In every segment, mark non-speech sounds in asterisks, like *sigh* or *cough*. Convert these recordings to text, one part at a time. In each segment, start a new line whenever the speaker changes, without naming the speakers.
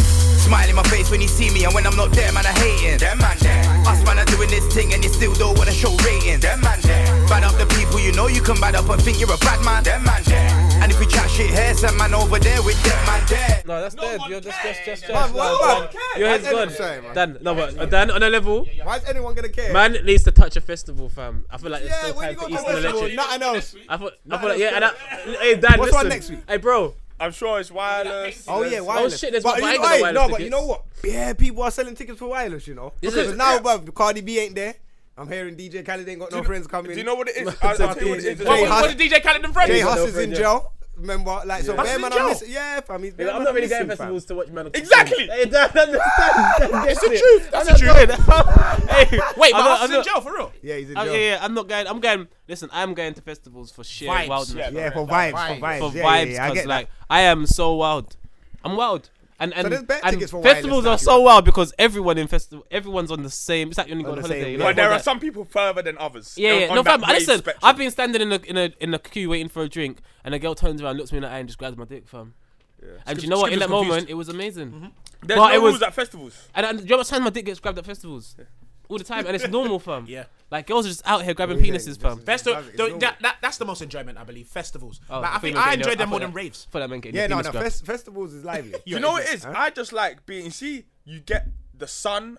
Smile in my face when you see me, and when I'm not there, man, I hating. Them man there. Us man are doing this thing, and you still don't wanna show ratings. Them man there. Bad up the people you know you can bad up and think you're a bad man. Them man there. And if we chat shit here, some man over there with them man there.
No, that's dead. You're just, just, just, just.
Man, why- why-
no, Dan, Your head's
why-
gone.
Sorry, man.
Dan, no, but uh, Dan, on a level,
Why is anyone gonna care?
man needs to touch a festival, fam. I feel like it's
yeah,
still
when
time
you
for
go to a
Eastern
festival,
Electric.
nothing else.
I feel, I
Nah,
feel like,
that's
yeah,
good.
and I, hey, Dan,
What's
listen.
on next week?
Hey, bro.
I'm sure it's wireless.
Oh yeah,
Oh
wireless.
shit, there's
but
wi-
you
I ain't
know,
got
no,
wireless
but you
tickets.
know what? Yeah, people are selling tickets for wireless. You know,
Is
because
it?
now, bruv, Cardi B ain't there. I'm hearing DJ Khaled ain't got no friends coming.
Do you know what
*laughs*
it is? I, I'll tell you what it is.
Jay
What,
Huss-
what did DJ Khaled and Friends?
Jay
got
Huss
no
is
friend,
in
yeah.
jail. Remember, like, so
Huss
where
is
man,
in
I'm
jail?
missing. Yeah, fam, he's
I'm not really going to festivals to watch man.
Exactly.
Hey, Dan, *laughs* understand. That's the
truth. That's the
*laughs*
truth.
Hey,
Wait,
I'm
but
not-
Huss is
I'm
in
not-
jail for real.
Yeah, he's in
I'm,
jail.
Oh, yeah, yeah, I'm not going. I'm going. Listen, I'm going to festivals for sheer
Vibes.
wildness.
Yeah,
Yeah, for vibes, for vibes,
for
yeah, yeah,
vibes because
yeah, I get that.
like I am so wild. I'm wild. And and,
there's better
and
tickets for
festivals are
wireless
so wild because everyone in festival everyone's on the same. It's like you only go on
the
holiday.
same
you
wave.
know,
But there
on
are
that-
some people further than others.
Yeah,
on-
yeah.
on
No,
that
fam. I-
wave
Listen,
spectrum.
I've been standing in a in a in a queue waiting for a drink, and a girl turns around, looks me in the eye, and just grabs my dick, fam. And do you know what? In that
Skip is confused.
moment, it was amazing.
Mm-hmm. There's
but
no
it was-
rules at festivals.
And, and do you know how much time my dick gets grabbed at festivals? All the time, and it's normal,
*laughs*
fam.
Yeah.
Like girls are just out here grabbing
Yeah,
penises,
this
fam.
is-
Festival,
It's
the,
normal.
that, that, that's the most enjoyment, I believe. Festivals.
Oh,
like, I
thought you
think
meant
I
getting your-
enjoyed them
I
more
thought
than
that-
raves.
I thought that meant getting
Yeah,
your
no,
penis
no.
grabbed.
Fest- festivals
*laughs*
is lively.
You know what it is? I just like being. You see, you get the sun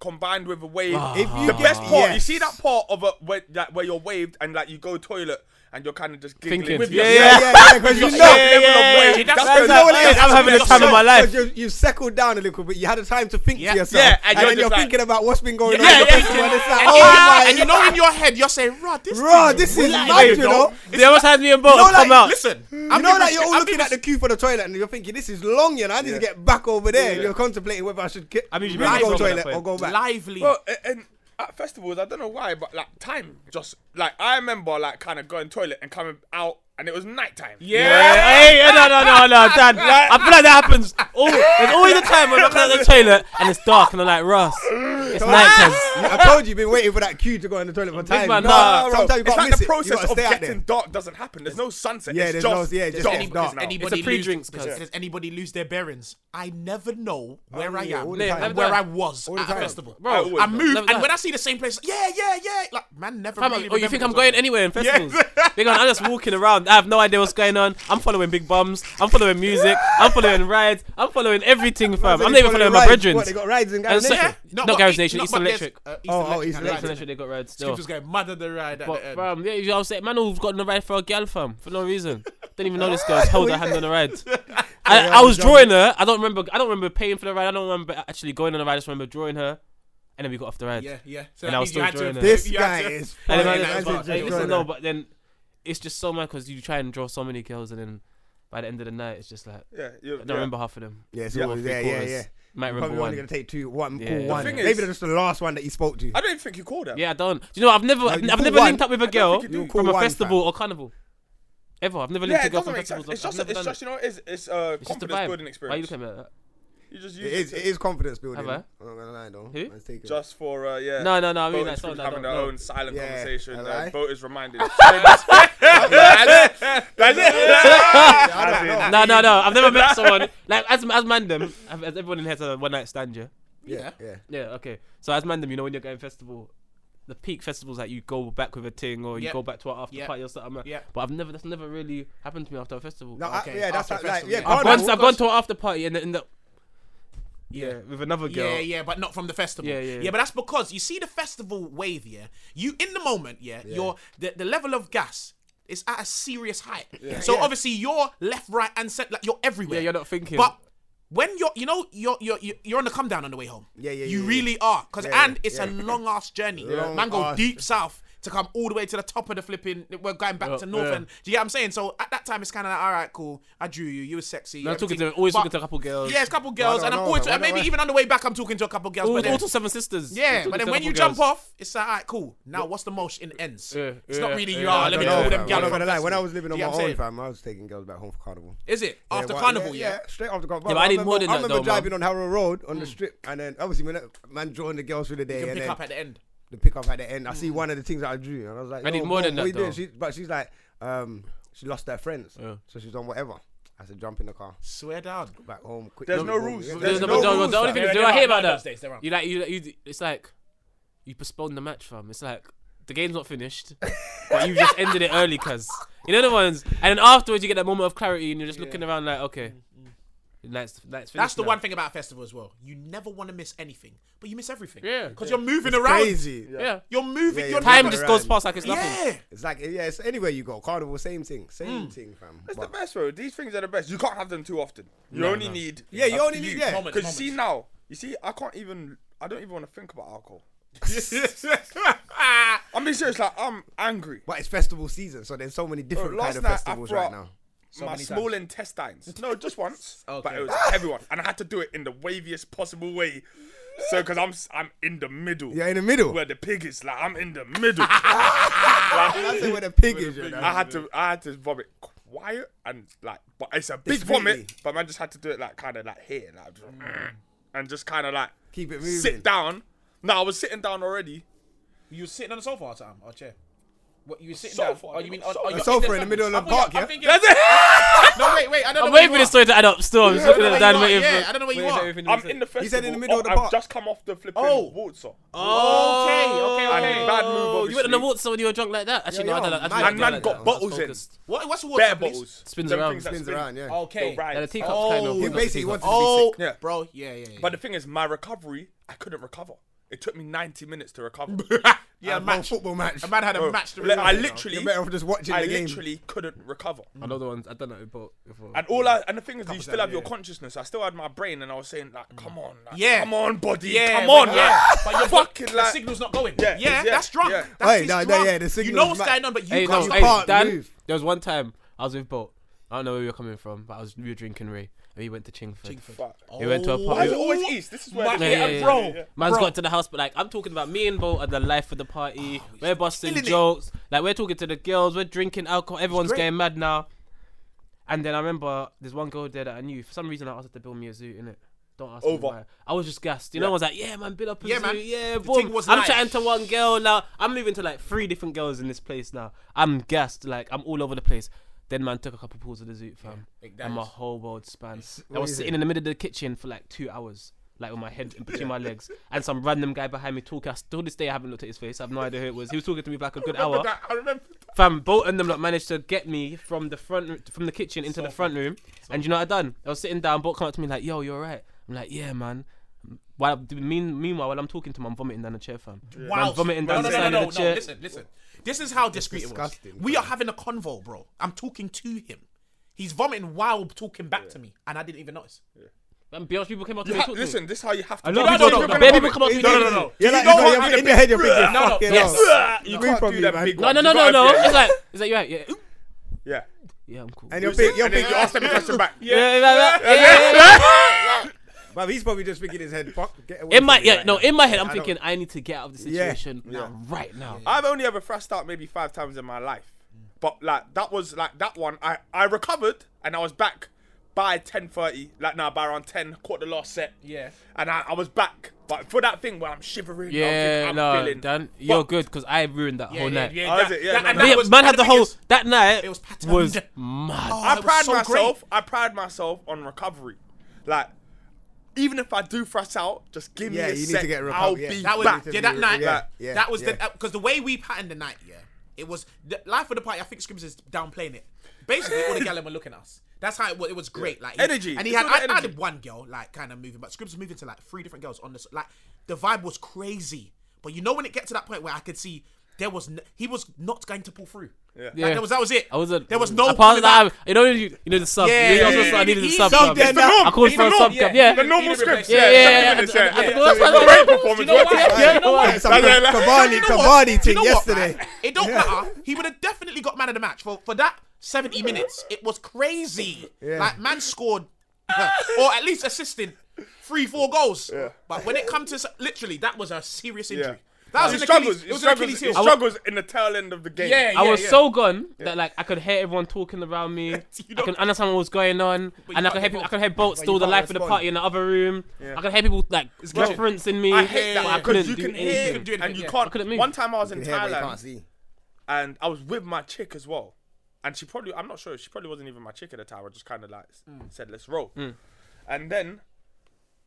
combined with a wave.
Ah.
If you
the
get-
best part, you
yes.
see that part of a where that where you're waved and like you go toilet and you're kind of just giggling
Thinking.
with
Yeah,
yourself.
Yeah, yeah, yeah. Because you
Your
know,
level of wave.
yeah,
That's the
that's-
that's
level
how it is.
of
I'm having the
yourself.
time of my life.
You, you settled down a little bit. You had a time to think
Yeah.
to yourself.
Yeah,
and,
and you're
then you're
just like-
thinking about what's been going on.
Yeah, yeah,
in the
yeah.
festival, and it's like,
And,
oh
you-
my
and you know in your head, you're saying, "Rah, this,
Bro,
thing
this is
live,
mad, you know.
They always had me in both.
No,
I've come
like,
out.
Listen,
You know that you're all looking at the queue for the toilet and you're thinking this is long, you know. I need to get back over there. You're contemplating whether I should get,
I'm usually
really
very
go
strong at
toilet
that
or
point.
go back.
lively.
Well, a- and at festivals, I don't know why, but like time just like I remember like kind of going toilet and coming out, and it was nighttime.
Yeah, hey, yeah, no, no, no, no, Dan. *laughs* I feel like that happens. All, there's always a time when I'm looking at the toilet and it's dark and I'm like, Russ, it's
*laughs*
night time.
I told you, you've been waiting for that queue to go in the toilet for time.
man,
no,
nah,
Bro,
sometimes you
it's
got
like
miss
the
it. You
process
gotta
of
stay out
getting
there.
dark doesn't happen. There's no sunset.
Yeah,
it's
there's no-
just
yeah, just
dark.
getting dark.
now.
anybody
It's a pre-drinks,
lose, does-
cuz.
Does anybody lose their bearings? I never know where
Oh,
I
yeah,
am
all the
and
time.
where I
Never
was
All the
at a
time.
festival.
Bro,
I always
I
know.
move,
Never
and when
done.
I see the same place, yeah, yeah, yeah. Like, man, never.
Fam,
really
oh, you think I'm
remembers
going
what's
anywhere in
Yeah.
*laughs* festivals? Big on, I'm just walking around. I have no idea what's going on. I'm following big bums. I'm following music. I'm following rides. I'm following everything, fam. I'm not even following my
rides.
brethren.
What, they got rides in
And
Garden
so,
Nation?
No,
not
but
Garage
it-
Nation,
no,
Eastern
but there's,
Electric.
uh, Eastern
Oh, oh,
Electric.
Eastern
Right.
Eastern Electric, they got rides
Skip
still.
was going mother the ride at the
But
end.
fam, yeah, you know what I'm saying? Man who's got on the ride for a girl, fam, for no reason. Don't even know this girl's
*laughs*
hold her hand on the ride. I, I was drawing her. I don't remember. I don't remember paying for the ride. I don't remember actually going on the ride. I just remember drawing her, and then we got off the ride.
Yeah, yeah. So
And
that
I was
means
still
you had to-
enjoying it.
This
you had
guy
to-
is
And
funny.
then
Yeah,
I,
man.
yeah, that's
This
what-
is
hey,
just
listen,
going
no,
on.
but then it's just so mad because you try and draw so many girls, and then by the end of the night, it's just like
Yeah,
I
you-
don't
yeah.
remember half of them.
Yeah, it's
Yeah.
always- yeah,
Three
yeah,
quarters.
yeah.
Might remember
Probably only
one.
gonna take two, one,
Yeah.
call
The
one.
thing
Maybe
is-
they're just the last one that you spoke to.
I don't even think you call that.
Yeah, I don't. Do you know? I've never, I've,
you
I've
call
never
one.
linked up with a
I don't
girl
think you
do.
from
You
a
call one,
festival or carnival. Ever, I've never linked
Yeah,
a
it
girl from
doesn't make sense.
festivals.
It's
I've
just,
never
it's
done
just,
it.
you know, it's, it's a
It's just a
confidence
vibe. Why
building
are you
experience.
looking at me like that?
You just
It
use
is,
it
it is confidence building.
Have I?
I'm not gonna lie, though.
Who?
Let's take it.
just for, uh, yeah.
No, no, no, I mean,
voters
that's not-
from
no,
having
no,
their
no.
own silent
Yeah,
conversation. Uh,
alright.
voters reminded. That's it. That's it.
I don't
*laughs*
know.
No, no, no. I've never met someone like as as mandem. I've- As everyone in here's a one night stand, yeah.
Yeah, yeah.
Yeah, okay. So as mandem, you know when you're going festival, the peak festivals that you go back with a ting or you
Yep.
go back to an after
Yep.
party or something.
Yep.
But I've never that's never really happened to me after a festival.
No, I-
Okay,
yeah, that's
after
how- like,
festival,
yeah.
yeah.
I've,
Ghana-
gone, I've gone to an after party and in the yeah, with another girl.
Yeah, yeah, but not from the festival.
Yeah, yeah, yeah.
Yeah, but that's because you see the festival wave, yeah. You in the moment, yeah, you're the, the level of gas is at a serious height. So
Yeah.
obviously you're left, right, and center, like you're everywhere.
Yeah, you're not thinking.
But when you're, you know, you're you're you're you're on the come down on the way home.
Yeah, yeah,
You
yeah,
really are, cause
Yeah,
and
yeah,
it's a
yeah.
long ass journey.
Long
Man, go
ass-
deep south. To come all the way to the top of the flipping, we're going back
Yeah,
to north
yeah.
end. Do you get what I'm saying? So at that time, it's kind of like, all right, cool. I drew you. You were sexy.
No, I'm talking
everything.
to- always
But-
talking to a couple girls.
Yeah, it's a couple
I
girls,
don't
and I'm
know,
always,
man. I
and
don't
maybe
know.
even on the way back, I'm talking to a couple girls.
All,
but then-
all to seven sisters.
*laughs* yeah,
Talking
but
to
then
a
when you
couple
jump
girls.
off, it's like, all right, cool. Now, what's the motion in ends?
Yeah,
it's not
yeah,
really
yeah,
you
I
are. Let
I
me
don't
do
know,
them
fam. I'm not
girls.
gonna lie.
from
When I
festival.
was living
Do
on
you
my
get what I'm
own,
saying?
fam, I was taking girls back home for carnival.
Is it
Yeah,
after
why-
carnival? Yeah.
straight after carnival.
Yeah, but I did more than
I
that,
remember
though,
driving on Harrow Road on the strip, and then obviously when that- man drawing the girls through the day,
You can
and
pick
then
up at the end.
the pickup at the end. I see one of the things that I drew, and I was like,
I did
"Yo,
more
bro,
than
what
that,
you doing?"
though.
She, but she's like, um, she lost her friends, so she's on whatever. I said, jump in the car,
Swear down.
back home. Quick.
There's no rules.
There's
There's
no,
no
but the-
rules,
the only
fam.
thing
Yeah,
is, do
they're
I hear
on
about that?
those days, they're on.
You like you, you it's like you postponed the match, fam. It's like the game's not finished, but you just ended it early, cause you know the ones. And then afterwards, you get that moment of clarity, and you're just looking around like, okay, that's that's
That's the one thing about festival as well. You never want to miss anything, but you miss everything.
Yeah.
because you're moving around.
Crazy.
Yeah,
You're moving.
Yeah,
you're
yeah.
time
not-
just
around.
goes past like it's nothing.
Yeah.
It's like yeah, it's anywhere you go. Carnival, same thing, same thing, fam.
It's the
But-
best, bro. These things are the best. You can't have them too often. You only need.
Yeah, you
a
only
few.
need- yeah.
Moments,
Because you see
moments.
now, you see, I can't even. I don't even want to think about alcohol. I'm being serious. Like I'm angry.
*laughs* But it's festival season, so there's so many different
last
kind of
night I
festivals right
brought-
now.
my
many
small
times.
intestines. No,
*laughs*
just once. But
Okay.
it was everyone, and I had to do it in the waviest possible way. So, because I'm s- I'm in the middle.
Yeah, in the middle.
Where the pig is, like I'm in the
*laughs*
middle.
That's where the pig is. you know.
I had to I had to vomit quiet and like, but it's a big
really-
vomit. But man, just had to do it like kind of like here, like just, mm, and just kind of like
Keep it moving.
Sit down. No, I was sitting down already.
You were sitting on the sofa all the time, or chair. What you were sitting
Sofa,
down? Oh, you
nigga,
mean on,
sofa.
on
A
your
sofa
index
in the middle of
fingers?
the park,
I'm
yeah?
thinking-
That's it.
No, wait, wait. I don't
I'm
know where
waiting
you
for this
are.
story to add up. Still, I'm just
I don't
looking
know
at
where
Dan
you are.
waiting
Yeah,
for-
I don't know where you
Where's
are.
everything
*laughs*
I'm
else?
in the festival.
He said in the middle of the
I've
park.
just come off the flipping
Oh.
water.
Okay, okay,
And
okay.
bad move.
Oh, you went on the
obviously.
water when you were drunk like that. Actually,
Yeah,
no, I
yeah,
don't. I
man.
don't
And
do
man
like
got
that. I was
bottles in.
focused.
What, what's water?
Bare
please?
bottles.
Spins
Them
around.
things that
Spins
spin.
around, yeah.
Okay.
They'll rise.
Yeah, the teacups
Oh,
kind of.
he
not the
basically
teacup.
wanted to
Oh,
Yeah.
bro, yeah, yeah, yeah.
But the thing is, my recovery, I couldn't recover. It took me 90 minutes to recover.
yeah, a
A whole
match.
football match.
A man had a match. To
Like, I
resolve, you know.
literally,
You're better off just watching
I
the game.
literally couldn't recover.
I know the ones. I've done that before. before.
And all I, and the thing is, you still have your consciousness. I still had my brain, and I was saying like, "Come on, like,
Yeah.
come on, body,
Yeah,
come on,
but- yeah.
but
*laughs*
*laughs*
But
you're
your-
fucking
The
like,
signal's not going.
Yeah.
Yeah, that's drunk.
yeah.
That's
Hey,
his
no, no,
drunk.
yeah, the
You
signal
know
is
what's
mad.
going on, but you
Hey,
can't
no,
stop.
hey,
can't
Dan,
move.
there was one time I was with Bolt. I don't know where you were coming from, but I was we were drinking Ray, and we went to Chingford.
Fuck.
We went to a
Why is
party.
it always east? This is where.
Yeah, *laughs*
the-
yeah, yeah,
bro,
yeah, yeah. Man's
bro.
got to the house, but like I'm talking about me and Bolt are the life of the party. we're busting
Oh, killing it.
jokes, like we're talking to the girls, we're drinking alcohol, everyone's
great.
getting mad now. And then I remember there's one girl there that I knew. For some reason, I asked her to build me a zoo in it. Don't ask
Over.
me why. I was just gassed. You know, I was like, yeah, man, build up a
Yeah,
zoo.
man.
Yeah,
The
boom.
thing was
I'm
life.
chatting to one girl now. I'm moving to like three different girls in this place now. I'm gassed. Like I'm all over the place. Then man took a couple pulls of the zoo, fam,
that
and my
is-
whole world span. I was sitting in the middle of the kitchen for like two hours, like with my head in between my legs, and some random guy behind me talking. I still this day I haven't looked at his face. I have no idea who it was. He was talking to me for like a good hour.
That- I remember.
Fam, Bolt and them like managed to get me from the front from the kitchen into the front room. And you know what I done? I was sitting down. Bolt come up to me like, "Yo, you're right." I'm like, "Yeah, man." While mean, meanwhile, while I'm talking to him, I'm vomiting down the chair, fam.
Wow.
I'm vomiting down
no,
the
no, no,
side
no,
of the
no,
chair.
Listen, listen. This is how discreet it was.
disgusting,
We are having a convo, bro. I'm talking to him. He's vomiting while talking back to me, and I didn't even notice.
And Beyonce people came up to
You
me.
ha-
and talked to
listen,
me.
this is how you have to.
A
do
lot
it.
of people
You
don't-
can't
bare
do
people
it.
come up to me.
No, no, no, no.
You're like,
You
you
know
know,
what?
you're in the head, you're thinking, oh."
No, no,
fucking
yes.
hell.
You
Move
can't
from
do
me,
that
man.
big
No,
one.
no,
You
no, no,
gotta
no.
be-
It's like, it's like, you're right. Yeah,
Yeah.
yeah, I'm cool.
And you're big, you're
And then
big.
you ask them the question back.
yeah, yeah, yeah, yeah, yeah, yeah.
But he's probably just thinking in his head, fuck, get away
In
from
my
me
yeah,
right
no,
now.
in my head, I'm
I
thinking I need to get out of this
Yeah,
situation now, right now.
I've only ever thrashed out maybe five times in my life. But like that was like that one I, I recovered and I was back by ten thirty, like now by around ten, caught the last set.
Yeah.
And I, I was back. But for that thing where I'm shivering,
Yeah,
I'm, thinking, I'm
no,
feeling
Dan, you're good because I ruined that whole night.
Oh, is it? Yeah, no,
and
no.
But yeah,
was-
man had
and
the whole
biggest-
that night.
it was patterned.
was mad.
Oh,
I
it was
pride
so
myself.
great.
I pride myself on recovery. Like, even if I do thrash out, just give
Yeah,
me a
you need
sec.
to get a recovery,
I'll
yeah.
be
That was
back.
to
yeah,
be
that night.
yeah, yeah,
that was
yeah.
the because the way we patterned the night. Yeah, it was the life of the party. I think Scribs is downplaying it. Basically, all the gallery were looking at us. That's how it was. It was great. Like he-
Energy.
and he
It's
had.
all
I,
about
I
energy.
did one girl like kind of moving, but Scribs was moving to like three different girls on this. Like the vibe was crazy. But you know when it gets to that point where I could see there was n- he was not going to pull through. Yeah, like,
Yeah.
that was that was it.
I wasn't.
There was no.
Apart
pulling
from that,
back.
I- you know, you, you know the sub.
Yeah,
you know,
yeah,
also, I
yeah.
needed the
He's
sub.
subbed
sub.
there now.
I called
He's
for
the
a
norm.
sub. Yeah, yeah.
The
yeah.
normal
Even
scripts.
replaced. Yeah,
yeah,
Minutes,
yeah. I- I- I-
yeah.
well, that's
So
why-
it's a great
Do
performance,
you know
wasn't
what?
it?
Yeah, you know
Yeah,
what?
some
Like, like,
Cavani,
You know
Cavani
what? Do you
thing
know what, man?
yesterday.
It don't matter. He would have definitely got man of the match for for that 70 minutes. It was crazy.
Yeah.
Like man scored *laughs* or at least assisted three, four goals. But when it comes to s- literally, that was a serious injury. That was
He
an
struggles.
Achilles.
He
It was an
struggles.
Achilles
He
heel.
struggles in the tail end of the game.
Yeah, yeah,
I was
yeah.
so gone that like I could hear everyone talking around me. I could
don't-
understand what was going on, and I
can't
could hear
get
people, I
both.
could hear Bolt still the
can't
life of the
respond.
party in the other room. I could hear people like
guilty.
referencing me.
I hate
but
that
I couldn't
because you
do
can
anything.
hear
do anything,
and you
yeah.
I couldn't
can't.
move.
One time I was in
You can hear, but you can't
Thailand
see.
and I was with my chick as well, and she probably I'm not sure she probably wasn't even my chick at the time. I just kind of like s- said let's roll, and then.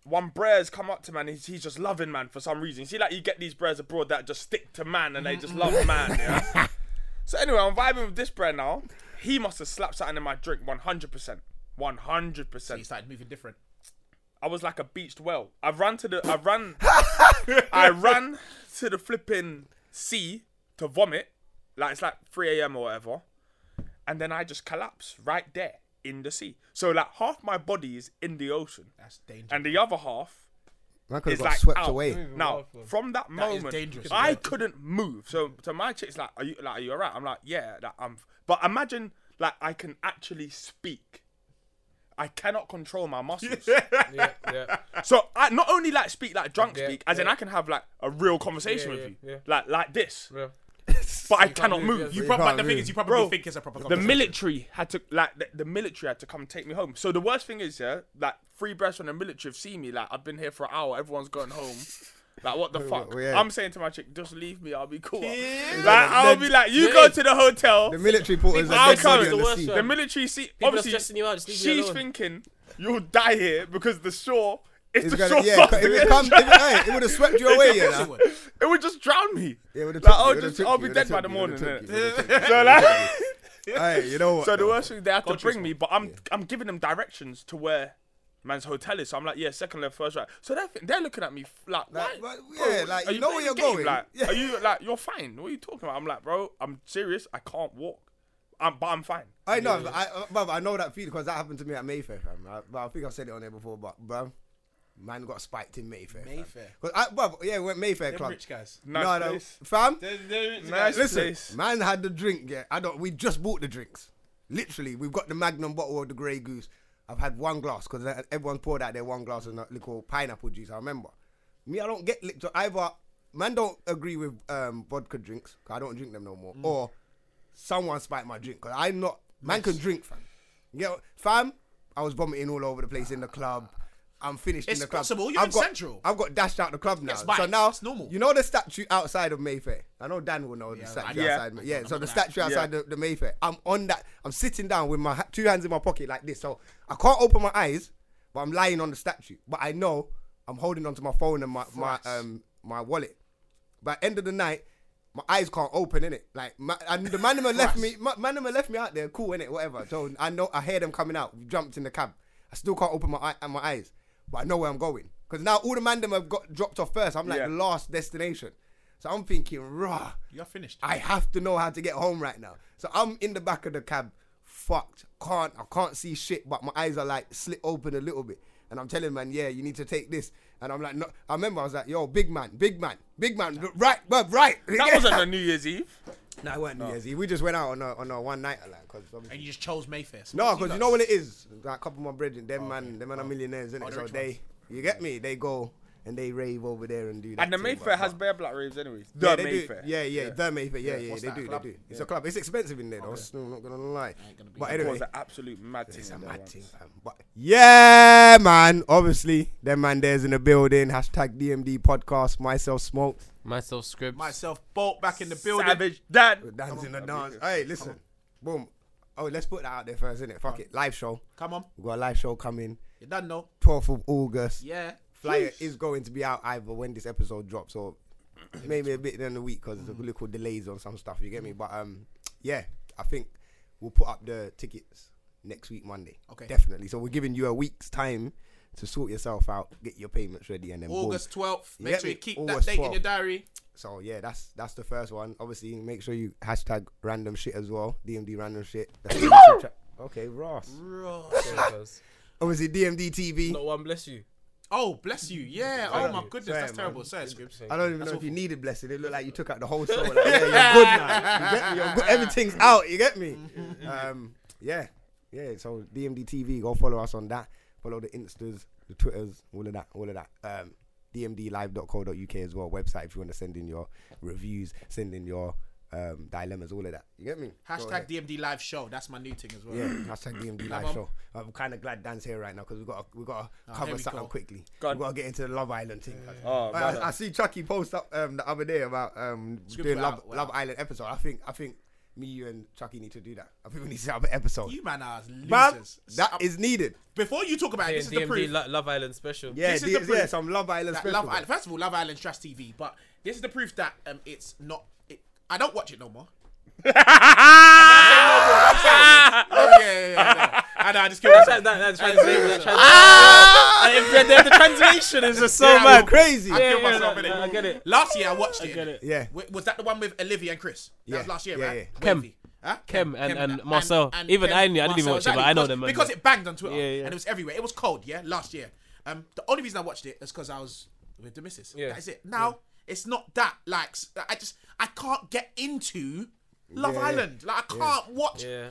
One Brer's come up to man, he's, he's just loving man for some reason. You See, like you get these Brers abroad that just stick to man and they just love man. Yeah? so anyway, I'm vibing with this Brer now. He must have slapped something in my drink, 100%, 100%.
He started moving different.
I was like a beached well. I ran to the I ran I ran to the flipping sea to vomit. Like it's like 3 a.m. or whatever. And then I just collapse right there in the sea. So like half my body is in the ocean.
That's dangerous.
And the other half
I could have
is
got
like
swept
out.
away.
Now, from that moment,
dangerous.
I couldn't move. So to my chick's like, "Are you like, are you alright?" I'm like, "Yeah, like, I'm." But imagine like I can actually speak. I cannot control my muscles.
Yeah, yeah.
*laughs* So I not only like speak like drunk
Yeah,
speak, as in
yeah.
I can have like a real conversation
Yeah,
with
yeah,
you,
yeah.
like like this,
yeah.
but I cannot
move,
move.
yeah,
You
You
probably,
can't
the thing
move.
is, you probably
Bro,
think it's a proper
The
conversation.
military had to like the, the military had to come take me home. So the worst thing is, yeah, like three breaths from the military have seen me. Like I've been here for an hour, everyone's going home. Like what the fuck?
yeah.
I'm saying to my chick, just leave me, I'll be cool. Like I'll be like, you go to the hotel.
The military porters are
I'll
dead
come.
body
The,
on the
worst
sea.
one.
military see,
People are
obviously,
stressing you out. Just leave me
she's
alone.
thinking you'll die here because the shore is
It's
the
gonna,
shore. *laughs*
yeah, if it come, if it, hey, it would have swept you away, yeah. nah.
It would just drown me.
It would have
Like, I'll, just, I'll be dead by the morning. innit? *laughs*
So like, hey, you know what?
So the
though?
worst thing they had to bring me, but I'm I'm giving them directions to where man's hotel is. So I'm like, yeah, second left, first right. So they're thi- they're looking at me f- like,
Like,
why-
what- yeah, like,
are
you know where
playing
you're
the game?
going.
Like,
Yeah.
are you like you're fine? What are you talking about? I'm like, bro, I'm serious. I can't walk. I'm but I'm fine.
I know, I, uh, bruv, I know that feeling because that happened to me at Mayfair, fam. Right? But I think I've said it on there before, but bruv, man got spiked in Mayfair.
Mayfair.
Fam. 'Cause I, bruv, yeah, we went Mayfair
Them
club.
rich guys.
Nice
no, no,
place.
fam.
They're, they're rich
Nice
guys.
listen,
Listen,
place.
man had the drink. Yeah, I don't. We just bought the drinks. Literally, we've got the Magnum bottle of the Grey Goose. I've had one glass because everyone poured out their one glass of that little pineapple juice. I remember. Me, I don't get licked. Either man don't agree with um, vodka drinks. 'cause I don't drink them no more.
Mm.
Or someone spiked my drink. Cause I'm not. Man can drink, fam. You know, fam. I was vomiting all over the place in the club. I'm finished
It's
in the club.
possible, you're
I've
in
got,
Central.
I've got dashed out the club now.
spiked,
So now
it's normal.
You know the statue outside of Mayfair. I know Dan will know the statue
I
know. Yeah.
outside. Yeah, so the statue outside the, the Mayfair. I'm on that. I'm sitting down with my ha- two hands in my pocket like this. So I can't open my eyes, but I'm lying on the statue. But I know I'm holding onto my phone and my my um my wallet. By end of the night, my eyes can't open in it. Like my, and the man them left me. ma- Man them left me out there. Cool in it, whatever. So I know I hear them coming out. We jumped in the cab. I still can't open my eye, and my eyes, but I know where I'm going. Cause now all the man them have got dropped off first. I'm like
Yeah.
the last destination. So I'm thinking, rah.
You're finished.
I have to know how to get home right now. So I'm in the back of the cab, fucked. Can't I can't see shit, but my eyes are like slit open a little bit. And I'm telling man, yeah, you need to take this. And I'm like, no. I remember I was like, yo, big man, big man, big man, right, bruv, right. *laughs*
That wasn't a New Year's Eve.
No, it weren't New Year's Eve. We just went out on a on a one night like, cause
and you just chose Mayfair. So
no,
what
because you
got?
know what it is. Like a couple of my brethren, them man, them man are millionaires, innit?
the
so
rich
they,
ones.
you get me? They go and they rave over there and do that.
And the
thing,
Mayfair
bruv.
has bare black raves anyway. The
Yeah, they do.
Mayfair.
Yeah, yeah, the Mayfair. Yeah, yeah,
what's
they
that,
do,
a
they
club?
do. It's a club. It's expensive in there, though. so I'm not gonna lie. But
It
anyway,
was an absolute mad thing.
it's a
in there
mad
once.
thing, fam. But yeah, man. Obviously, them man there's in the building. Hashtag DMD podcast. Myself smoke.
Myself scripts.
Myself, Bolt back in the building.
Savage Dan.
Dance in the dance. Hey, listen. Boom. Oh, let's put that out there first, innit? Fuck it. Live show.
Come on.
We've got a live show coming.
You done know.
12th of August.
Yeah.
Flyer is going to be out either when this episode drops or *clears throat* maybe a bit in the week because there's a little delays on some stuff. You get me? But um, yeah, I think we'll put up the tickets next week Monday.
Okay.
definitely. So we're giving you a week's time to sort yourself out, get your payments ready, and then boom.
August 12th.
Yeah,
Make sure you
me-
keep
August
that date in
12th.
your diary.
So yeah, that's that's the first one. Obviously, make sure you hashtag random shit as well. DMD random shit. That's
*coughs*
the Instagram tra- okay, Ross. *laughs* Obviously, DMD TV.
Not one bless you.
Oh, bless
*laughs*
you. Yeah. Oh, my goodness.
Sorry,
That's
man.
terrible. Sorry, Scribs.
I don't even know if you needed blessing. It looked like you took out the
*laughs*
whole soul. Like, yeah, you're good now. You get me? You're good. Everything's out. You get me?
Mm-hmm.
Um, yeah. Yeah. So DMD TV, go follow us on that. Follow the Instas, the Twitters, all of that, all of that. Um, DMDlive.co.uk as well. Website if you want to send in your reviews, send in your um, dilemmas, all of that. You get me? Go there.
Hashtag DMD live show. That's my new thing as well.
Yeah, hashtag DMD live
on. Oh,
show. I'm kind of glad Dan's here right now because we got we got to
here
cover
we
something
go.
quickly.
Go on.
We got to get into the Love Island thing.
Oh,
I,
brother.
I- I see Chucky post up um, the other day about um, doing
put
Love
out- well.
Love Island episode. I think I think me, you, and Chucky need to do that. I think we need to have an episode.
You man are losers.
Bam, that is needed.
Before you talk about it, this is the
DMD
proof.
Lo- Love Island special.
Yeah,
This is
the-
the proof
yeah, some Love Island
that
special.
Love Island. First of all, Love Island trash TV, but this is the proof that um, it's not. It, I don't watch it
*laughs*
no more. And
*laughs*
I say no more, I'm sorry. yeah, yeah, yeah, yeah. I know, I just killed
That,
myself.
that, that translation. That
Ah!
*laughs* translation. the, the translation is just so
Yeah,
mad.
well,
Crazy.
I
Yeah,
killed
yeah,
myself
no,
in it.
no, I get it.
Last year I watched it.
get it.
Yeah.
Wa- Was that the one with Olivia and Chris? That
Yeah.
was last year,
Yeah,
right?
yeah.
Kem.
Wavy. Huh?
Kem and- and
that.
Marcel. Even I knew- I didn't even watch it, but I know
because-
them, man.
Because it banged on Twitter
Yeah, yeah.
and it was everywhere. It was cold, yeah, last year. Um, the only reason I watched it is because I was with the missus.
Yeah.
That is it. Now, it's not that, like, s- I just, I can't get into Love
Yeah.
Island. Like, I can't watch.
Yeah.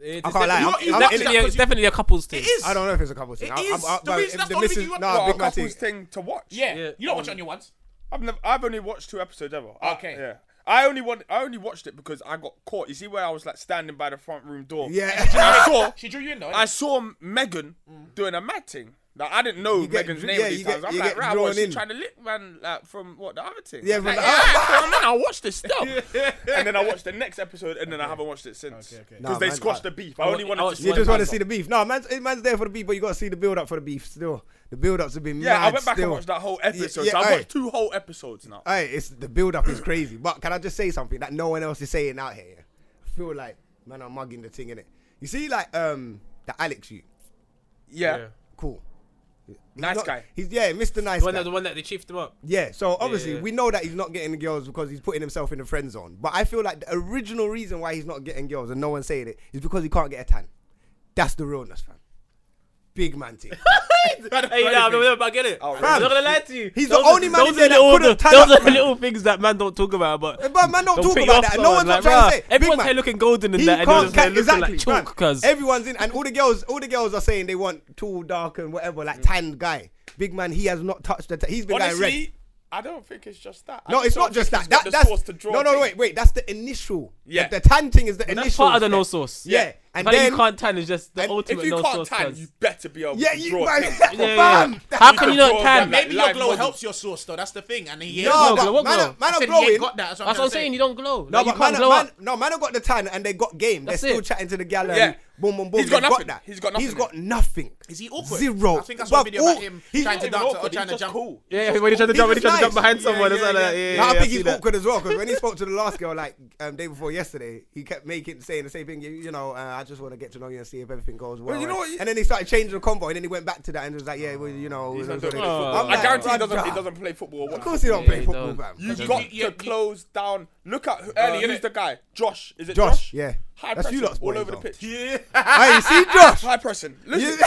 It,
I
it's
can't lie.
definitely-
You're-
I'm-
you
I'm-
watch
it's-
definitely, a, it's definitely a couple's thing.
It is.
I don't know if it's a couple thing.
It
I-
is. The
but
reason-
if
that's the only
missus-
thing you-
nah,
Well,
What, a
big man thing.
couple's thing to watch.
Yeah.
Yeah.
You don't watch it on your ones.
I've never. I've only watched two episodes ever. I-
Okay.
yeah. I only want. I only watched it because I got caught. You see where I was like standing by the front room door. *laughs*
Yeah. *laughs*
I saw.
She drew you in, though.
I
innit?
saw Megan doing a mad thing. Like I didn't know
You get-
Megan's
yeah,
name
you
these
get-
times. I'm
you
like,
get
right,
drawn
was she
in."
trying to lip man like from what the other thing?
Yeah,
like,
from the-
yeah, man, I watched this stuff. *laughs* and then I watched the next episode, and then I haven't watched it since. Because
okay.
Nah,
they
man,
squashed
I-
the beef. I only
wa- I
wanted
watched
to.
You
one
just want to
time.
see the beef. No, man's, eh, man's there for the beef, but you got to see the build up for the beef still. The build ups have been
Yeah, I
mad
went back
still.
and watched that whole episode.
yeah,
so I
aye.
watched two whole episodes now.
Hey, it's the build up is crazy. But can I just say something that no one else is saying out here? yeah? I feel like man, I'm mugging the thing in it. You see, like um, the Alex, you
yeah.
Yeah.
cool,
nice
Not-
guy.
He's yeah, Mr. Nice
The one,
guy.
that, the one that they chiefed him up.
Yeah, so obviously
yeah.
we know that he's not getting the girls because he's putting himself in the friend zone. But I feel like the original reason why he's not getting girls and no one's saying it is because he can't get a tan. That's the realness, fam. Big man thing.
*laughs* Hey, nah, no, no, but I get it. I'm
Oh, Fam,
not gonna lie to you.
he's
Those
the
are-
only man
those
in there
are
that
little-
couldn't turn
Those
up,
are
man.
little things that man don't talk about, but.
Eh, But man, don't, talk
put you
about
off
that. No one's
someone,
not
like,
trying
bruh,
to say.
Everyone's
Big
here
man.
looking golden in
He
that, and
can't
everyone's
catch
here looking
exactly.
like chalk.
man.
Because
Everyone's in, and all the girls, all the girls are saying they want tall, dark, and whatever, like tanned guy. Big man, he has not touched the. T- he's been
Honestly,
direct.
I don't think it's just that. I
No, it's
don't
not just
think
that.
he's
that
got the
that's
source to draw
no, no,
things.
wait, wait. That's the initial.
Yeah.
the, the tan thing is the initial.
that's part of the no
step.
source.
Yeah,
And
and
then,
then
you can't tan is just the
and if
ultimate
If you
no
can't
source.
tan,
cuz.
you better be able
Yeah,
to
you
draw
man,
things.
Yeah, yeah,
*laughs* fam.
yeah. How can you not
draw
tan?
that
Maybe your
live
glow
model.
helps your source, though. That's the thing. And he
No,
What
no,
glow, what
man,
glow?
are- man
I
are
said he ain't
glowing.
got that. That's what
That's
I'm,
what I'm
saying.
saying. You don't glow.
No,
Like, you
but man,
can't glow
man,
up.
no, man, have got the tan and they got game. They're
That's
still
it.
chatting to the gal. and
Yeah.
boom, boom, boom.
He's got
They've
nothing.
that.
He's got nothing.
He's got nothing.
Is he awkward?
Zero.
I think that's one
Bruv,
video about
all-
him
he's
trying
*laughs*
Not
to
even
dance or
awkward,
trying
he's
to
just
jump.
cool.
Yeah, when you try to
He's
jump, when you try to
nice.
jump behind
Yeah,
someone,
yeah,
it's like,
yeah.
that. yeah.
No, I
yeah,
think
see
he's
that.
awkward as well because when he spoke to the last girl, like um, day before yesterday, he kept making saying the same thing. You, you know, uh, I just want to get to know you and see if everything goes well.
you know
and-
what you-
And then he started changing the combo, and then he went back to that and was like, yeah, well, you know,
He's
it
not
was
doing
what
it.
it-
football.
I'm
I
like,
guarantee he
bruh,
doesn't. He
bruh.
doesn't play football.
Of course, he don't
Yeah,
play
he
football,
don't.
fam.
You
don't
got
think- Yeah,
to
yeah.
close down. Look at who, early. who's
innit?
the guy? Josh. Is it
Josh,
Josh?
yeah.
High
That's you
pressing
lot's
all
boy,
over the
though.
pitch.
Hey, you
*laughs*
see, Josh. *laughs*
High pressing. Listen,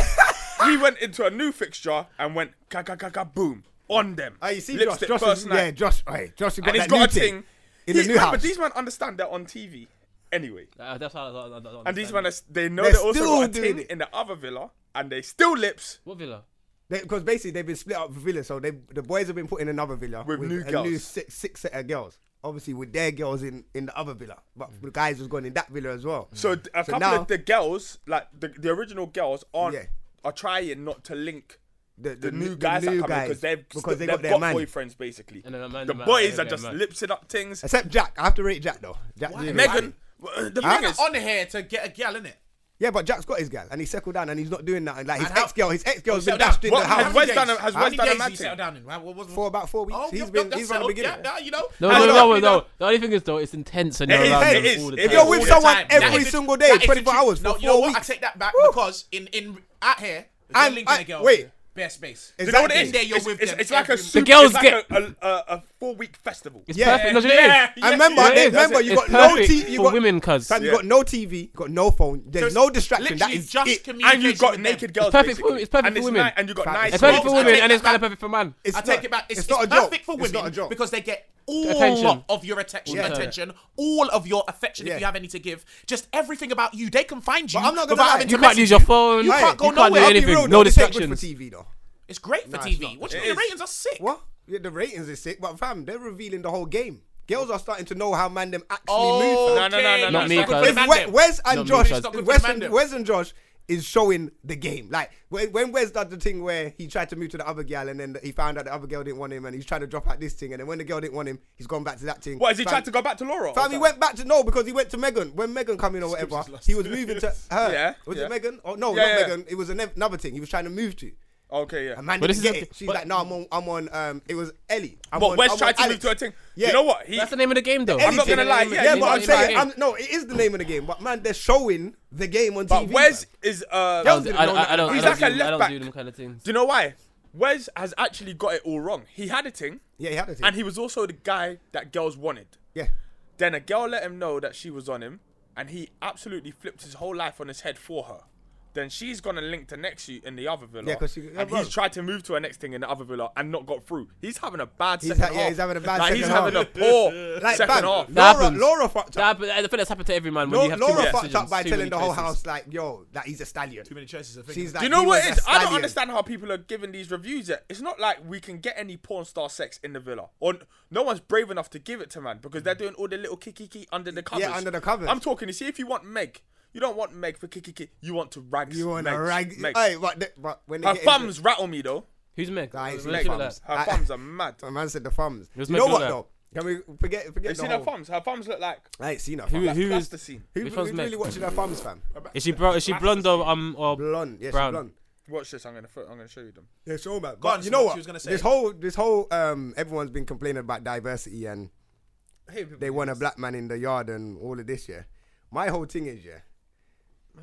we went into a new fixture and went ka ka ka ka boom on them.
Hey, Ah, you see, Josh.
Lipstick
Josh
first
is,
night.
yeah, Josh. Hey, Josh, has got
and he's
that
got a
new
thing.
in the
He-
new
remember,
house.
these men understand they're on TV anyway,
Uh, That's how I don't- I don't
and these
understand.
men are, they know
They're
they're, also
still
got a
doing
thing
it.
in the other villa, and they still lips.
What villa?
Because basically they've been split up for Villa, so they the boys have been put in another Villa
With new
a
girls.
new six six set of girls. Obviously with their girls in in the other Villa, but the guys was going in that Villa as well.
Mm. So th- a
So
couple
now-
of the girls, like the, the original girls, aren't
Yeah.
are trying not to link
the,
the, new guys
the
that
new
come in
guys,
because they've
because they
they've
got
got,
their man.
boyfriends basically.
And then a man-
the
a man-
boys
yeah,
are
yeah,
just
man.
lipsing up things.
Except Jack, I have to rate Jack though. Jack,
Why?
didn't
Megan-
rate
Megan,
him.
uh, *laughs* the
You're
Ah,
thing is,
not on here to get a gal, innit?
yeah, but Jack's got his gal and he settled down and he's not doing nothing. Like his
And how-
ex girl, his ex girl's been
Settle down.
dashed in
What
the
has
house
Wes done? a- Has
How
Wes
many
done a
days
mad
did he settle
thing?
down in? What- what was-
for about four weeks.
Oh,
he's
yeah,
been
that's
he's from the
settled.
beginning.
Yeah, nah, you know.
No,
Nah,
no,
you
no,
know,
no,
you know.
no. The only thing is though, it's intense and you're
It is,
around
it
them
is.
all the
If
time.
you're
You're
All
with
the
someone
time. That
every
is-
single
that
day,
is the
twenty four
truth.
hours
No,
for
you know
four
what? I
weeks.
take that back
Woo.
because in in out here, if you're
I'm-
linking
I-
a girl.
wait.
bare space.
Exactly.
In there, you're
It's,
with
it's,
them
it's like a
every-
super,
girls
it's like
get-
a, a, a four week festival.
It's
Yeah.
perfect. No, it is.
Yeah.
And
Yes,
remember,
it
they-
is.
remember,
That's
you
it.
got
It's
no
perfect
TV. You
for
got
women, cuz.
fam, You
Yeah.
got no TV. Got no phone. There's no distraction. That
Literally
is
just
it.
communication.
and you got
with
naked
them.
girls.
perfect for-
basically.
it's perfect
and
for
it's
women.
ni- and you got
Fact.
nice.
It's perfect for
girls.
Well, I
women
take
and it's
that
kind of
back.
perfect for man.
It's
I
not-
take it back. It's,
It's not a
it's
joke.
perfect for
It's
women
not a joke.
because they get all
Attention.
of your attention,
Yeah.
attention, all of your affection
Yeah.
if you have any to give. Just everything about you. They can find you.
But I'm not gonna
without
lie.
having to
You can't
message
use your phone.
You can't go
you can't do
nowhere. I'll be
anything.
real,
no
though, this ain't good
distractions.
for TV though.
It's great for
Nah, it's
TV.
not.
What you
It
mean? The
is.
ratings are sick.
What? Yeah, the ratings is sick, but fam, they're revealing the whole game. Girls are starting to know how man them actually move.
Oh,
fam.
No, no, no, no,
okay.
no,
Not me,
It's
cuz.
good for the
If
man
Wes,
them.
Wes
Not
and
me.
Josh,
It's not good for
Wes
the man
and,
them.
Wes and Josh, is showing the game. Like when, when Wes does the thing where he tried to move to the other girl and then he found out the other girl didn't want him and he's trying to drop out this thing and then when the girl didn't want him, he's gone back to that thing.
What has he
Fam-
tried to go back to Laura? or
Fam, he
something?
went back to no because he went to Megan when Megan come in or whatever.
lost.
He was moving
*laughs*
to her.
Yeah,
Was
yeah.
it Megan? Oh no,
Yeah,
not
yeah, yeah.
Megan. It was an- another thing. He was trying to move to.
Okay, yeah.
And man
But this
didn't get
is a-
it. She's
but-
like, no, I'm on. I'm on. Um, it was Ellie. I'm
But
on-
Wes
I'm on
tried to move
Alex.
to a thing.
Yeah.
You know what? He,
That's the name of the game, though.
I'm not
Anything.
gonna lie, yeah,
Yeah, but I'm
it's not
saying, I'm, no, it is the name of the game. But man, they're showing the game on
but
TV.
Wes
man.
is uh.
I don't, I, I, I don't,
He's
I don't,
like a
do, I don't
left
do
back.
them kind of things.
Do you know why? Wes has actually got it all wrong. He had a ting,
Yeah, he had a thing.
and he was also the guy that girls wanted.
yeah,
Then a girl let him know that she was on him, and he absolutely flipped his whole life on his head for her. Then she's gonna link to next you in the other villa,
Yeah, 'cause she- yeah,
and
bro.
he's tried to move to her next thing in the other villa and not got through. He's having a bad
He's
second
ha- yeah,
half.
he's having a bad
like, He's
second
having a
half.
poor
*laughs* like
second
bam,
half.
That
Laura,
happens.
Laura fucked
That,
up.
but I think that's happened to every man when
Laura,
you have too
Laura
many
fucked up
decisions,
by
too
telling
many
the whole
choices.
house like, yo, that he's a stallion.
Too many choices. I think.
She's like,
Do you know
he
what
was
it
a
is? I don't
stallion.
understand how people are giving these reviews yet. It's not like we can get any porn star sex in the villa, or n- no one's brave enough to give it to man because they're doing all the little kiki kiki under the covers.
under the covers.
I'm talking. You see, if you want Meg, you don't want Meg for kiki kiki. You want to rags.
You want a
Megs,
rag?
Megs.
Hey, but, the, but when they
Her
get into-
thumbs rattle me though.
Who's Meg?
Guys,
We're
Meg
looking at
Farms.
that.
Her
I-
thumbs are mad.
My man said the thumbs.
was
You know
Megan
what
there.
though? Can we forget forget
You
the
seen
whole?
her thumbs? Her thumbs look like
I ain't seen her.
Who,
thumbs.
who is?
plasticine.
Who,
Which
who's
one's
really
Meg?
watching her thumbs, fam?
Is she bro? Is she blonde or um or
Blonde, yes,
brown?
blonde.
Watch this. I'm gonna. fo- I'm gonna show you them.
Yeah, sure, man.
on,
But you
so
know
what
what?
she was gonna say.
This whole, this whole, um, everyone's been complaining about diversity and they want a black man in the yard and all of this. Yeah, my whole thing is yeah.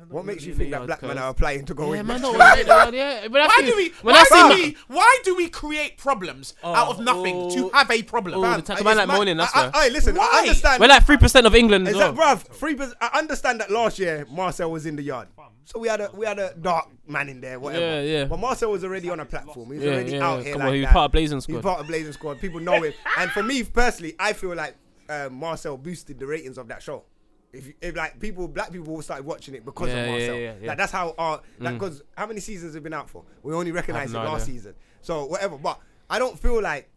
What makes you
in the
think that
yard,
black men
cuz.
are applying to go
Yeah,
in?
man,
*laughs* man?
no, yeah, yeah. When I
Why
see-
do we?
When
Why
I
do
see,
we? Why do we create problems out of nothing to
oh,
have a problem?
oh,
Fam,
the tax-
I-
man
It's
like
mad.
moaning, that's
I,
why.
I, I- listen. I
Why?
understand.
we're like three percent of England as
Is
well.
that, bruv? Three percent. I understand that last year Marcel was in the yard, so we had a we had a dark man in there, whatever.
Yeah, yeah.
But Marcel was already on a platform. He was
Yeah,
already
yeah,
out
yeah.
here.
Come
like
on, he was
that.
part of Blazing
He
Squad.
was part of Blazing Squad. People know him. and for me personally, I feel like uh, Marcel boosted the ratings of that show. If, you- if like people, black people started watching it because
Yeah,
of
yeah,
Marcel.
yeah, yeah.
Like that's how our like because how many seasons have been out for? We only recognized it
no
last
idea.
season. So whatever. But I don't feel like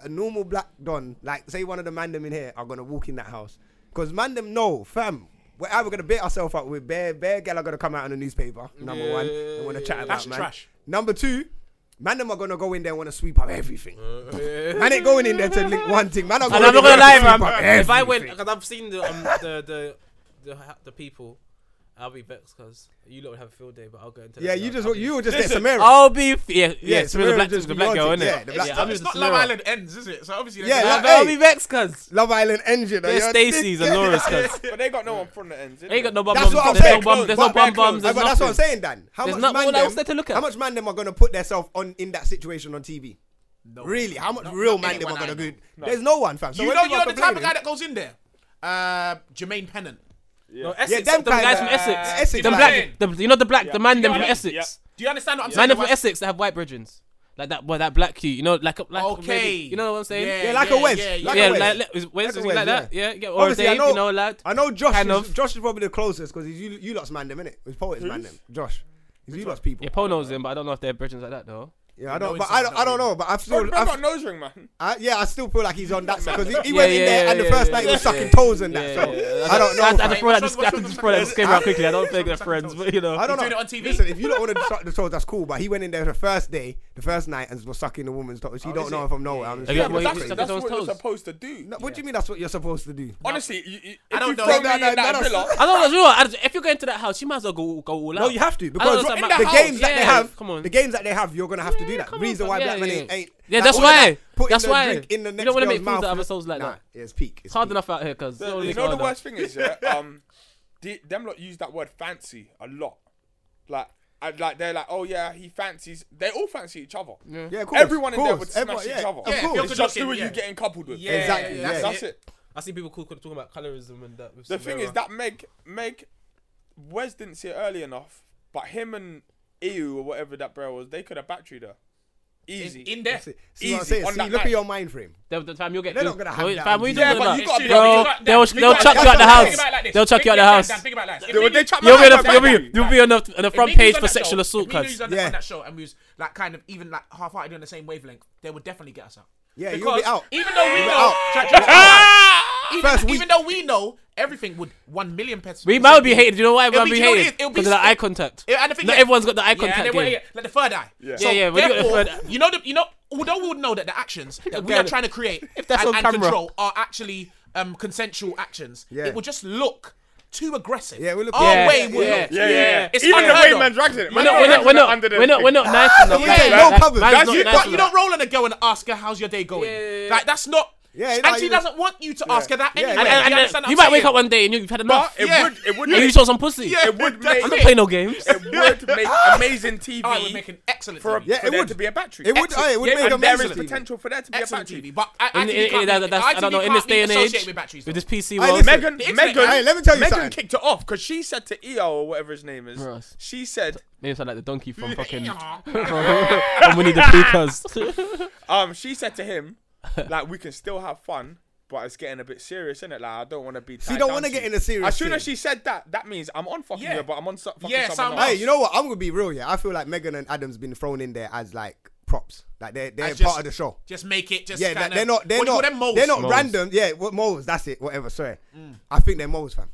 a normal black don, like say one of the mandem in here, are gonna walk in that house. Cause mandem know, fam, we're either gonna bait ourselves up with bare bare gal are gonna come out in the newspaper, number one, and wanna chat about
That's
man.
trash.
Number two, mandem are gonna go in there and wanna sweep up everything.
Uh,
man ain't going in there to link one thing. Man,
And I'm not gonna lie,
man.
man. If I went, because I've seen the um, the, the the ha- the people, I'll be vexed because you lot would have a field day, but I'll go into.
Yeah,
the-
you just
I'll
you were just there, Samira.
I'll be f- yeah yeah.
Yeah,
It's really
Samira
black,
just
the black girl,
wanted-
isn't
yeah, the
it?
black-
I'm
It's
just
not
Samira.
Love Island ends, is it? So obviously,
Yeah,
there's-
like-
Nah, but I'll
Hey.
be vexed, cuz.
Love Island engine.
They're Stacey's and Laura's, cuz.
But they got no one from the ends. innit?
They ain't got no bum
That's
bums.
what I'm
There's no
saying.
bum- There's no
But-
bum bums.
Hey,
There's
but that's what I'm
nothing.
saying, Dan. How
There's
much
not-
man
what
them,
else there to look at?
How much man them are gonna put themselves on in that situation on TV? Really? How much real man them are
anyone I
gonna
know.
do? There's no one, fam. So
you
when
know,
people are
you're the type of
complaining-
guy that goes in there. Uh, Jermaine Pennant.
No,
Yeah,
Essex.
them
Them guys
guys,
from
uh,
Essex.
Essex
Them
guys.
black. the- You know the black. The man them from
Yeah.
Essex.
Do you understand what I'm saying?
Man them from
Why-
Essex that have white bridges. Like that, boy, that black cute, you know, like, a- like a
Okay.
lady, you know what I'm saying?
Yeah,
Yeah, like a
yeah,
Wes.
yeah,
Like
yeah.
yeah,
a Wes.
like, like, Wes
a
is like that. Yeah, yeah, or
Obviously, I
Dave,
know,
you know, lad.
I know Josh.
Kind
is,
of.
Josh is probably the closest because you you lot's man them innit? It's poets man them. Josh. He's you lot's people.
Yeah, Paul knows him, but I don't know if they're Britons like that though.
Yeah, I don't. But I don't. I don't know. But I
Bro,
still.
bro
I,
got nose ring, man.
I, yeah, I still feel like he's on that because he, he
Yeah,
went
yeah,
in there
yeah,
and the
yeah,
first
yeah,
night he
yeah,
was sucking
yeah.
toes and that.
Yeah,
so
yeah, yeah.
*laughs* I don't know.
I, I
fam.
just throw that,
What's-
dis-
what's-
I just
what's-
throw that
what's-
disclaimer out quickly. I don't think they're
what's-
friends, but you know.
I don't
He's doing
know.
it on TV?
Listen, if you don't want to suck the toes, that's cool. But he went in there the first day, the first night, and was sucking the woman's toes. You don't know her from nowhere. I'm just
Yeah,
like,
well,
what
he-
the
he sucked
frick?
Exactly. That's
his own
what you're
toes.
supposed to do.
No, What do you mean? That's what you're supposed to do?
Honestly, you, you,
I
if
don't
you
know.
throw
No,
me
no,
in that
no, no.
*laughs*
villa,
I don't know. You know I, if you're going to that house, you might as well go go all out.
No, you have to
I don't
because
understand
the
about house.
games that they
oh, Yeah,
have,
come on.
the games that they have, you're gonna have to do that.
come on,
Reason
fam.
why
Yeah,
black men
yeah.
ain't, ain't
Yeah,
like,
that's
all of that,
why.
putting
That's
the
why.
drink in the
You
next
don't wanna
girl's
make fools out
mouth
of
is-
ourselves like
nah,
that.
It's peak. It's
It's hard
peak.
enough out here, cuz.
you know the worst thing is, yeah, um, the, them lot use that word fancy a lot. Like, I, like they're like, oh yeah, he fancies. They all fancy each other.
Yeah, of course,
Everyone in there
course,
would smash
everyone-
each
yeah,
other.
Of Yeah, if course.
you're
it's just who
conducting,
are
yeah.
you getting coupled with.
Yeah,
Exactly, yeah.
That's it.
I see people call- talking about colorism and that. with
The thing is
Samira.
that Meg, Meg, Wes didn't see it early enough, but him and EU or whatever that bro was, they could have battery there. Easy.
In there.
See, see what I'm
Easy,
saying?
on
See,
that
look
night.
at your mind frame.
The, the time you'll get
They're not gonna have that
Fam,
on
we
TV.
don't
Yeah,
do
but
that.
you got-
Bro,
you got-
they'll,
you
they'll
got-
chuck you out the
that's what I'm
house.
saying.
They'll chuck you out the house.
would they chuck my
You'll be,
man
on the-
out
you'll
that
be,
night?
you'll be on the, on the front page for sexual assault,
If me and you
cuz.
was on, that,
Yeah.
on that show and we was like kind of even like half-hearted on the same wavelength, they would definitely get us out.
Yeah, you'll
because
be out.
even though we
You'll be
know,
out.
even,
First week.
even though we know everything would one million percent.
We might be hated. You know why we
It'll
might be
be- you know what it is?
hated?
It'll be
Because of the
sick.
eye contact.
Yeah, and the thing
Not
is-
everyone's got the eye
Yeah,
contact.
and they-
game.
like the third eye. Yeah, so
Yeah, yeah, when you got the
Therefore,
third eye-
you know, the, you know, although we would know that the actions that we are
Okay.
trying to create
If that's
and,
on
and
camera.
control are actually um, consensual actions,
Yeah.
it would just look too aggressive.
Yeah, it would look-
our
Yeah,
way would
yeah,
look.
Yeah, yeah, yeah.
It's
Even the
unheard
way
of.
man drags it.
We're
Man
not, we're
drags
not, we're
it
not,
under the
we're not, we're not nice enough.
Yeah,
Man's
no
not-
covers.
man's
That's
not
you-
nice
but
you
enough.
don't roll on a girl and ask her how's your day going. Like that's not.
Yeah,
and
no,
she
you-
doesn't want you to ask her that
yeah,
anyway.
yeah.
And-
You
and- and
understand what
you
I'm
might wake
saying?
up one day and you've had enough.
But it
Yeah.
would, it would,
And you
make,
saw some pussy.
Yeah.
it would
I'm
make,
not playing no games.
it would
*laughs*
make *laughs* amazing TV
Oh, it would make an excellent
for, a,
TV.
Yeah,
for
it
there
would.
to be a battery.
It would.
Excellent.
aye, it would
Yeah,
make
and there is
amazing.
potential for there to be a
excellent
battery.
TV. But I,
In-
ITV
in-
can't
that-
be,
that's- I don't know. In this day and age,
with batteries.
with
though.
this PC
Aye,
world,
listen.
Megan,
The internet-
Megan,
Hey,
let me tell you
Megan
something.
kicked it off because she said to EO or whatever his name is.
Russ.
She said,
maybe it's like the donkey from fucking
Aw.
*laughs* from Winnie the Pooh.
um, she said to him, like we can still have fun, but it's getting a bit serious, isn't it? Like I don't want to be.
So you
tied
don't
down
want to
to
get
you."
in a serious.
As soon as
thing.
she said that, that means I'm on fucking
Yeah.
you, but I'm on so- fucking
Yeah,
someone
someone
else.
Hey, you know what? I'm gonna be real. Yeah, I feel like Megan and Adam's been thrown in there as like props. Like they're they're
As
part
just-
of the show.
Just make it. Just
Yeah, that-
kinda,
they're not. They're
what do you
not.
call them, Mm. moles?
They're not
Moles.
random. Yeah, what moles? That's it. Whatever. Sorry, I think they're moles, fam.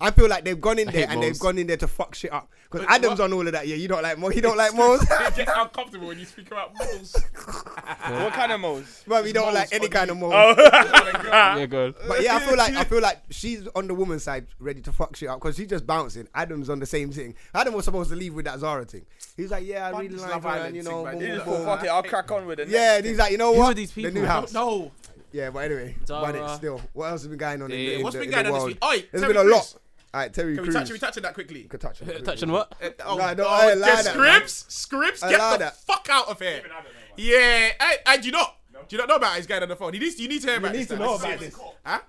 I feel like they've gone in there
hate
and
moles.
they've gone in there to fuck shit up. Because Adam's
what?
on all of that. Yeah, you don't like moles. He don't like
*laughs*
moles.
It gets uncomfortable when you speak about moles.
What kind
*laughs*
of moles?
*laughs* but we don't like any kind of moles.
Oh.
Yeah, good.
But yeah, I feel like I
*laughs*
feel like she's on the woman's side, ready to fuck shit up because she's just bouncing. Adam's on the same thing. Adam was supposed to leave with that Zara thing. He's like, yeah, I really
this
like
Love
her, and
Island
you
thing,
know,
man.
boom,
You
boom,
just
boom.
thought, fuck it, I'll crack on with it.
yeah. And he's like, you know what?
are these
The new
people?
house.
No.
Yeah, but anyway, but it's
Zara.
still. What else has been going on? in, the- in
what's
the,
been
in the
going on this
world?
week? Oi,
There's
Terry
been a lot.
Crews.
All right, Terry
Can we
Crews.
touch? Can we touch on that quickly?
Could touch it.
Touching what?
Oh,
Nah,
no,
don't- hey, lie
just
that,
scripts, scripts,
Hey,
get
lie
the
that.
fuck out of here. Yeah, I, I do not. Do you not know about this guy on the phone? He needs, you need to hear about
need
this.
to
man.
know
This is
about
serious.
this.
Huh?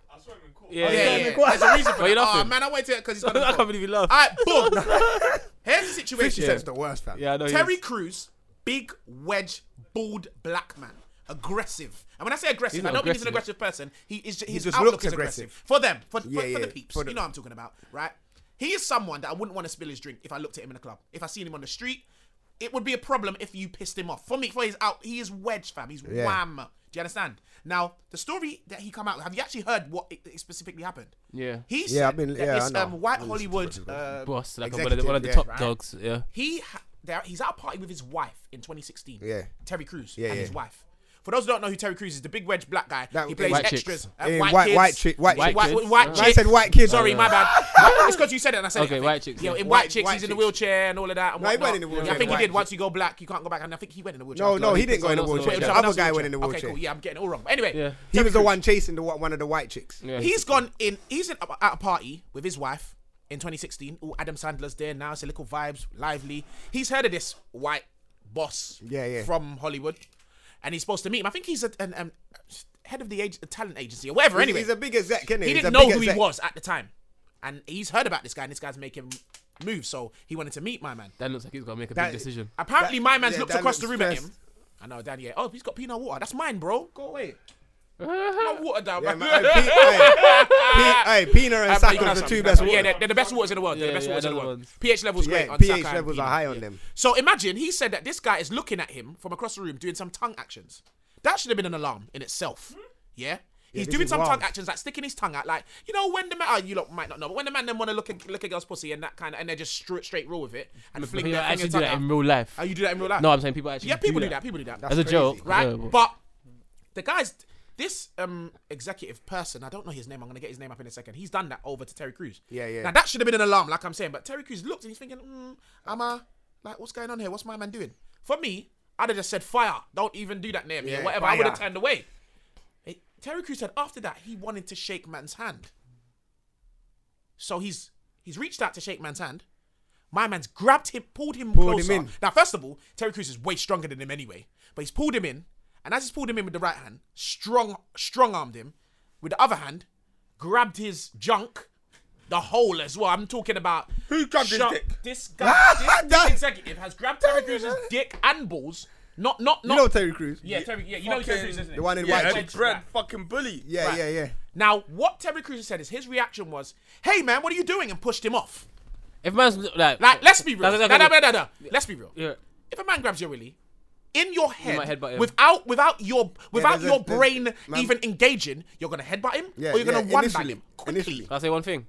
Yeah,
Yeah,
yeah.
yeah. There's a reason for
Why you
that. Oh,
laughing?
man, I wait to
*laughs*
because he's got
I
the
can't
phone.
believe you laugh.
*laughs*
All right, Ah, boom. Here's the situation.
Fifty Cent's the worst, fam.
Yeah, I know. he
Terry
is.
Crews, big wedge, bald black man, aggressive. And when I say aggressive,
not
I don't mean he's an
aggressive.
aggressive person. He is his
just
outlook
looks
is
aggressive.
aggressive. for them, for, for,
Yeah,
for
yeah,
the peeps.
for the-
You know what I'm talking about, right? He is someone that I wouldn't want to spill his drink if I looked at him in a club. If I seen him on the street, it would be a problem if you pissed him off. For me, for his out, he is wedge, fam. He's
Yeah.
wham. Do you understand? Now, the story that he come out. Have you actually heard what it, it specifically happened?
Yeah.
He said
Yeah, I've been-
that
yeah, I
this
know.
um, white Hollywood uh,
boss, like one of the, one of the
Executive,
top
yeah.
dogs. Yeah.
he ha- there, he's at a party with his wife in 2016.
Yeah.
Terry Crews
Yeah,
and
yeah.
his wife. For those who don't know who Terry Crews is, the big wedge black guy.
That-
he plays
White chicks.
extras.
Eh,
and
white-
kids.
white chick- white
White,
chick.
white,
White
white
kids.
chicks.
I said white kids.
Sorry,
Oh,
my
yeah.
bad.
*laughs*
it's because you said it and I said it.
Okay,
I think.
white chicks,
Yeah,
yeah.
in
White-
white, chicks,
white
he's in the
chicks.
wheelchair and all of that. And
No, he
whatnot.
went in the
Yeah,
wheelchair,
I think he
white
did. Once you go black, you can't go back. And I think he went in the wheelchair.
No,
after
no,
that.
he didn't go in the
Someone else
wheelchair.
in
The
the
other
wheelchair.
guy went in the
Okay,
wheelchair.
cool. Yeah, I'm getting it all wrong. But anyway,
Yeah.
He was the one chasing the wa- one of the white chicks.
Yeah.
He's gone in. He's in, at a party with his wife in 2016. Oh, Adam Sandler's there now. It's a little vibes, lively. He's heard of this white boss.
Yeah, yeah.
From Hollywood, and he's supposed to meet him. I think he's a, an, um, head of the age, a talent agency or whatever. anyway,
he's a big exec, isn't he?
he
He's
didn't
a big
know who he
exec.
was at the time, and he's heard about this guy, and this guy's making moves. So he wanted to meet my man.
That looks like he's gonna make a
That-
big decision.
Apparently,
That-
my man's
yeah,
looked
that
across the
looks
room at him.
stressed.
I know, Danny. Oh, he's got peanut water. That's mine, bro. Go away. My water down. *laughs*
Yeah,
man.
man. Hey, Pe- hey, Pe- hey, Pina and
Apple,
Saka
you can have
are the
some,
two
you can
best.
have some. Yeah, they're, they're the best waters in the world. they're
Yeah,
the best
yeah,
waters in
they're
the
the
world.
ones.
pH levels great.
Yeah,
on
pH
Saka and
levels are
Pina.
high on
Yeah.
them.
So imagine he said that this guy is looking at him from across the room doing some tongue actions. That should have been an alarm in itself. Yeah.
Hmm?
He's
this
doing
is
some
wild.
tongue actions, like sticking his tongue out, like you know when the man. Oh, you lot might not know, but when the man then want to look at look at girls' pussy and that kind of, and they're just straight straight raw with it and fling
People
their
actually
finger
do
tongue
that
out.
in real life.
Oh, you do that in real life?
No, I'm saying people actually.
yeah, people do that. People do that
As a
That's
joke,
crazy.
right?
yeah, but-
but the guys, this um executive person, I don't know his name. I'm gonna get his name up in a second. He's done that over to Terry Crews.
Yeah, yeah.
Now that should have been an alarm, like I'm saying. But Terry Crews looked and he's thinking, mm, "Am I like what's going on here? What's my man doing?" For me, I'd have just said, "Fire! Don't even do that near me." or
Yeah,
whatever. I would have
fire.
turned away. It- Terry Crews said after that he wanted to shake man's hand. So he's he's reached out to shake man's hand. My man's grabbed him, pulled him
Pulled him
closer.
in.
Now, first of all, Terry Crews is way stronger than him anyway, but he's pulled him in, and as he's pulled him in with the right hand, strong, strong armed him. With the other hand, grabbed his junk, the hole as well. I'm talking about
Who grabbed his
Sho-
dick?
This
*laughs*
guy, this,
That-
this executive has grabbed Terry Crews' dick and balls. Not, not,
You
not.
know Terry Crews.
yeah, Terry. Yeah, you know who Terry Crews, is, isn't
The one in
Yeah,
white
and
chicks.
bread fucking bully.
Yeah,
Right.
yeah, yeah.
Now, what Terry Crews said is his reaction was, "Hey man, what are you doing?" and pushed him off.
If man's like,
Like, let's be real.
That's-
No,
that's-
no, no, no, no. Let's be real.
Yeah.
If a man grabs your willy, in your head,
might headbutt him.
without without your without
there's a-
your
there's-
brain
man-
even engaging, you're gonna headbutt him
Yeah,
or you're gonna
yeah,
one bang
initially,
him quickly.
initially.
Can I say one thing?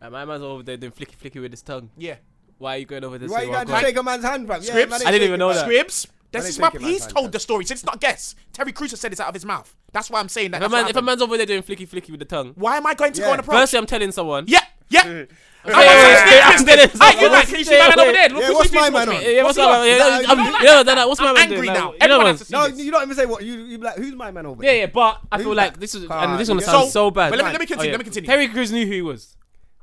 Like, my man's over there doing flicky flicky with his tongue.
Yeah,
Why are you going over there?
Why
saying,
you
"Well,
got to
God."
shake a man's hand, fam? Yeah,
Scribs?
man,
I
didn't even know that.
Scribs. This
they
is my,
take it, man,
he's
man,
told
man.
the story. So it's not a guess. Terry Crews has said this out of his mouth. That's why I'm saying
If a,
that. That's what
man, if a
happened.
man's over there doing flicky flicky with the tongue,
why am I going to go
Yeah.
on a pro?
firstly, I'm telling someone.
yeah, yeah.
Hey, hey,
I'm
I'm telling someone.
Hey, you man, can you see
Yeah,
that man over
wait.
there?
Yeah,
Look
what's
what's
my man
doing to
on?
me.
Yeah, what's
What's
up?
up?
Yeah,
No,
yeah,
you
I'm-
don't like
yeah, no, no, What's my
I'm
man
angry
doing?
now.
You know
Everyone
what?
has to see
No,
this.
you don't even say what you. You be like, who's my man over
Yeah,
there?
yeah, but I
Who's
feel like
that?
this is
Ah,
and this one
you
sounds
So-
so bad.
But let me, let me
Oh,
continue.
yeah.
Let me continue.
Terry Crews knew who he was.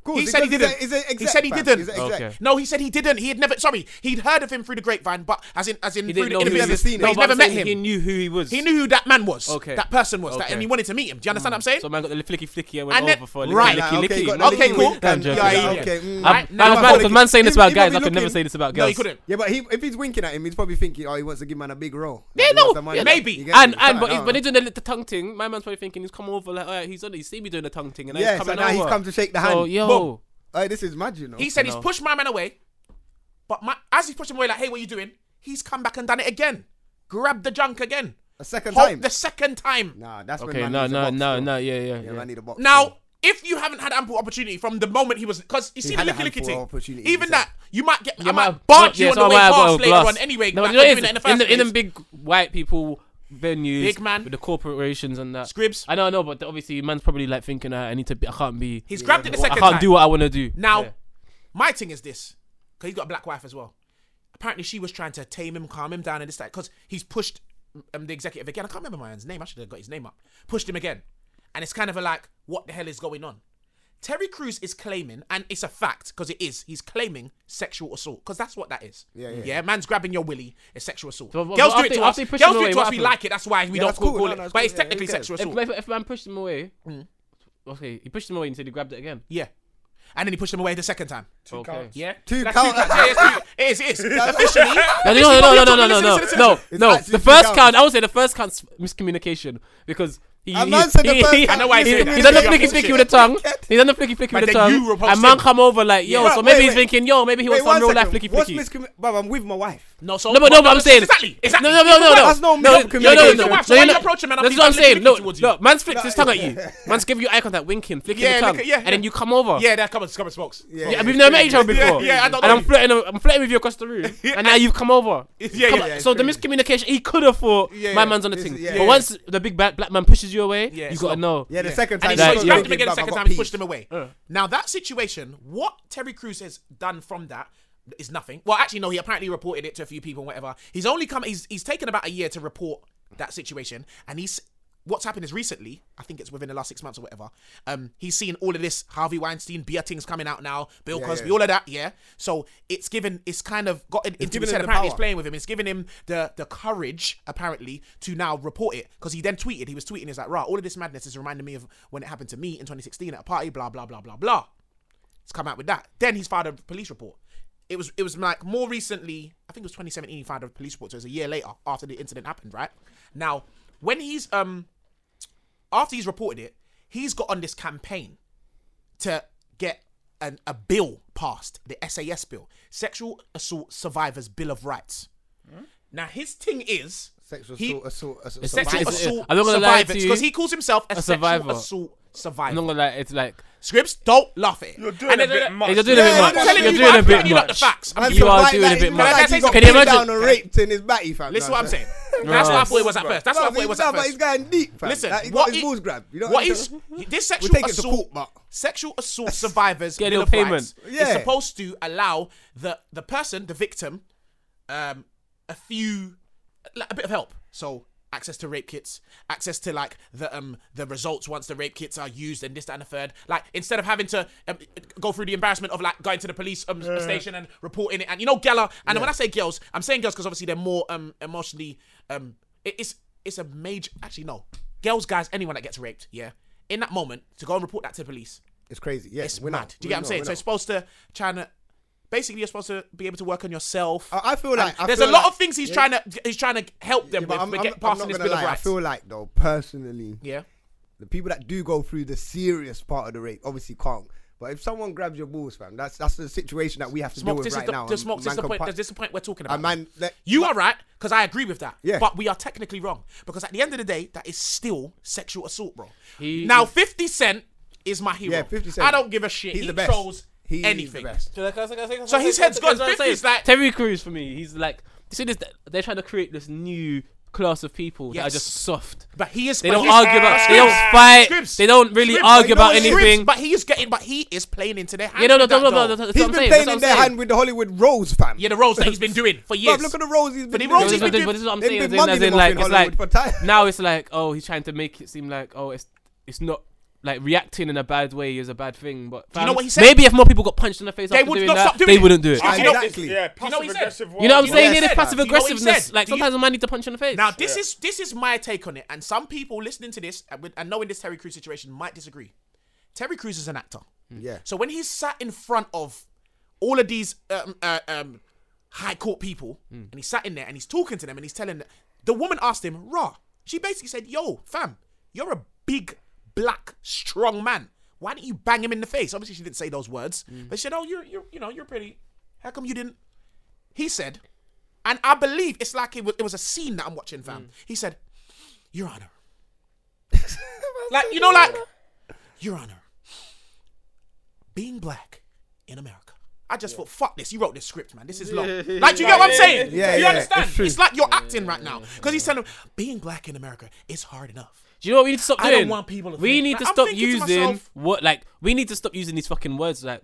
Of course,
he
it's
said he
a-
didn't.
it's a- it's a
He said he
exec, fam.
didn't.
It's a
Okay.
exec.
No, he said he didn't. He had never. Sorry, he'd heard of him through the grapevine, but as in as in
He
through
didn't know
the
who he
interviews,
was.
never seen
but
him.
he's
but
never
I'm
met
saying
him.
He knew who he was.
He knew who that man was.
Okay.
That person was. That,
Okay.
and he wanted to meet him. Do you understand what I'm saying?
So man got the flicky flicky and went
And then-
over for licky
right.
licky
Nah, okay,
licky.
got the
Not
Okay,
licky
cool.
weekend,
And-
Joe.
yeah, yeah,
Okay, mm.
I'm,
Right,
I'm
now
mad
I'm
because
looking-
man's saying this
if-
about
if
guys.
we
I could never
looking-
say this about girls.
no, he couldn't.
Yeah, but he, if he's winking at him, he's probably thinking, oh, he wants to give man a big roll.
Yeah,
Like, he
no,
wants the man
yeah,
back.
maybe.
You get
And and
me? Something
but
like
he's, when
that.
he's doing the, the tongue ting, my man's probably thinking he's come over like, all right, he's on, he's seen me doing the tongue ting, and now
Yeah,
he's
so
coming
now
over.
he's come to shake the
So
hand.
yo,
Boom.
Hey, this is mad, you know.
He said he's
know.
pushed my man away, but my, as he's pushed him away, like, hey, what you doing? He's come back and done it again. Grabbed the junk again.
a second
Hold-
time.
The second time.
Nah, that's when
okay,
man
no,
needs a
no,
box,
no,
bro.
no, yeah, yeah,
Yeah,
yeah.
man need a box.
Now,
bro.
if you haven't had ample opportunity from the moment he was, because you see the
had a
licky licky
handful of
thing,
opportunities,
even
yeah.
that you might get, I
might
might
have-
barge you
yeah,
on
so
the
I
way
might have got
past
a
later
glass.
on anyway.
No,
like,
but you know
doing
what it
that in
is?
the
in
first
the in them
place.
big white people venues,
Big man.
with the corporations and that.
Scribs.
I know, I know, but obviously, man's probably like thinking, "Ah, I need to, be, I can't be.
He's grabbed it the
I
second
can't
time.
do what I want to do.
Now,
Yeah.
my thing is this, because he's got a black wife as well. Apparently, she was trying to tame him, calm him down, and this that, because he's pushed um, the executive again. I can't remember my man's name. I should have got his name up. Pushed him again, and it's kind of a like, what the hell is going on? Terry Crews is claiming, and it's a fact because it is. He's claiming sexual assault because that's what that is.
Yeah, yeah.
man's grabbing your willy. It's sexual assault.
So, but-
Girls
but
do
after-
it to us.
after he
Girls
pushed him
do
away,
it to
what
us. We
happened?
like it. That's why we don't
that's
call,
cool.
call
No,
it.
no, it's
but
cool.
it's
Yeah,
technically
yeah,
sexual
yeah.
assault.
If, if, if man pushed him away,
Hmm.
okay, he pushed him away and said he grabbed it again.
yeah, and then he pushed him away the second time.
Okay.
Yeah.
Two
That's
count-
two counts. Yeah, it's two- it is, it is. Officially.
No, no, no, no, no, no, no,
Listen,
no,
listen,
no,
listen.
no.
actually
The first
two
count, I would say the first count's miscommunication because he.
A
he-
man said the
he-
first
he-
count I know why
he
he-
said that.
He's done the
Yeah,
flicky
bullshit.
flicky with the tongue. He's done the flicky flicky
But
with the
then you
tongue.
repulsed
And man
him.
come over like, yo,
Bro,
so
wait,
maybe he's
wait.
thinking, yo, maybe he wants
Wait,
some
one
real life
second.
flicky
What's
flicky.
miscommu- Bruv, I'm with my wife.
No, so
No, but no, but I'm saying.
exactly, exactly.
No, no, no, no, no.
That's
no,
no love
no, no, no,
communication.
no,
Why-
no,
why
no.
you approach him and I'm
That's what I'm
being
saying. No,
towards you?
no, man's flicks his tongue at you. Man's give you eye contact, winking, flicking
Yeah,
the tongue,
look at- yeah,
and then
yeah.
you come over.
Yeah, that come and come and smokes.
Yeah,
Yeah, we've never met each other
Yeah,
before.
yeah, I don't
And
know
I'm
you.
flirting, I'm flirting with you across the room, and now you've come over.
Yeah,
Come
yeah,
on,
yeah,
so the miscommunication, he could have thought
Yeah,
my
yeah.
man's on the
It's-
thing,
yeah,
but
yeah.
once the big black, black man pushes you away, you
Yeah, it's
gotta
not-
know.
Yeah, the second time.
And he
Like,
like,
yeah.
grabbed him again the
Bruv, I
second
got
time and pushed
peas.
him away. Now that situation, what Terry Crews has done from that is nothing. Well, actually, no, he apparently reported it to a few people and whatever. He's only come he's he's taken about a year to report that situation. And he's what's happened is recently, I think it's within the last six months or whatever, um, he's seen all of this Harvey Weinstein, beer things coming out now, Bill Cosby,
yeah.
all of that, yeah. So it's given it's kind of got into
given
his
him
head
the
apparently he's
power.
playing with him. It's given him the the courage apparently to now report it because he then tweeted. He was tweeting. He's like, "Right, all of this madness is reminding me of when it happened to me in 2016 at a party. Blah blah blah blah blah." It's come out with that. Then he's filed a police report. It was it was like more recently. I think it was 2017. He filed a police report. So it was a year later after the incident happened. Right now, when he's um after he's reported it, he's got on this campaign to get an, a bill passed, the SAS bill, Sexual Assault Survivors Bill of Rights. Now his thing is
Sexual
he-
assault, assault, assault.
sexual
It's-
assault
I'm not gonna lie to you,
survivors because he calls himself a,
survivor.
sexual assault survivor.
I'm not gonna lie, it's like
Scripts, don't laugh at it.
You're doing
And
a
then-
bit much.
you're doing
Yeah,
a
I'm
bit much.
telling
You're
you,
doing
I'm
a
telling
bit
you not the
much.
facts. I'm
You are doing a bit much.
Can I
Like
say
he got
something?
pinned
Can you
down
imagine?
and raped in his batty, fam.
Listen
No,
what I'm
no. *laughs*
saying. That's what I thought it was at
Bruh.
first. That's what I
Bruv,
thought it
he's-
was
nah,
at
but he's
first.
going deep, fam.
Listen,
Like, he got
what
his
i-
balls grabbed. You know
what
I'm
is
saying?
this sexual
take it to
assault?
court, but-
Sexual assault survivors
Get a
bill
little
of
payment.
rights is
Yeah.
supposed to allow the the person, the victim, um, a few, like, a bit of help. So access to rape kits, access to like the um the results once the rape kits are used and this that and the third. Like instead of having to um, go through the embarrassment of like going to the police um, station and reporting it, and you know, gala. And when I say girls, I'm saying girls because obviously they're more um emotionally um it- it's it's a major actually no girls guys anyone that gets raped yeah in that moment to go and report that to the police
It's crazy. Yes,
it's mad. Do you get what I'm saying? So it's
So
supposed to trying to basically you're supposed to be able to work on yourself.
I- I feel
And
like- I
there's
feel
a lot
like-
of things he's
yeah.
trying to he's trying to help them with,
I'm,
with
I'm,
get
I'm not
passing this
gonna
bill of
lie. I
rights.
feel like though, personally,
yeah.
the people that do go through the serious part of the rape obviously can't But if someone grabs your balls, fam, that's that's the situation that we have to deal
Smoke,
with
this,
right
is the,
now.
the
and
smoke, this
man
is the
can
point.
punch-
This is the point we're
A
talking about.
man that-
you are right because I agree with that.
Yeah.
But we are technically wrong because at the end of the day, that is still sexual assault, bro.
He-
now, Fifty Cent is my hero.
Yeah, 50 Cent.
I don't give a shit.
He's
he
the best.
chose
He's the
anything.
best.
So his head's gone. 50's like-
Terry Crews for me. He's like you see this. They're trying to create this new class of people that
Yes.
are just soft.
But he is.
They
but
don't
he's-
argue about. They don't
Scripts.
fight.
Scripts.
They don't really
Scripts.
argue
But
about
you know it's
anything.
But he is getting. But he is playing into their hand.
yeah, no, no,
with that,
no, no,
though.
no, no. That's
He's
what I'm
been
saying.
playing
that's
in
what I'm
their
saying.
hand with the Hollywood roles, fam.
Yeah, the roles that
*laughs*
he's been doing for years.
Bruv, look at the roles he's been
But the
doing.
But
roles he's
this,
been
but this-
doing-
but this is what I'm
they've
saying.
been
as in- as
mugging
in,
him
like,
off in
it's like
Hollywood for time.
now it's like oh, he's trying to make it seem like oh, it's it's not like reacting in a bad way is a bad thing. But
you know
fam,
what he said?
Maybe if more people got punched in the face
They
after
would
doing
not
that,
stop doing
they
it.
wouldn't do it.
I-
You know,
Exactly.
it's- yeah,
You know what he
passive
said?
aggressive.
You know what I'm
You
saying?
he
Here,
said?
this passive
You know what he
aggressiveness.
said?
Like
Do you-
sometimes a man needs to punch in the face.
Now this is this is my take on it, and some people listening to this and, with, and knowing this Terry Crews situation might disagree. Terry Crews is an actor,
Yeah.
so when he's sat in front of all of these um, uh, um, high court people, and he's sat in there and he's talking to them and he's telling the woman asked him, "Raw." She basically said, "Yo, fam, you're a big black strong man. Why didn't you bang him in the face?" Obviously, she didn't say those words, but she said, "Oh, you're, you're you know you're pretty. How come you didn't?" He said, and I believe it's like it was, it was a scene that I'm watching, fam. He said, Your Honor. *laughs* like, you know, like, Your Honor, being black in America. I just thought, fuck this. You wrote this script, man. This is *laughs* long. Like, do you get what I'm saying?
Yeah,
you
yeah,
understand?
it's
It's,
true.
like you're acting right now. Because he's telling him, being black in America is hard enough.
Do you know what we need to stop
I
doing?
don't want people to
we
think-
need
like,
to
I'm
stop
thinking to
using
myself-
what like we need to stop using these fucking words like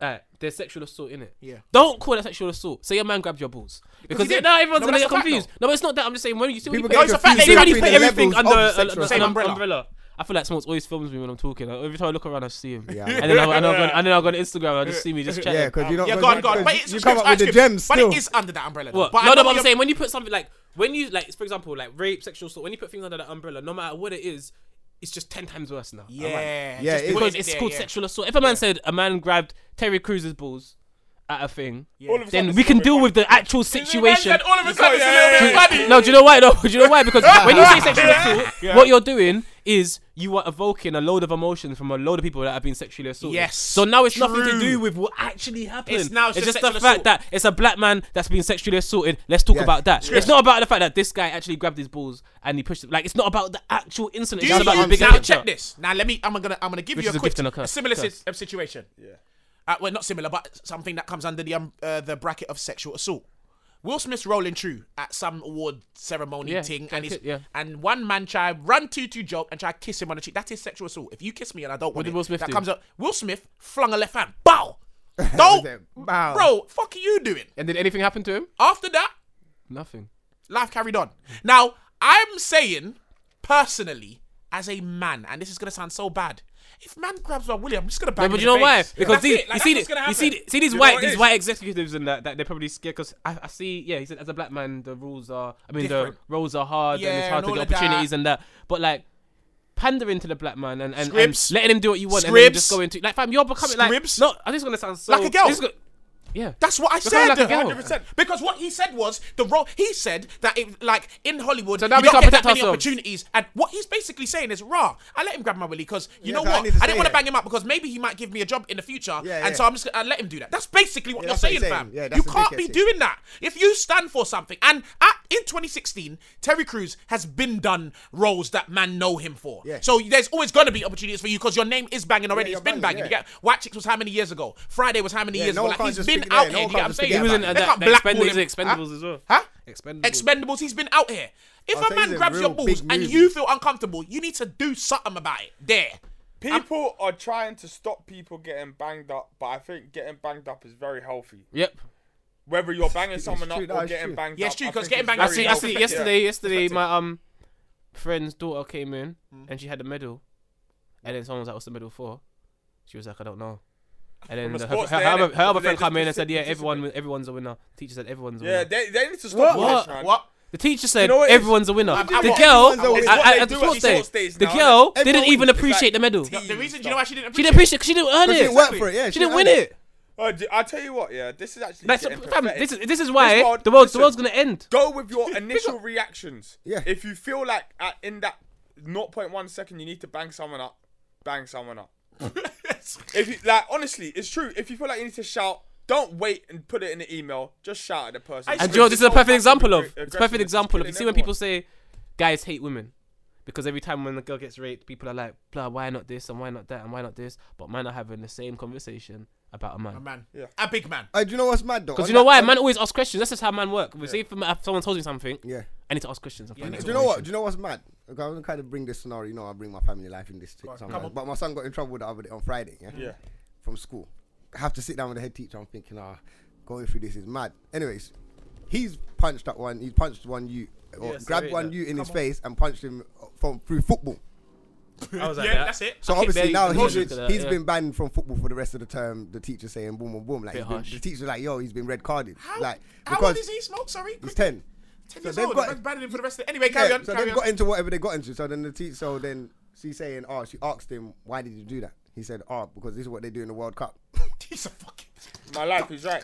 uh, there's sexual assault in it.
Yeah.
Don't call it sexual assault. Say your man grabbed your balls because
he did.
now everyone's
No,
gonna
that's
get
a fact,
confused. no, but it's not that. I'm just saying when you see when
People
you
get
No, it's a fact.
put,
confused
see when you
between
put
the
everything
levels
under
of
a- a-
sexual
an
assault.
umbrella. I feel like someone always films me when I'm talking. Like, Every time I look around, I see him.
Yeah.
and then I, and, I'll
*laughs*
go, and then I'll go on Instagram. I just see me just chatting.
Yeah, because you don't.
Yeah, go on, go on. But it's
You
scripts,
come up with
like
the
scripts.
gems
But
still.
it is under that umbrella. though.
What?
But I
no,
know
no, but I'm
you're-
saying when you put something like when you like, for example, like rape, sexual assault, when you put things under that umbrella, no matter what it is, it's just ten times worse now.
Yeah.
Yeah,
just
it-
putting
because
it
it's
there,
called
yeah.
sexual assault. If a man said a man grabbed Terry Crews's balls at a thing,
All of a
then
sudden
we
it's
can
gonna
deal
be
with the actual
Man
situation.
said all of a sudden it's a little
Yeah,
bit
yeah,
funny.
No, do you know why? No, *laughs* do you know why?
*laughs*
Because when you say sexual assault, what you're doing is you are evoking a load of emotions from a load of people that have been sexually assaulted.
Yes,
So now it's nothing to
true.
do with what actually happened.
It's now it's just
just the
sexual assault.
fact that it's a black man that's been sexually assaulted. Let's talk
Yes.
about that. It's not about the fact that this guy actually grabbed his balls and he pushed. It. Like it's not about the actual incident.
Do
it's
you
about the
now
bigger picture.
check this? Now let me. I'm gonna. I'm gonna give
Which
you
is
a
a
quick,
gift and a curse.
similar si-
Curse.
uh, situation. Yeah. Uh, well, not similar, but something that comes under the um, uh, the bracket of sexual assault. Will Smith's rolling through at some award ceremony
Yeah,
thing,
try
and
to
he's,
ki- yeah.
and one man try run to to joke and try kiss him on the cheek. That is sexual assault. If you kiss me and I don't want
did
it,
Will Smith
that
do?
comes up. Will Smith flung a left hand. Bow. Don't,
it? Bow.
bro. Fuck are you doing?
And did anything happen to him?
After that,
Nothing.
life carried on. Now, I'm saying, personally, as a man, and this is gonna sound so bad. If man grabs my William, I'm just gonna bang
Yeah,
him
but
in
you
the
know why?
face.
Because
That's
these,
it. Like,
you
that's
see,
what's
th-
gonna
you see,
happen.
th- see these
You know
white,
what it
these
is?
white executives and that, that they're probably scared. Because I, I see, yeah, he said as a black man, the rules are, I mean,
Different.
the roles are hard and
Yeah,
it's hard
and
to
all
get
of that.
opportunities and that. But like pandering to the black man and, and,
Scribs.
and letting him do what you want and then just
Scribs.
going to like, fam, you're becoming
Scribs.
like, no, I'm just gonna sound so
Like a girl.
this is go- yeah,
That's what I
Become
said.
like a girl.
100%. Because what he said was the role. He said that it, like in Hollywood,
So now
you
we
don't
can't
get that
protect
many
ourselves.
opportunities. And what he's basically saying is, rah, I let him grab my willy because you
Yeah,
know
'cause I
what? I,
need to
didn't
stay
want to
here.
bang him up because maybe he might give me a job in the future.
Yeah,
and
yeah.
so I'm just I let him do that. That's basically what
Yeah,
you're
that's what
saying,
he's
fam.
saying. Yeah, that's
you
the
can't
dickhead
be
shit.
doing that. If you stand for something, and at, in 2016, Terry Crews has been done roles that man know him for.
Yeah.
So there's always gonna be opportunities for you because your name is banging already.
you're
it's been
banging,
banging. You
yeah.
get White Chicks was how many years ago? Friday was how many
Yeah,
years
no
ago?
one
Like
can't
he's
just
been
forget-
out
yeah, no one
here. you get what I'm
can't just
saying?
he
forget
was in
that.
uh,
They
that,
can't
that expend-
blackball
he was in
him.
Expendables as well.
Huh?
Expendables.
Expendables, he's been out here. If
I'll
a
say
man
he's in
grabs your
real
balls
big
and
movies.
you feel uncomfortable, you need to do something about it. There.
People are trying to stop people getting banged up, but I think getting banged up is very healthy.
Yep.
Whether you're banging someone
true,
up
that
or
is
getting
true.
banged
Yeah,
up.
it's true,
I
'cause
think
getting
it's
banged
I
up
very
is
see. I
Very
see.
healthy.
Yesterday, yesterday, my um friend's daughter came in
Mm.
and she had a medal, and then someone was like, "What's the medal for?" She was like, "I don't know." And then
a
the- her,
sports
her,
day,
her,
innit?
other- her other
They
friend
just
came in and
dis-
said, "Yeah,
dis-
everyone, everyone's a winner." Teacher said, "Everyone's a winner."
Yeah, they, they need to stop all this,
What?
man.
What?
The teacher said,
know what it is?
"Everyone's a winner."
I'm- I'm
The
what-
girl
everyone's a winner.
at-
It's what
at-
they
at the
do at
sports
these
day,
sports days
the
now,
girl
innit?
didn't
Everyone
even
wins. It's
appreciate
like
the medal.
team.
The reason, do you know why she didn't
She
appreciate
didn't appreciate because she didn't earn
She didn't
it.
work for it. Yeah,
She didn't
earned
win it.
Uh, d- I tell you what, yeah, this is actually.
Like, so-
getting
fam,
pathetic.
this is this is why
world-
the world the
listen,
world's gonna end.
Go
*laughs*
with your initial reactions.
Yeah.
If you feel like at, in that 0.1 second you need to bang someone up, bang someone up.
sense.
*laughs* If you, like, honestly, it's true. If you feel like you need to shout, don't wait and put it in the email. Just shout at the person.
And Joe, this is a perfect example of. It's a perfect example of. You see when people say, guys hate women. Because every time when a girl gets raped, people are like, blah, why not this and why not that and why not this? But men are having the same conversation about a man.
*laughs* A man,
Yeah.
a big man.
Uh, do you know what's mad though?
Because
On
you know
that-
why?
on-
Man always asks questions. That's just how man work. Say if, if someone tells me something,
Yeah.
I need to ask questions. and find out
Do you know what? Do you know what's mad? Okay, I'm gonna kind of bring this scenario. You know, I bring my family life in this. sometimes. But my son got in trouble the other day on Friday. Yeah.
Yeah.
From school, I have to sit down with the head teacher. I'm thinking, ah, going through this is mad. Anyways, he's punched that one. He punched one you, or
Yes, I
grabbed
read
one
that.
you in his face and punched him uh, from through football.
I was like,
yeah, that's it.
So
I keep barely
obviously now
paying
he's,
attention to that,
he's
yeah.
been banned from football for the rest of the term. The teacher saying boom, boom, boom. Like
Bit
he's been-
harsh.
the teacher's like, yo, he's been red carded.
How,
Like
how old is he? Smoke, sorry.
He's
Quick,
ten.
Ten
So
years
they've
old.
got-
Got, banning him for the rest of. Anyway, carry
Yeah,
on.
So
carry
they've
on.
got into whatever they got into. So then the teacher, so then she's saying, oh, she asked him, why did you do that? He said, oh, because this is what they do in the World Cup.
*laughs*
*laughs*
He's a fucking.
My life is right.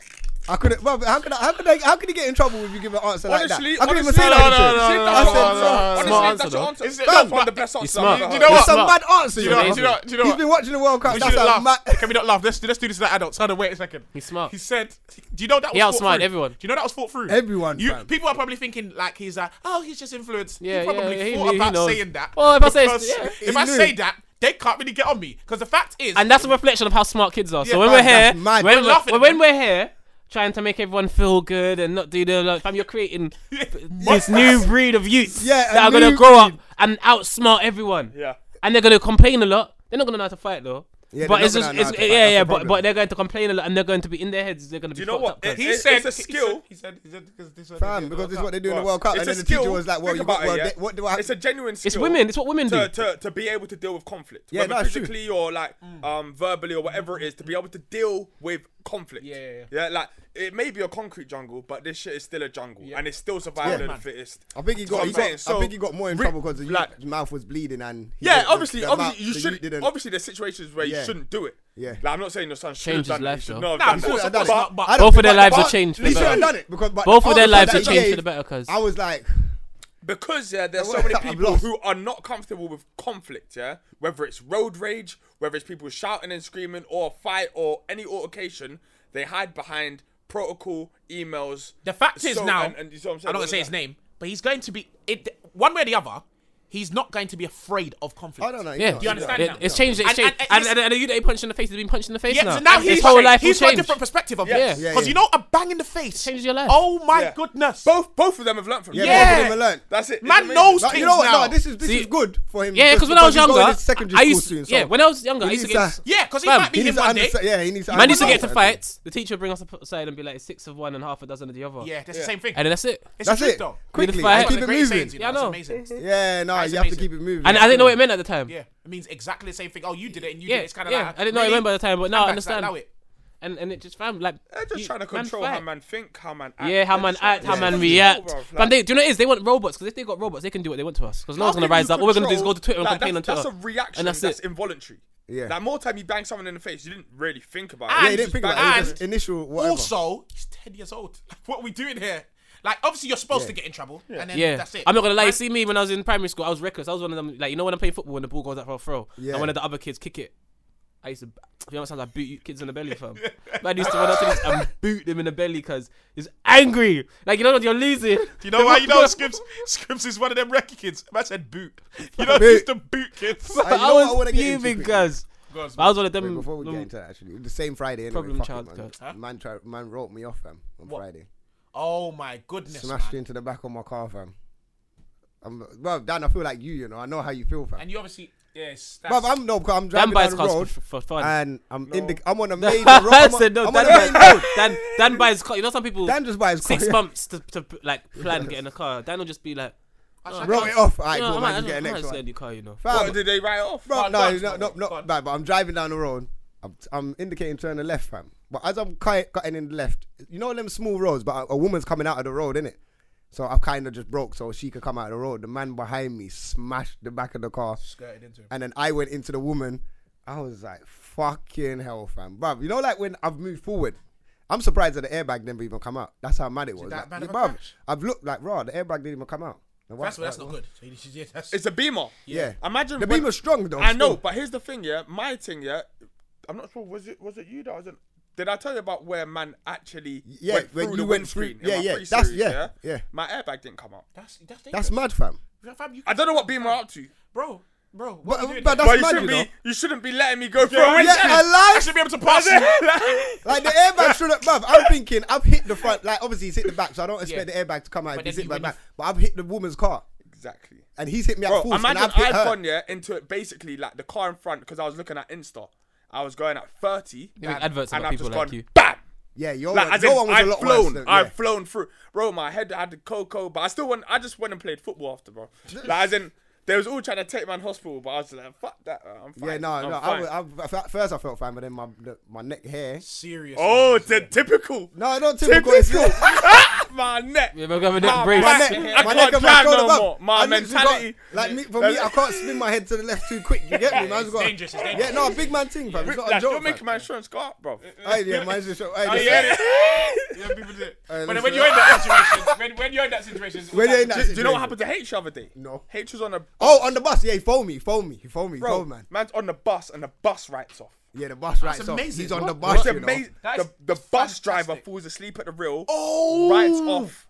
I couldn't, bruv, how could I, how could I, how could he get in trouble if you give an answer
Honestly,
like that? I couldn't even
honestly-
say
No,
that. to
no,
him.
no, no,
I
no,
said,
no, no, no.
"Bruh,
Honestly,
Uh, Smart
that's
answer,
your
though.
answer.
Is it-
That's
no,
one of
but-
the best answers
smart.
I've ever
You
heard.
know
It's
what?
a
No.
mad answer, you
Do you know,
know.
do you know, do you know
He's
what?
been watching the World Cup.
We
That's
should
a
laugh.
mad.
Can we not laugh? Let's, let's do this like adults. Hold on, wait a second.
He's smart.
He said, "Do you know that was
He
thought
outsmarted
through?
everyone.
Do you know that was thought through?
Everyone,
You,
fam.
people are probably thinking like he's like, oh, he's just influenced.
Yeah,
he probably
yeah, he
thought
knew- he
about
knows.
saying that.
Well, if I say-
because
yeah.
if
He
I
knew.
say that, they can't really get on me because the fact is,
And that's a reflection of how smart kids are. so
Yeah,
when
man,
we're here,
that's mad.
when,
We're
we're,
laughing at
when
them.
we're here, trying to make everyone feel good and not do the like, fam, you're
*laughs*
creating this
Monsters.
new breed of youths
Yeah, a
that are gonna
new
grow up and outsmart everyone.
Yeah.
And they're gonna complain a lot. They're not gonna know how to fight though.
Yeah,
but
they're
it's
not
just,
gonna know
it's,
how to fight,
yeah,
that's
yeah,
the
but,
problem.
but they're going to complain a lot and they're going to be in their heads. They're going to be.
you know
fucked
what?
Up, guys.
he
It's-
said
it's a
he
skill.
Said, he said, he said, because this is what they do
Fam,
in the
because *laughs*
World
this is what
Cup.
they do in the World Cup.
It's
And
a
then the teacher
skill.
was like, well,
Think
you got
about it,
World
yeah?
Debt- What do I
It's a genuine skill.
it's women. It's what women
to,
do.
to, to be able to deal with conflict,
Yeah,
whether
no, it's true.
physically or like
Mm.
um, verbally or whatever it is, to be able to deal with conflict.
Yeah, yeah,
like it may be a concrete jungle, but this shit is still a jungle, and it's still survival
Yeah.
of the fittest.
I think he
That's what
got.
I'm
He
saying.
got
So,
I think he got more in
re-
trouble because his
like-
mouth was bleeding and. he
yeah,
didn't- the-
obviously,
the
obviously,
mouth-
you
the
should.
didn't-
Obviously, there's situations where
Yeah.
you shouldn't do it.
Yeah.
Like I'm not saying your son should have
Changed his
done it.
life,
He should
though.
not
Nah,
have
of
done
course,
that.
of
But-
course not.
I
But
don't-
Both of their
but-
lives have
but
changed for
He
the
should
better.
have done it because but
Both
the
of their
answer
lives
that
have
he
changed for the
gave-
better, cuz.
I was like,
because yeah, there's so
Well,
many
I'm
people
lost.
who are not comfortable with conflict. Yeah, whether it's road rage, whether it's people shouting and screaming, or fight, or any altercation, they hide behind protocol emails.
The fact is
So-
now,
and, and you see what I'm saying?
I'm not gonna say his name, but he's going to be it one way or the other. He's not going to be afraid of conflict.
I don't know.
Yeah,
you understand
Yeah,
now?
It's changed. It's
And-
changed. And,
and- and
and, and, the you that he punched in the face has been punched in the face.
Yeah,
now.
so now
his
he's
whole life
he's
will
got a
change.
different perspective of
Yeah.
this.
Yeah,
Because
yeah.
you know, a bang in the face
Changes your life.
Oh my
Yeah.
goodness!
Both both of them have learned from.
Yeah,
it.
Yeah.
yeah. Him alone.
that's it. It's
Man
amazing.
knows
Like, you
things
know what?
now.
No, this is this
See-
is good for him.
Yeah,
just
because when I was
he's going
younger,
to secondary
I
school
used
soon, so
yeah. When I was younger,
he
I used to
needs
get. s-
yeah, because he
Fam,
might be
he
him
needs to
one day.
understand. Yeah, he needs.
Man used to get to
understand.
fights. The teacher bring us up outside and be like six of one and half a dozen of the other.
Yeah, that's the same thing.
and then that's it.
It's
That's
the truth,
it.
Though.
Quickly,
Need to
and
fight.
keep
The
it
great sayings,
moving.
you know,
Yeah, I
it's
know.
amazing.
Yeah, no,
That's
you have to
amazing.
keep it moving.
And I didn't know what it meant at the time.
Yeah, it means exactly the same thing. Oh, you did it and you
yeah,
did it. It's kind of
yeah.
like
I didn't know it
really?
meant by the time, but now I
Back,
understand.
allow it.
And and it just fam like
They're just
you-
trying to control
fight.
how man think, how man act.
Yeah, how
They're
man
just trying
act,
to
how
control,
man react.
bruv.
Fam,
Like,
they, do you know what it is? They want robots because if they got robots, they can do what they want to us. Because no
how
one's gonna
can you
rise up. All we're gonna do is
control-
go to Twitter and
like,
complain on
that's-
Twitter.
That's a reaction
and
that's,
that's it.
involuntary.
Yeah.
Like more time you bang someone in the face, you didn't really think about it.
And-
Yeah, he didn't think about it. it. was
And-
just Initial whatever.
Also, he's ten years old. Like, what are we doing here? Like, obviously, you're supposed to get in trouble, and then
Yeah,
that's it.
I'm not gonna lie. You
Right?
see me when I was in primary school, I was reckless. I was one of them, like you know, when I play football, when the ball goes out for a throw,
Yeah.
and one of the other kids kick it. I used to, you know, sometimes I boot you kids in the belly,
*laughs*
fam. Man used to run up to these and boot them in the belly because he's angry. Like you know what, you're losing.
*laughs* You know why? You
*laughs*
know Scripps. Scripps is one of them recce kids. Man said boot. You know
Boot.
he's the boot kids.
I,
you know what I
was
wanna get into
fuming,
quickly?
guys.
Go on,
I was one of
Wait,
them.
before we get
Mm.
them-
into that, actually, the same Friday anyway.
Mm. Problem
fuck
child
it, man.
code. Huh?
Man, tried, man wrote me off, fam, on Friday.
Oh my goodness,
Smashed
man.
into the back of my car, fam. I'm, well, Dan, I feel like you, you know. I know how you feel, fam.
And you obviously, yes, that's
Bruv, I'm no, I'm
Dan
driving
buys
down the
cars
road
for, for fun.
and I'm in the, I'm on a major road.
*laughs* I
I'm on,
said no.
I'm on a
Dan,
main
buys,
road.
Dan, Dan buys car. You know some people.
Dan just buys
six
car, yeah.
months to, to like plan getting a car. Dan will just be like,
Wrote it off. All
I
right,
know,
cool,
I
man,
might, I
just
might,
get a
I might
next
just get a
one.
new car. You know.
What
Fam,
did they write off?
Fam,
go
no,
on,
it's
go
not,
on,
not,
go on.
not bad, but I'm driving down the road. I'm, I'm indicating turn the left, fam. But as I'm ki- cutting in the left, you know them small roads, but a, a woman's coming out of the road, innit? So I've kind of just broke so she could come out of the road. The man behind me smashed the back of the car.
skirted into him.
And then I went into the woman. I was like, fucking hell, fam. Bruv, you know, like when I've moved forward, I'm surprised that the airbag never even come out. That's how mad it was.
that
Like,
bad of a
bruv,
crash?
I've looked like, raw, the airbag didn't even come out. And why-
That's, that's
why-
not good. So you should- yeah, that's-
It's a beamer.
Yeah.
Imagine
The
when-
beamer's strong, though.
I know,
still.
but here's the thing, yeah. My thing, yeah. I'm not sure. Was it was it you that was in? Did I tell you about where man actually
Yeah,
went
when
through
you
the
went through-
windscreen? in
yeah,
my
yeah,
free
that's-
series,
yeah, yeah.
My airbag didn't come out.
That's that's
That's
dangerous.
mad, fam.
Fam, you
I don't know what beam were up to,
bro, bro. What
But, uh,
you doing
but
there?
that's
but
mad, you
you shouldn't
know.
be you shouldn't be letting me go for a
Yeah,
windscreen.
I
I
lied.
should be able to pass you.
Like the airbag should have, bruv. I've thinking, I've hit the front. Like obviously he's hit the back, so I don't expect
Yeah.
the airbag to come out.
But
if
then
he's hit
you
my
went
back, but I've hit the woman's car,
*laughs* exactly.
and he's hit me
Bro,
at full, and
imagine
I've
I've,
hit her.
gone yeah into it basically like the car in front because I was looking at Insta. I was going at 30.
You make adverts
and
about
I've
people
just
like
gone
you.
bam.
Yeah, your
Like,
one,
as
your
in,
Oh, one was a
I've
lot
flown,
worse. Than, yeah.
I've flown through, bro. My head had the cocoa, but I still went. I just went and played football after, bro. Like, as in, they was all trying to take me in hospital, but I was like, fuck that, uh, I'm fine.
Yeah, no,
I'm
no. I,
fine.
was- I, was- at first I felt fine, but then my the, my neck hair.
Serious.
oh, it's a typical.
No, not typical.
typical.
It's still,
*laughs* my neck.
Yeah, we're gonna
my,
brace.
my
my
That's
neck.
it.
neck,
I
my neck
can't
and my
drive
shoulder.
no
up.
more. My
I literally got-
mentality.
like me, for me, I can't spin my head to the left too quick. You get me? Man's got
dangerous, it's
Yeah, no, a big man thing, fam. It's not a
Like, you're
joke.
making
fam.
my Oh, insurance go up, bro.
Hey, yeah, mine's just. Hey,
yeah,
yeah.
*laughs*
Yeah, people do.
Hey,
But then
listen.
when you're in that situation, when, when you're in that situation, it's all
When you're in
that-
that
Do you know
situation.
what happened to H the other day?
No.
H was on a
Oh, on the bus. Yeah, he phoned me. He phoned me. He phoned me. He
bro,
phoned man.
man's on the bus and the bus writes off.
Yeah, the bus right. So
amazing.
he's on the
What?
bus.
It's
you know.
amazing.
That
The,
is
the bus
fantastic.
driver falls asleep at the wheel.
Oh.
Writes off.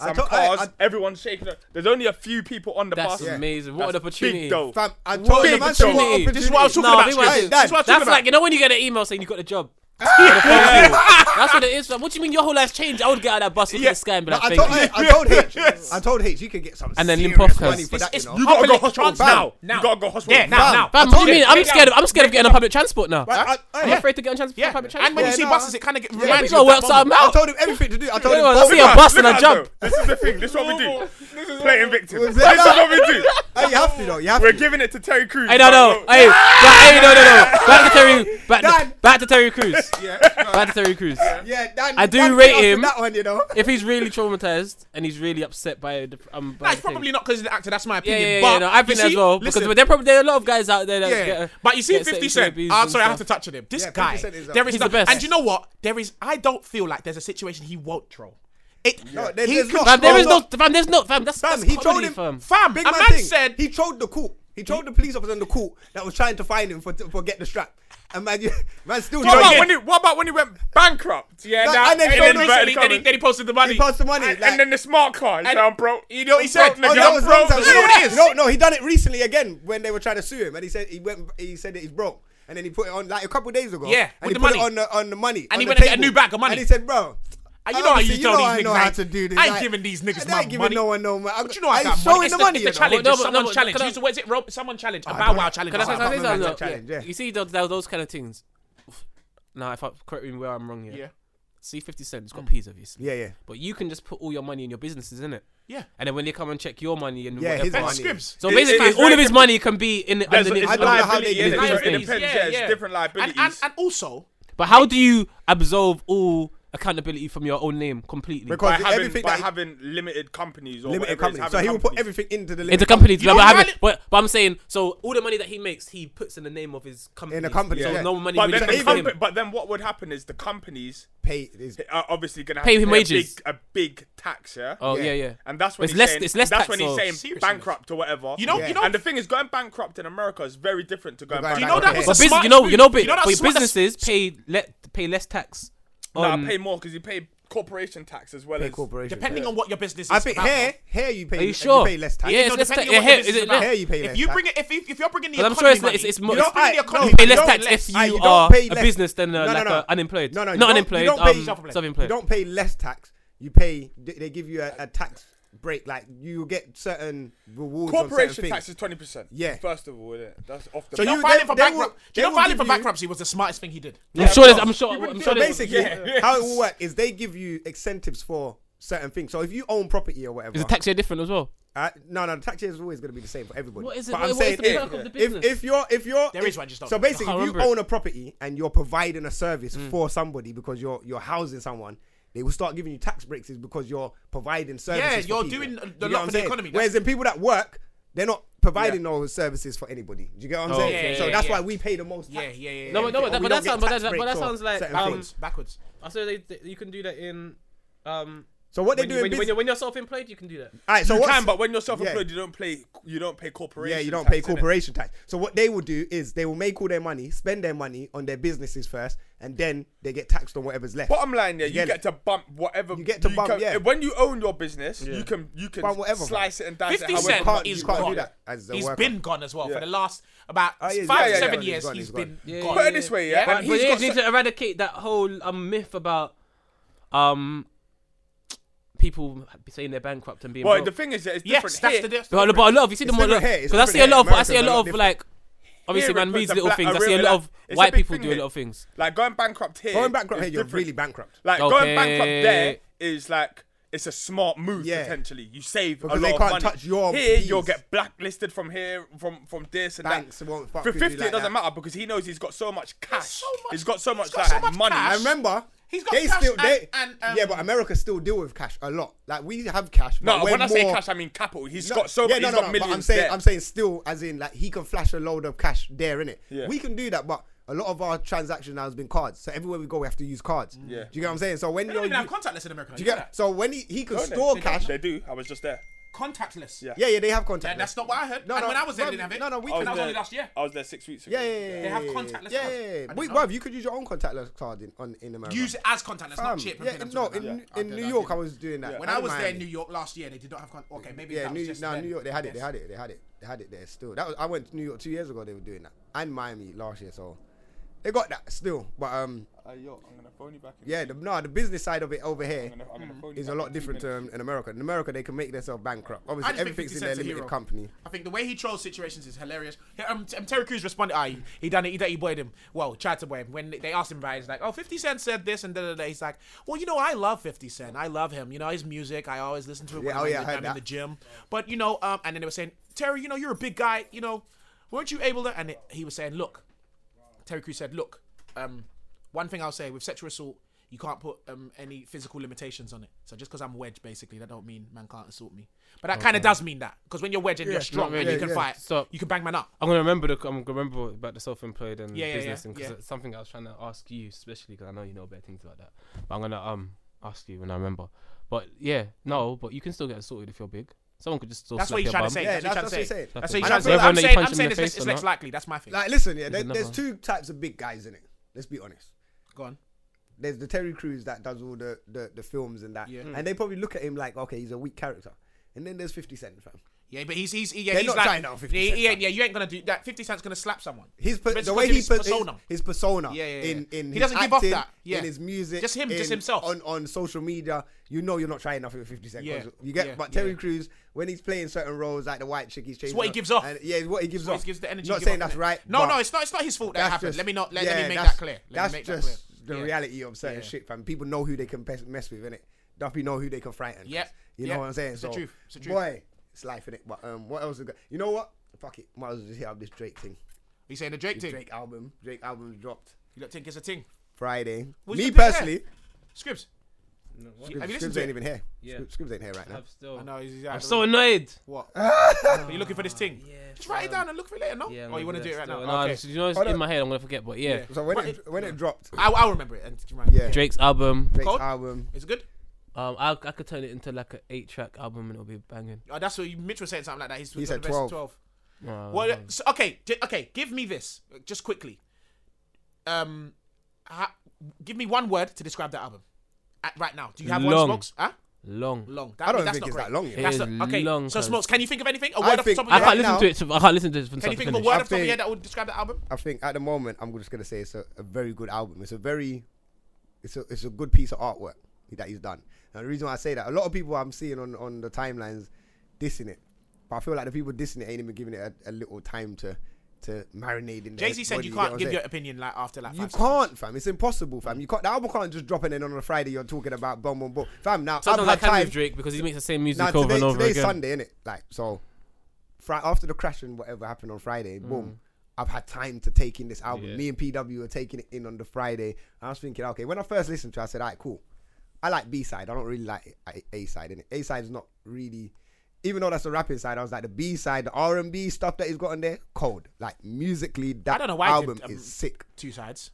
I
Some
to- I-
cars.
I-
everyone's shaking. up. There's only a few people on the bus.
That's amazing. What an
That's
opportunity.
Big though.
Fam, I told
Big
him. I said,
opportunity.
what
This is what I was talking
No,
about.
they weren't.
This is what I was talking
That's
about.
like you know when you get an email saying you got a job. That's what it is. What do you mean your whole life's changed? I would get out of that bus, look at the sky, and be
No,
like,
I,
"Thank you."
told, I, I told H. I told H. You can get some
And then
serious
limp off,
money
cause
for that. You know.
it's-
You gotta go
Public
hospital
transport.
now.
Now.
You gotta go hospital.
Yeah, now, now.
Fam, what do you mean? I'm
Take
scared. Of,
down.
I'm scared of getting on public transport now.
I, I, I,
I'm
yeah.
afraid to get on trans- public transport.
And when you see
no,
buses, it kind of
yeah,
reminds
it's
you of
all
that
works out
moment.
now.
I told him everything to do. I told him.
Anyone
both-
see a
Guys,
bus and
look
a
at
jump.
us, though. This is the thing. This is what we do. Playing victim.
We're
This is what we do.
Hey, you have to though. You have
We're
to.
giving it to Terry Crews.
Hey, no, no. Hey, but, hey, no, no, no. Back to Terry. Back,
Dan.
back to Terry Crews.
Yeah,
Back to Terry Crews.
yeah. Dan,
I do
Dan beat
rate
us with
him.
That one, you know.
If he's really traumatized and he's really upset by the um,
Nah,
by the
it's
thing.
probably not because he's an actor. That's my
Yeah,
opinion.
yeah, yeah,
but
yeah, no, I've been
you
there as
see-
well
listen,
because there are probably there are a lot of guys out there that
Yeah.
get, uh,
but you see,
get
Fifty
sexually
Cent.
abused
Ah,
I'm
and
sorry, I have to
stuff.
touch on him. This
Yeah, 50
guy,
Cent is a-
there is
He's the
no-
best.
And you know what? There is. I don't feel like there's a situation he won't troll. It.
No, there-
he
there's
can
not.
Fam, there is no,
Well,
fam, there's no, fam. That's,
Oh, Fam,
that's
he told
comedy,
him.
fam.
Fam,
big
a
man,
man
thing.
said-
he told the court. He told the police officer in the court that was trying to find him for for get the strap. And man, you, man still.
What
trying
about,
to-
when he, what about when he went bankrupt? Yeah,
Like,
Nah,
and then
and
told
then,
him-
recently, then, he, then he posted the money.
He passed the money.
and,
like-
and then the smart car. He's
And-
down, bro.
You know what he said?
Bro,
Oh,
nigga,
that
I'm
was
broke.
long time.
You know what it is?
No, no, he done it recently again when they were trying to sue him, and he said he went. He said that he's broke, and then he put it on like a couple of days ago.
Yeah, with
and he
the
put it
money.
on the on the money,
And
on
he
the
went and got a
table.
new bag of money.
And he said, "Bro,
And you know how you
obviously,
tell these
I know
niggas,
how
like,
to do this.
I ain't
like,
giving these niggas
I ain't
my
giving
money.
no one no money. I-
But you know I
I
got money.
showing
It's
the
the,
money.
it's
you
the
know.
challenge.
No,
it's
but-
someone
no, but-
challenge.
can I-
Use the words it, Rob? Someone challenge. A
don't
bow wow
know.
challenge.
Can I
or
say
something.
something?
Batman
Look,
challenge,
yeah.
yeah.
You see those, those, those kind of things. Now, if I correct me where I'm wrong here.
Yeah.
See, 50 Cent, it's got P's, obviously.
Yeah, yeah,
But you can just put all your money in your businesses, innit?
Yeah.
And then when they come and check your money and
yeah. His
whatever.
money.
Scribs.
So
It-
basically,
it's
all of
very
his money can be in the.
There's,
underneath-
it's
I don't know how
liability.
they
It's
do
different,
it.
it depends.
Yeah,
Yeah,
yeah.
it's different
And,
liabilities.
and, and also,
But how do you absolve all accountability from your own name completely?
Because
by having,
everything
by
that he-
having limited companies or
limited
whatever it is,
company. So
having
he will put
companies.
everything into the
into
limited
companies, but,
know
I
why
haven't-
li-
but, but I'm saying, so all the money that he makes, he puts in the name of his company.
In a company,
so
yeah.
no money
But
really
then,
comes
the
to
compa-
him.
but then what would happen is the companies
pay. is-
are obviously going to
Pay him wages.
A big, a big tax, yeah?
Oh yeah, yeah.
And that's when
It's
he's
less-
saying,
it's less
that's
tax
when he's
or-
saying
Seriousness.
bankrupt or whatever.
You know- you Yeah. know-
and the thing is, going bankrupt in America is very different to going
Going
bankrupt.
do you know that
Okay.
was
But
the
But business,
smartest
you know, you know,
move?
but,
that's
but
smart- that's-
businesses pay let pay less tax.
Nah,
on-
pay more because you pay corporation tax as well
Pay
as
corporation.
Depending on what your business is.
I think
about,
hair, hair you pay.
Are you sure?
pay less tax.
Yeah, it's
no,
less tax.
depending
Yeah,
on what
hair,
your
is
business
it
is about.
Hair
less?
you pay less.
If you
tax.
bring it, if, if, if you're bringing the
'Cause I'm
economy
sure it's
money,
it's, it's
you
more.
don't bring the
alright, no,
economy.
you pay
you
less
don't
tax
let-
if
ah, you
you
don't
are
pay
a
less-
business than uh,
No, no,
like
no.
uh, unemployed.
No, no, you
not
don't-
unemployed.
you don't pay-
um,
Self-employed.
self-employed.
you don't pay less tax. You pay. They they give you a, a tax break. Like you get certain rewards. on certain
corporation
things.
tax is twenty percent.
Yeah.
First of all, innit? that's off the.
So
bat.
You know,
You- they-
filing for
they will-
bankrupt. Do
they
you know
will
filing
give
for
you-
bankruptcy was the smartest thing he did?
I'm sure. there's- I'm sure. I'm sure.
So
there's-
basically,
Yeah.
how it will work is they give you incentives for certain things. So if you own property or whatever,
is the tax year different as well?
uh, no, no, the tax year is always going to be the same for everybody.
What is it?
But
What-
I'm
what is
saying
the perk
if,
of the
if
business?
if you're if you're
There
if,
is one, just don't-
so basically,
I
if you
remember it.
own a property and you're providing a service
Mm.
for somebody because you're you're housing someone. They will start giving you tax breaks is because you're providing services. for
you're
people.
doing
You
a lot
get what
for
I'm
the
saying?
economy. That's-
Whereas in people that work, they're not providing those services for anybody. Do you get what I'm
Oh,
saying?
yeah,
so
yeah,
that's
yeah.
why we pay the most.
Yeah,
tax.
yeah, yeah,
No, but- no, but
Or
that-
we
but
don't
that sounds-
get
but
tax
that- but
breaks
that
or
sounds like,
certain
um,
things.
Backwards.
I said they, they- you can do that in. Um,
So what they
when
do
you- when, you-
in
when
business?
you're when you're self-employed, you can do that.
All right, so
you
what's-
can, but when you're self-employed,
Yeah.
you don't play you don't pay corporation.
Yeah, you don't
tax,
pay
innit?
corporation tax. So what they will do is they will make all their money, spend their money on their businesses first, and then they get taxed on whatever's left.
Bottom line, yeah, you,
get
get,
it.
to bump whatever
You get to bump,
can-
yeah.
When you own your business, you can you can
Bump whatever,
slice it and dice
50
it. however
cent
much
can't-
you
is
can't do
gone.
that as a
He's
worker.
been gone as well
Yeah.
for the last about
Oh, yeah,
five
he's
five
gone,
yeah,
seven
yeah.
years.
He's gone, he's
he's
gone.
been
Yeah,
gone.
Put it this way, yeah.
Yeah,
and
But
he's
they
got
need
so-
to eradicate that whole um, myth about um people saying they're bankrupt and being.
well,
broke.
the thing is, that it's
Yes,
different.
that's
here.
the difference.
But, but a lot of you see them
different here, it's
because I see a
different
lot of
here.
I see a
America's
lot
a
of
lot
like obviously
Here,
man
it
reads
puts a
little
black-
things. I
a
see a
real-
lot of
it's a
white
big
people
thing
do a
here.
lot of things.
Like going bankrupt here.
Going bankrupt
is
here, you're
different.
really bankrupt.
Like going bankrupt there
Okay.
is like it's a smart move
Yeah.
potentially. You save
Because
a lot
they
of
can't
money.
touch your
here,
fees.
you'll get blacklisted from here, from from this and
Banks
that.
won't fuck
For
with you
fifty,
like
it doesn't
that.
matter because he knows he's got so much cash.
so much-
he's got so much
got so
like
much
money.
cash.
I remember.
He's got
they
cash
still
and-
they,
and, um,
yeah, but America still deal with cash a lot. Like we have cash.
No,
but we're
when I say
more-
cash, I mean capital. He's
No,
got so
yeah,
much.
no,
he's
no,
got
no, but
millions
I'm saying,
there.
I'm saying, still, as in, like he can flash a load of cash there, innit?
Yeah.
We can do that, but a lot of our transaction now has been cards. So everywhere we go, we have to use cards.
Yeah.
Do you get what I'm saying? So when
They
you're,
don't even have
you-
contactless in America.
do
You
you
get
get? So when he, he can
Don't they?
store
They do.
cash.
They do. I was just there.
contactless.
Yeah.
Yeah, yeah, they have contact.
And that's not what I heard. and when I was there, they didn't have it.
No, no, we
I
can.
that was
there-
only last year.
I was there six weeks ago.
Yeah, yeah, yeah.
They have
yeah,
contactless
Yeah,
cards.
yeah, yeah.
I
Wait,
didn't
bruv, you could use your own contactless card in on in America.
Use it as contactless, not
Um,
chip.
yeah,
everything I'm
no,
talking
in,
about. Yeah.
in
I did,
New
I
York,
did.
I was doing that.
When I was there in
Miami.
New York last year, they did not have con- okay. Maybe
Yeah,
that
New,
was just
nah,
then.
New York, they had it, they
Yes.
had it, they had it, they had it there still. That was, I went to New York two years ago. They were doing that, and Miami last year, so they got that still. But um,
Uh, yo, I'm gonna phone you back. in-
yeah, the, no, the business side of it over
I'm
here
gonna- I'm gonna phone you
is a
back
lot
in two
different
minutes.
um, in America. In America, they can make themselves bankrupt. Obviously,
just think
everything's in
50
their
Cent's a
limited
hero.
company.
I think the way he trolls situations is hilarious. Yeah, Um, t- um, Terry Crews responded, "Aye, he done it. He, done, he boyed him. Well, tried to boy him. When they asked him about, it, he's like, oh, 50 Cent said this and da da da. He's like, well, you know, I love 50 Cent. I love him. You know, his music. I always listen to it when
Yeah, oh,
I'm,
yeah,
in,
I heard
I'm in the
that.
gym. But you know, um, and then they were saying, Terry, you know, you're a big guy. You know, weren't you able to? And it, he was saying, look, Terry Crews said, look, um, one thing I'll say with sexual assault, you can't put um, any physical limitations on it. So just because I'm wedge, basically, that don't mean man can't assault me. But that kind of does mean that because when you're wedge and you're strong
really.
and you can
Yeah, yeah.
fight,
So-
you can bang man up.
I'm gonna remember the I'm gonna remember about the self-employed and
Yeah, yeah,
business
yeah,
thing because
yeah.
it's something I was trying to ask you, especially because I know you know better things about that. But I'm gonna um ask you when I remember. But yeah, no, but you can still get assaulted if you're big. Someone could just still.
That's
slap
what
your
you're trying
bum.
to say.
Yeah,
that's what
that's
you're
what
trying to
he's
say.
saying.
That's what
And
you're trying
I
to say.
feel
like
I'm saying,
whether
I'm
you
saying
punch
it's
him in
less,
the
it's
face
less
or not.
likely. That's my thing.
Like, listen, yeah, there,
another
there's
one.
two types of big guys in it. Let's be honest.
Go on.
There's the Terry Crews that does all the the, the films and that,
Yeah. Hmm.
and they probably look at him like, okay, he's a weak character. And then there's 50 Cent, fam.
Yeah, but he's he's yeah
They're
he's
not
like
trying to on 50
he,
Cent,
he ain't,
fam.
yeah you ain't gonna do that. Fifty Cent's gonna slap someone.
His per-
But it's
the
because
way
of
he
his
per-
persona.
his, his persona,
Yeah, yeah, yeah.
in in
He
his
doesn't give off
acting,
that. Yeah.
in his music,
Just him, just
in-
himself.
on on social media. You know, you're not trying nothing with Fifty Cent. 'cause
Yeah.
you get,
Yeah.
but
Yeah.
Terry Crews when he's playing certain roles like the white chick, he's changing.
what he
up,
gives off.
and- yeah, it's what he gives
So
off.
he gives the energy.
Not
give
saying
off,
that's
innit?
right.
No,
but
no, it's not. It's not his fault that
that's
happened.
just-
let me not. Let,
yeah,
let me make
that's-
that clear. Let
that's
me make
just
that clear.
the
Yeah.
reality of certain
Yeah.
shit, fam. People know who they can pes- mess with, innit? Duffy know who they can frighten. 'cause
Yep.
You
Yep.
know what I'm saying?
It's the
so,
truth. It's the truth.
boy, it's life, innit? But um, what else? we got? You know what? Fuck it. Might as well just hit up this Drake thing.
He's saying the Drake thing.
Drake album. Drake album dropped.
You don't think it's a thing?
Friday.
What's
Me
your pick there?
personally, Scribs,
Scribs. Have you
Scribs
listened to
ain't
it?
even here.
Yeah.
Scribs, Scribs ain't here right now.
I'm still.
I know. He's, he's out
I'm
of the
so
room.
annoyed.
What? Are you looking for this thing? Just write it down and look for it later, no?
Yeah, I'm
or
gonna
you want to
that
do it right
still.
now?
No,
okay.
it's- you know it's
Hold
in
on.
my head. I'm gonna forget, but yeah.
So when
What
it, when it dropped,
I'll, I'll remember it. And
yeah, Drake's
Drake's album.
Cold?
album.
Is it good?
Um, I, I could turn it into like an eight-track album and it'll be banging.
Oh, that's what you, Mitch was saying something like that. He's, he's
said
the best
12.
12.
Uh,
Well, so, okay, j- okay. Give me this uh, just quickly. Um, ha- give me one word to describe that album. At, right now, do you have
Long.
one smokes? Huh?
long.
Long.
I don't
that's
think
not
it's
great.
that long. You know?
It
That's
is
not, okay.
long,
so
cuz.
smokes. Can you think of anything? A
I
word off the
think-
top of
I
your
can't
head?
listen
now-
to it. so- I can't listen to it from
Can
start
you
to
think of a
finish.
word
I
off the top of your
think-
head that would describe the album?
I think at the moment I'm just gonna say it's a, a very good album. It's a very, it's a it's a good piece of artwork that he's done. And the reason why I say that, a lot of people I'm seeing on on the timelines dissing it, but I feel like the people dissing it ain't even giving it a, a little time to to marinate in. their
Jay Z said
body,
you
get what
can't
I'm
give
saying?
your opinion like after like.
You
five seconds.
can't, fam. It's impossible, fam. You can't. The album can't just drop and then on a Friday you're talking about boom, boom, boom, fam. Now I've
Sometimes I
had
can
time.
with Drake because he makes the same music
Now
over
today,
and over
today's
again.
Sunday, innit? Like so, fri- after the crash and whatever happened on Friday, boom. I've had time to take in this album. Me and PW were taking it in on the Friday. I was thinking, okay, when I first listened to it, I said, all right, cool. I like B side. I don't really like A side, innit? A side's not really, even though that's the rapping side, I was like, the B side, the R&B stuff that he's got on there, cold. Like, musically, that
don't know why he
album
did, um,
is sick.
Two sides.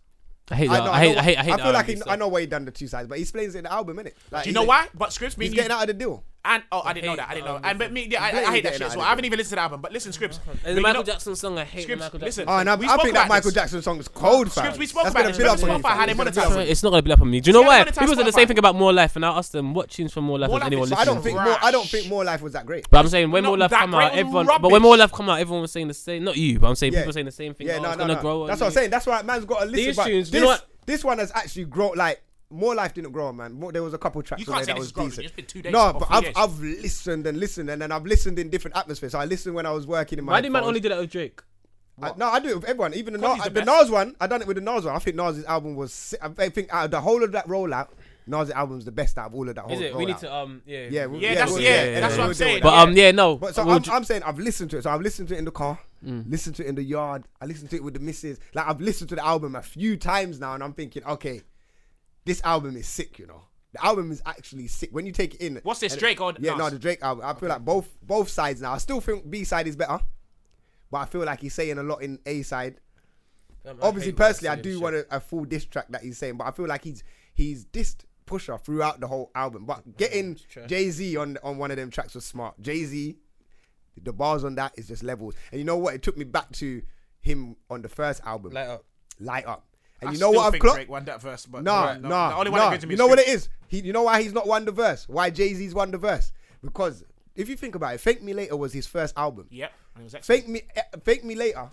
I hate
I
that.
know-
I
know
hate. I
what-
hate. I hate.
I feel
that
like
R&B
he,
stuff.
I know why he done the two sides, but he explains it in the album, innit? Like,
Do you
he's
know
like-
why? But Scripps, me
He's
and you
getting out of the deal.
And oh, I didn't know that. I didn't know. And but me, yeah, I, I hate that shit as well. I haven't even listened to the album. But listen, Scripps.
And
but
the
you
Michael
know-
Jackson song, I hate the
Scripps,
Michael
listen.
Jackson.
Oh, and I,
We
I
spoke
think that
about
Michael
this.
Jackson song is cold, fam.
Scripps, we spoke
That's
about
been a
this.
build-up
Remember
on you,
Spotify
fam.
how they
It's been a
monetize
build-up
it?
on you.
It's not gonna be up on me. Do you know
See, I
why?
monetize
People said the
Spotify.
same thing about More Life, and I asked them what tunes from More Life
More
was
Life
anyone
is-
I
listening to.
don't think more. I don't think more life was that great.
But I'm saying when
Not
More Life
that
come
great,
out,
all
everyone. But when
rubbish.
More Life come out, everyone was saying the same. Not you, but I'm saying
Yeah.
people were saying the same thing.
Yeah,
oh,
no,
it's
no,
gonna
no.
grow.
That's what I'm saying. That's why man's got to listen.
These
but
tunes, you
this,
know what?
this one has actually grown. Like more life didn't grow, man. More- There was a couple tracks
You
on there
can't
that
say this
was
is grown.
decent.
It's been two days.
No,
or
but
three
I've
days.
I've listened and listened and then I've listened in different atmospheres. So I listened when I was working in my.
Why did man
headphones.
only do that with Drake?
I, no, I do it with everyone. Even the,
Because
Nas,
he's the
the,
best.
Nas one, I done it with the Nas one. I think Nas's album was. si- I I think out of the whole of that rollout, Nas's album's the best out of all of that. Whole
Is it? We
rollout.
need to um yeah
Yeah, we-
Yeah, that's-
we'll-
yeah, that's what I'm
we'll deal with
saying.
that.
But um yeah no.
But so
we'll
I'm,
ju- Mm.
I'm saying I've listened to it. So I've listened to it in the car, listened to it in the yard. I listened to it with the missus. Like I've listened to the album a few times now, and I'm thinking, okay, this album is sick. You know, the album is actually sick. When you take it in,
What's this,
and-
Drake or
yeah, no,
Nas?
the Drake album. I feel like both both sides now. I still think B side is better, but I feel like he's saying a lot in A side.
I
Obviously,
hate when I
personally, I
see him
do
shit.
want a, a full diss track that he's saying, but I feel like he's he's dissed Pusher throughout the whole album. But getting Jay Z on on one of them tracks was smart. Jay Z, the bars on that is just levels. And you know what? It took me back to him on the first album,
Light up.
Light Up. And
I
you know
still
what I've
think
clocked?
Drake won that verse, but
Nah,
Right, no,
nah,
The only one
nah.
that gives me
You know what it is? He, you know why he's not one the verse? Why Jay Z's one the verse? Because if you think about it, Thank Me Later was his first album.
Yep. and it was excellent.
Fake me, eh, fake me later.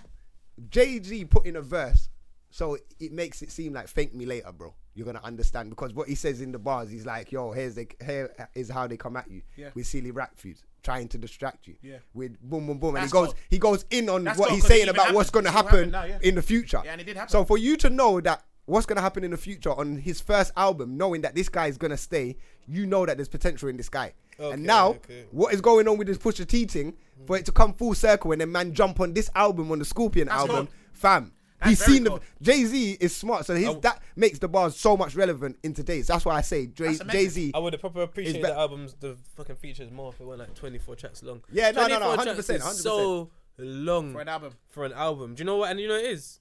Jay Z put in a verse, so it makes it seem like fake me later, bro. You're gonna understand because what he says in the bars, he's like, "Yo, here's the here is how they come at you
Yeah.
with silly rap feuds, trying to distract you
Yeah.
with boom, boom, boom." And
That's
he goes,
got-
he goes in on
that's
what
got-
he's
'cause it
saying
even
about what's
happened.
gonna
It will
happen
happen now, yeah.
in the future.
Yeah, and it did happen.
So for you to know that what's gonna happen in the future on his first album, knowing that this guy is gonna stay, you know that there's potential in this guy. and now, what is going on with this Pusha T thing for it to come full circle and then man jump on this album on the Scorpion album,
cold.
fam? he's
very
seen the
cold.
Jay Z is smart, so his that makes the bars so much relevant in today's. That's why I say Jay
amazing.
Z.
I would have proper appreciated
be-
the albums, the fucking features more if it weren't like 24 tracks long.
Yeah, no, no, no,
24
100%,
tracks is So long
For an album.
For an album, do you know what? And you know what it is.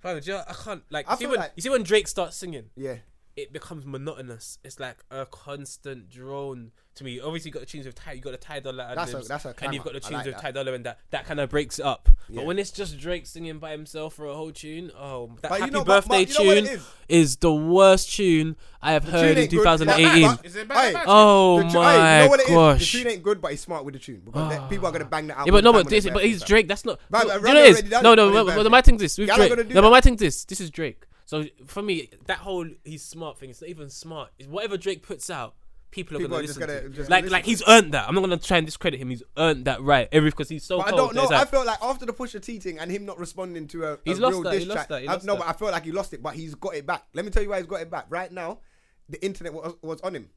Fam, do you know, I can't like.
I
you see
feel
when
like-
you see when Drake starts singing,
Yeah,
it becomes monotonous. It's like a constant drone to me. Obviously, you got the tunes with Ty, you got the Ty Dolla, and
That's a-
Nibs,
that's a
and
clamour.
you've got the
I
tunes
like
with
that.
Ty Dolla, and that that kind of breaks it up. But when it's just Drake singing by himself for a whole tune, oh, that
But you
Happy
know what-
Birthday
but you know what it
tune is? the worst tune I have heard in
Tune ain't good, but-
2018.
but-
Is it better than
Aye.
that?
Oh
The tu- aye,
my
you know what it is?
gosh!
The tune ain't good, but he's smart with the tune because the- people are gonna bang that
*sighs*
out.
yeah,
all
but no,
the time
but
on their
this, but
birthday,
he's
fam.
Drake. That's not. no, do
Right, but
you know
Rami
it
already
is?
done
No,
it
no.
on his
But, but
birthday.
my thing is this. With
Y'all not gonna
Drake,
do
no, but
that.
my thing is this. This is Drake. So for me, that whole he's smart thing. It's not even smart. It's whatever Drake puts out. People are
People
gonna
are just
listen to.
gonna- just
like,
gonna
like he's
listen
earned that. I'm not gonna try and discredit him. He's earned that right. Every because he's so
But I
cold.
don't know.
Oh, There's that-
I felt like after the Pusha T thing and him not responding to a, a
He's
real
lost that, he
diss
lost
track,
that, he
I-
lost
no,
that.
but I felt like he lost it, but he's got it back. Let me tell you why he's got it back. Right now, the internet was, was on him.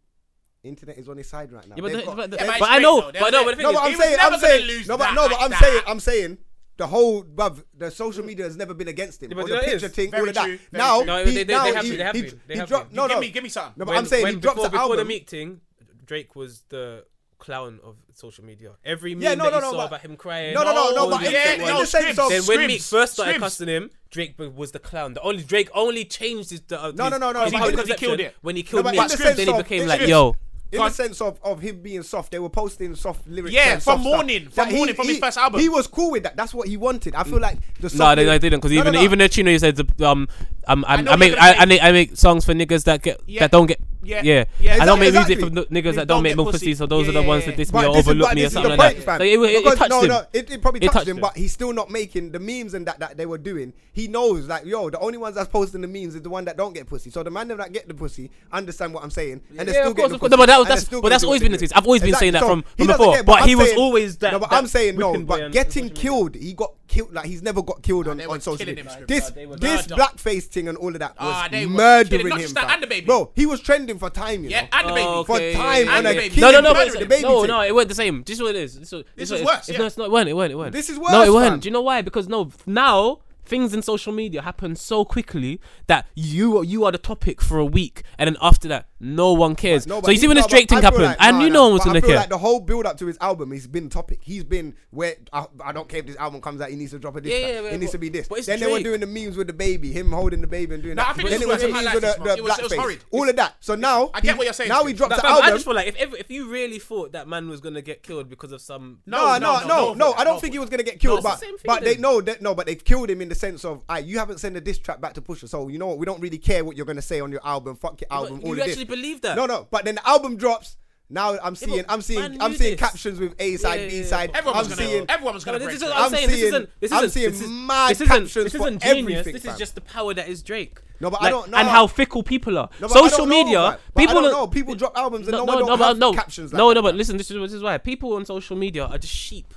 Internet is on his side right now.
yeah, but,
They've
the-
got-
but, the-
they've-
but it's
but I
Drake,
know.
though.
But no. But the
no,
thing
but
is,
I'm
was
saying,
never
I'm
gonna
saying,
lose
no, but
that
no, but
like
I'm
that.
saying, I'm saying. The whole bruv, the social media has never been against him.
but
or
you
the
know it is.
picture thing, all
Very
of that.
true, very
Now,
true.
No,
he,
they- they-
now
they have
he,
been, they have
he,
been, they
he
have
dropped.
been.
No,
Give
no.
me, give me something.
No, but
when-
I'm saying
when
he dropped
before,
the
before the
album.
meeting. Drake was the clown of social media. Every meme
Yeah, no,
that
no,
you
no,
saw
but-
about him crying.
No, no, no,
all
no. But
the
in the-
yeah,
different
no,
in
ones.
the same
Scribs,
song,
then when Meek
Scribs,
first started
Scribs.
cussing him, Drake b- was the clown. The only Drake only changed his. The, uh,
No,
his-
no, no, no,
his
but
whole
because he
conception
killed it.
When he
No,
killed
but
Meek,
in the sense
then he
of-
became
in
like,
the-
yo.
in the
Go on.
sense of, of him being soft, they were posting soft lyrics.
Yeah,
and
from
soft
Morning,
stuff.
from
That he-
Morning, from his
he-
first album. Mm.
He was cool with that. That's what he wanted. I feel like the soft
No, they, they
lyric-
didn't because
No, no,
even
no.
even the tune he said the, um um I,
know
I, make
you're
I,
gonna
I make I make songs for niggas that get
Yeah.
that don't get
Yeah.
yeah yeah,
Yeah,
I don't make
exactly,
music for
exactly.
n- niggas
They
that
don't
don't make
get
milk
pussy.
pussy so those
Yeah,
are the
yeah,
ones
yeah.
that diss me or
But this is-
overlook
but
me or
this is
something
the
like that.
point, fam.
So it, it, it
Because-
touched
no,
him.
no, it, it probably
It
touched,
touched
him,
him.
but he's still not making the memes and that that they were doing. He knows, like, yo, the only ones that's posting the memes is the one that don't get pussy. So the man that get the pussy understand what I'm saying, and they're
Yeah,
still
of course,
getting
of
the
course.
pussy.
No, but that was-
and they're
that's-
still
but
gonna
that's
do what
always
they
been the
do.
case. I've always been saying that
So
from-
he
from
doesn't
before,
care,
but he
I'm
was
saying-
always that-
No, but
that-
I'm saying no.
whipping boy
But
on
getting
social media.
killed, he got killed. Like he's never got killed on
Ah, they
on
were
social
killing
media.
him,
This
They were
this
murder.
blackface thing and all of that
Ah,
was
they were killing,
murdering
not
him.
just that,
fam.
and the baby.
Bro, he was trending for time, you
Yeah,
know.
and the baby.
For
Okay.
time
And
on a
the baby.
killing
No, no, no,
bird
but
with the
it's-
baby
no,
thing.
no, it weren't the same. This is what it is. This is, what,
This
this
is
what it
worse,
It's,
yeah.
no, it's not. It weren't. It weren't. It weren't.
This is
No,
worse,
it weren't.
fam.
Do you know why? Because no, now things in social media happen so quickly that you are, you are the topic for a week, and then after that, no one cares.
No, but
so you
he-
see when
no,
this
but
Drake thing
I feel
happened,
like-
I knew no one was
but
gonna
I feel
care.
Like the whole build up to his album, he's been topic. He's been where I, I don't care if this album comes out, he needs to drop a diss.
Yeah,
track.
yeah,
it
but-
needs to be this.
but
Then
it's
they were
Drake.
doing the memes with the baby, him holding the baby and doing
No,
that.
I think
then
this
it
was
was
where
the
my
memes
life
with
is,
the,
man.
the
It was- it was
blackface,
horrid.
all of that. So now
I get
he-
what you're saying.
Now he drops
Nah,
the
fam, I
album.
just feel like if, if if you really thought that man was gonna get killed because of some
No, no, no, no,
no,
I
no.
don't think he was gonna get killed,
it's the
but
same thing
but they
then.
no, they, no, but they killed him in the sense of, ah, you haven't sent a diss track back to Pusha, so you know what? We don't really care what you're gonna say on your album. Fuck your album.
you
all of this.
actually believe that?
No, no. But then the album drops. Now I'm seeing,
but
I'm
man
seeing, I'm
knew
seeing
this.
captions with A
Yeah,
side,
yeah,
B
yeah.
side.
Everyone
I'm
was gonna.
seeing.
Everyone was gonna.
No, but
break
this is what
through.
I'm,
I'm
saying. this
seeing-
isn't. This
I'm
isn't.
seeing
this is,
mad
this isn't,
captions
this
for
isn't genius.
everything,
This
fam.
is just the power that is Drake.
No, but I
Like,
don't know.
And how fickle people are.
No, but I don't
Social
know,
media.
man. But
people
I don't
are-
know. People drop albums and
no,
no, one
no,
don't
no,
have
no.
captions. Like
no,
that,
no, but
fam.
listen, this is, this is why people on social media are just sheep.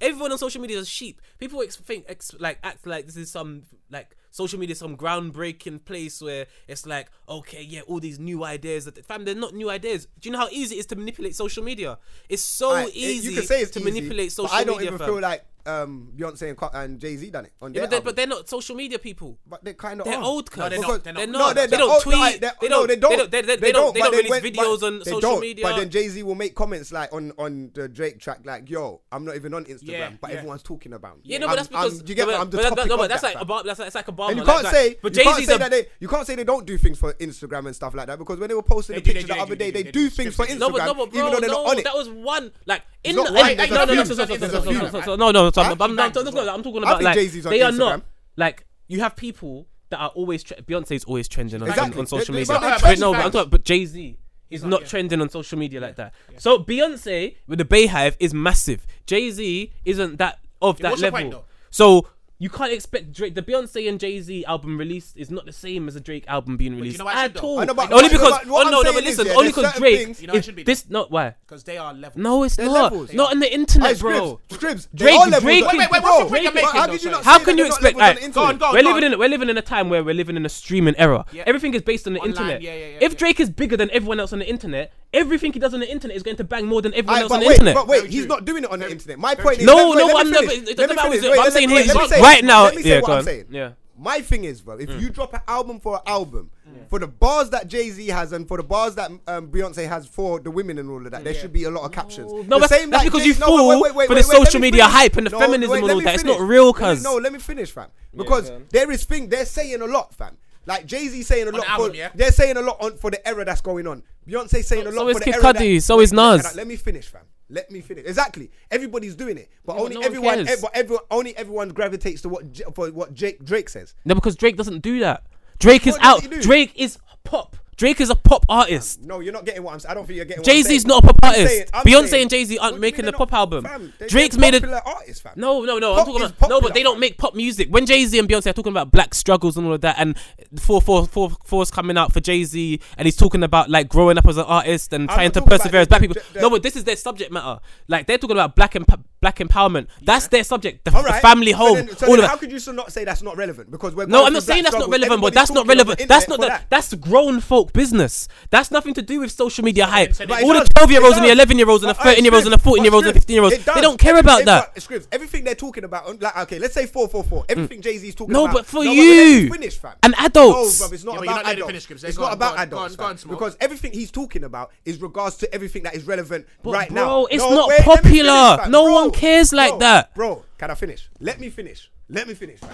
Everyone on social media is sheep. People ex- think ex- like act like this is some like social media is some groundbreaking place where it's like okay yeah all these new ideas that fam they're not new ideas. Do you know how easy it is to manipulate social media? It's so
Alright, it-
easy
You can say it's
to
easy,
manipate social
but I don't
media.
even
fam.
feel like um, Beyonce and, Ka- and Jay Z done it on
yeah,
their
but, they're,
album.
but they're not social media people.
But they kind of
They're
are.
old, cuz. No,
they're
Because-
not, they're not.
They're not. They don't
old,
tweet,
like,
they
no,
don't-
they don't.
they don't- they- they- they don't- they
but
don't release
went-
videos
but
on
they
social
don't.
media.
But then Jay Z will make comments like on on the Drake track, like, "Yo, I'm not even on Instagram,
Yeah,
but
yeah.
everyone's talking about." me."
Yeah, no,
I'm-
but that's because
I'm, you get
no,
me?
but-
I'm the
but that-
topic
no,
of
but that's
that,
like
fam.
Obama. That's like, that's like Obama.
And you
like
can't
that.
say
but
you
Jay
can't
Z's
say
a
that they you can't say they don't do things for Instagram and stuff like that because when they were posting
They
the
do, they
picture the
do, they
other
do,
day,
they
they
do.
do things for
Scripted.
No, but no,
Instagram
but
even
bro,
though they're
no,
not on it.
that was one. Like in
not
the
one,
I- I-
there's
no,
a
no, no,
few.
so- so- so-
There's
so-
a
so-
few.
so- so- so- no, no. so I'm I'm- I'm- I'm talking about. I'm talking
I
about
think
like
Jay-Z's on
they are
Instagram.
not like you have people that are always tre- Beyonce's always trending on,
Exactly.
on social
They- they-
media.
but
But
they're
no,
trending
but I'm
fans.
talking about but Jay Z. is not trending on social media like that. So Beyonce with the Bayhive is massive. Jay Z isn't that of that
what's your point,
level.
though?
So you can't expect Drake. The Beyonce and Jay Z album release is not the same as a Drake album being released
know what I should
at
do?
all.
I know, but-
only
but-
because
but
oh
what I'm
no, no,
saying
but
is,
listen,
yeah,
only
there's
because
certain
Drake.
things-
You know what I
is-
should be
this not why.
because they are level.
No, it's
They're
not.
levels.
Not on the
Hey,
internet, bro.
Scribs, Scribs,
Drake-
they're all levels
Drake
on-
is- Wait, wait,
what's the
bro,
point you're
but how
making,
did you
though,
not
How can
say that
you
they're not
expect?
levels on
Alright,
the internet?
go on, go on,
we're
go on.
living in we're living in a time where we're living in a streaming era.
Yeah.
Everything is based on the
Online,
internet.
yeah, yeah, yeah,
if
yeah.
Drake is bigger than everyone else on the internet, everything he does on the internet is going to bang more than everyone
Aye,
else
but
on the
wait,
internet.
But wait,
Very
he's
true.
not doing it on the internet. My point is,
No,
let me-
no,
wait,
I'm
let me
not-
finish.
it doesn't
Let me
matter.
finish.
I'm
Wait, let me-
saying
wait,
he's-
let me say-
right now-
let me say
yeah,
what
go
I'm
on.
saying.
Yeah.
My thing is, bro, if you drop an album for an album, for the bars that Jay Z has and for the bars that um, Beyonce has for the women and all of that, there should be a lot of captions.
No,
The
that's-
same
that's
like
because
Jay-
you
no, wait,
fall
wait, wait,
for the
wait, wait, let
social
me
media
finish.
hype and the feminism and
let
all
me
that. It's not
finish.
real,
Let me-
cuz.
No, let me finish, fam. Because there is thing they're saying a lot, fam. Like Jay Z saying a lot.
the
for-
album, yeah?
They're saying a lot on for the error that's going on. Beyonce saying a lot
so is
for the
Kid
error. that-
Cudi, so is
Wait, wait,
Nas.
Let me finish, fam. Let me finish. Exactly. Everybody's doing it, but
but
only
no one
everyone,
cares.
ev- but everyone, only everyone gravitates to what J- for what Jake Drake says.
No, because Drake doesn't do that. Drake is out.
What does he do?
Drake is pop. Drake is a pop artist.
No, you're not getting what I'm saying. I don't think you're getting.
Jay
what I'm
Z's
saying.
not a pop
I'm
artist.
saying- I'm
Beyonce
saying-
and Jay Z
What do
aren't
you
making
mean
a
they're
pop
not-
album.
Fam, they-
Drake's
they're
made a
popular artists, fam.
No, no, no.
Pop
I'm talking
is
about no,
popular,
but they don't
fam.
make pop music. When Jay Z and Beyonce are talking about black struggles and all of that, and four four four four's coming out for Jay Z, and he's talking about like growing up as an artist and
I'm
trying
not
to
talking about
persevere as
the-
black people.
the- the-
no, but this is their subject matter. Like they're talking about black and black empowerment. That's their subject. The, the
All right.
family
So
home.
then- so
all
then
of that.
how could you still not say that's not relevant? Because we're
No,
going
I'm not
through
saying that's
black
not
struggles.
relevant, but
Everybody's
that's not
talking on
relevant.
the
That's
internet
not
for
that. That's grown folk business. That's nothing to do with social media hype.
it
All the
does.
12 year olds
It
and the
does.
11 year olds and the
But, uh,
13 year olds and the
Scripps,
14 year olds
but
and the 15 year olds,
Scripps, it
they
does.
don't care about
Everything-
that. Mm.
but, Scripps, everything they're talking about, like okay, let's say four four four. Everything Jay Z's talking
No,
about.
but for
let me
you
finish, fam.
and adults.
No, bruv, it's not
Yeah, but you're
about
not letting it
adults.
finish, Scripps.
it's
Go
not
on,
about
go on, go
adults,
on, go on,
fam,
Smoke.
because everything he's talking about is regards to everything that is relevant
But
right
bro,
now.
it's
No,
not
wait, let me
popular.
finish, fam.
No
Bro,
one cares like
bro,
that.
bro. Can I finish? Let me finish. Let me finish, fam.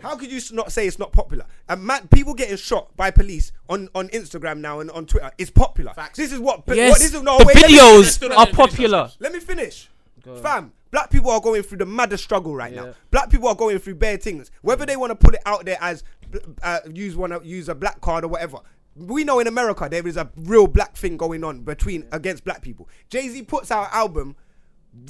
How could you s- not say it's not popular? And man, people getting shot by police on, on Instagram now and on Twitter is popular. This is what.
Yes,
what this is, no,
the
wait, let me finish.
videos
let me
are
finish, let me
popular.
Let me finish. Fam, black people are going through the maddest struggle right now. Black people are going through bare things. Whether they want to put it out there as bl- uh, use one, use a black card or whatever. We know in America there is a real black thing going on between against black people. Jay Z puts out an album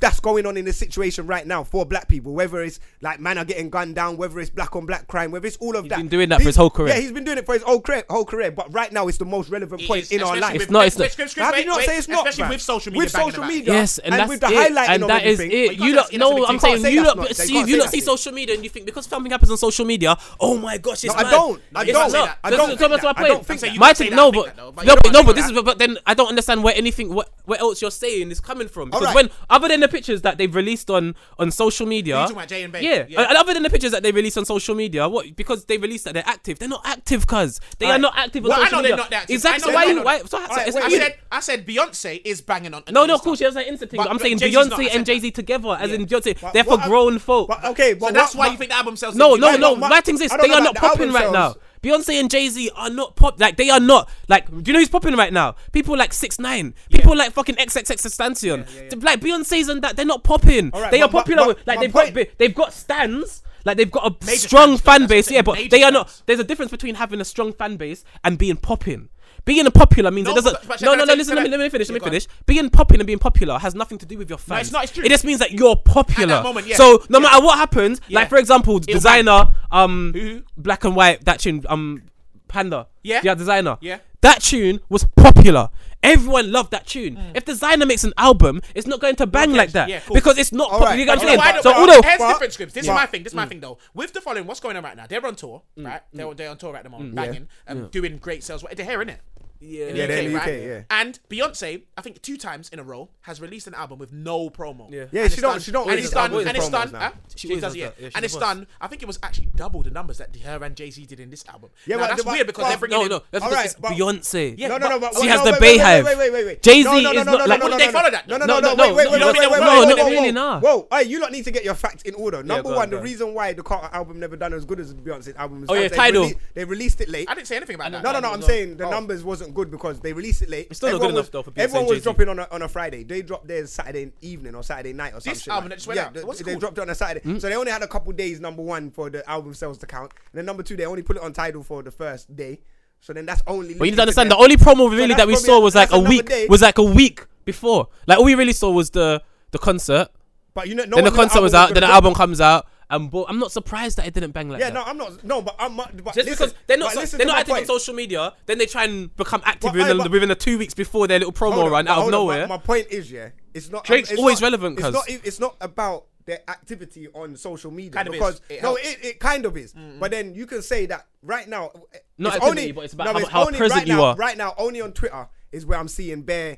that's going on in this situation right now for black people. Whether it's like man are getting gunned down, whether it's black on black crime, whether it's all of that.
been doing that for his whole career.
Yeah, he's been doing it for his whole career. Whole career, but right now it's the most relevant point in our life.
not- it's not.
How do you not say it's not?
Especially
fam?
with social media.
With
banging
social
about it.
media.
Yes, and, that's
with the
it.
highlighting
And
of
that is
everything,
it.
you
You
can't
lot,
say that's
no,
a
I'm
big
saying
thing.
you
Can't say
lot
that's not- they
see,
can't
you
say
lot
that's
see
it.
social media and you think because something happens on social media, oh my gosh, it's
No, I
mad.
don't. I
It's not. That's-
don't. I don't
that's
think
my
that. I
point.
don't think
that.
My
You
thing,
can't
no,
say that,
but
I think that, though, but
no,
you
but
don't
no, but
think
this is,
that.
but then I don't understand where anything, what, what else you're saying is coming from because
Alright.
when other other than the pictures that they've released on on social media,
talking about Jay and Bae?
yeah,
Yeah.
and other than the pictures that they released on social media, what because they released that they're active, they're not active, cuz they are not active. On
Well, I
social
know they're
media.
not that active.
Exactly.
I
So
know
why?
they're
you-
not.
why so I,
All right,
it's
wait, I
active.
said, I said Beyonce is banging on.
no, no,
Insta.
of course, she doesn't say Insta thing.
But-
I'm
but
saying
Jay-Z's
Beyonce
not, I said
and
that.
Jay Z together, as in
Yeah.
Beyonce.
But
they're for
what I-
grown folk.
But okay, but
So that's
what-
why
but-
you think the album sells.
No,
things.
no,
Why-
no.
my-
My things is
I don't
they
know
are
about
not
the album
popping right now.
sales.
Beyonce and Jay Z are not pop. Like they are not. Like do you know who's popping right now? People like Six Nine. People like fucking XXXTentacion. Like Beyonce's and that they're not popping.
Alright,
they
but
are
my-
popular.
my-
with, like
my
they've got
point-
bi- they've got stands. Like they've got a strong
stands, though,
fan
that's
base.
the
Yeah,
thing,
but
major
they are not.
stands.
There's a difference between having a strong fan base and being popping. Being popular means
No,
it doesn't.
but- but
no,
can
no,
I
no.
tell-
Listen,
can
let
I-
me, let me finish.
Yeah,
Let
go
me
on.
finish. Being popular, being popular has nothing to do with your fans.
it's not, it's true.
It just means that you're popular.
moment, yeah.
So no
Yeah.
matter what happens, like
Yeah.
for example,
It'll
designer, um,
Who?
black and white that tune, um, Panda.
Yeah.
Yeah, designer.
Yeah.
That tune was popular. Everyone loved that tune. If designer makes an album, it's not going to bang like that
Yeah, cool.
because it's not.
All
pop-
right.
You get what
Okay,
I'm
But why
saying?
don't-
So
but
although
here's
but-
different scripts. This
but-
is my thing. This is my thing though. With the following, what's going on right now? They're on tour, right? They're, they're on tour at the moment, banging, um, doing great sales. They're here, innit? Yeah,
Yeah, they're in the UK, yeah.
And Beyonce, I think two times in a row, has released an album with no promo. Yeah,
Yeah,
and
she
it's
don't-
done-
she don't
And
always
it's
does
done.
promos
And it's done.
now.
huh?
She
She,
always
does,
does
yeah.
that. Yeah, she's
and it's
the boss.
done. I think it was actually double the numbers that her and Jay Z did in this album.
Yeah,
Yeah,
but-
that's
but-
weird because
but-
they're bringing.
no,
in-
no, that's
All
because
right,
it's
but-
Beyonce.
no,
Yeah,
no, no.
but-
But,
she
no,
has
no,
the
wait,
Bay
wait,
Hive.
Wait, wait, wait, wait.
Jay-Z
no, no, no,
is
no,
not
no,
like-
no, no,
Well,
they
no,
follow that.
No, no,
No,
no,
no,
no. Wait, wait,
no,
wait,
no,
wait,
no,
wait, wait.
no,
wait,
no,
wait,
no,
wait,
really
wait.
nah.
Whoa, hey, you lot need to get your facts in order. Number
go on,
one,
go
the
on.
reason why the Carter album never done as good as Beyonce's album is
Oh, yeah,
because they
Tidal.
rele- They released it late.
I didn't say anything about that.
No, no, no. I'm saying the numbers wasn't good because they released it late. It's
still not good
everyone
enough,
was,
though, for Beyonce
everyone
and
was
Jay-Z.
dropping on a, on a Friday. They dropped theirs Saturday evening or Saturday night or something.
This album that just went
yeah,
out,
the-
what's it
they
called?
dropped it on a Saturday, so they only had a couple days. Number one for the album sales to count, and then number two they only put it on title for the first day. So then that's only.
But you need to understand the only promo really
that's
that we
probably-
saw was like
that's
a
another
week
day.
was like a week before. Like all we really saw was the the concert.
But you know, no
then the
one knew
concert was
album
out. Then
gonna
the
drop.
album comes out. And bo- I'm not surprised that it didn't bang like
Yeah,
that.
no, I'm not. No, but I'm. But
Just
listen,
because they're not
but
so-
listen
they're
to
not
my
active on
point.
social media, then they try and become active
But
within,
I-
the,
but-
within the two weeks before their little promo
Hold on,
run
but
out of
hold on, but
nowhere.
My, point is, yeah, it's not.
Drake's
it's
always
not-
relevant,
It's
'cause-
not. It's not about their activity on social media
Kind of is.
because
It
no,
helps.
it, it kind of is. But then you can say that right now.
Not
it's
activity,
only,
but it's about
no,
how- how present
right
you
now,
are.
Right now, only on Twitter is where I'm seeing bare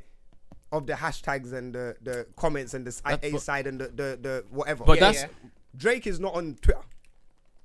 of the hashtags and the, the comments and the si- A
but-
side and the, the, the whatever.
But that's-
Drake is not on Twitter.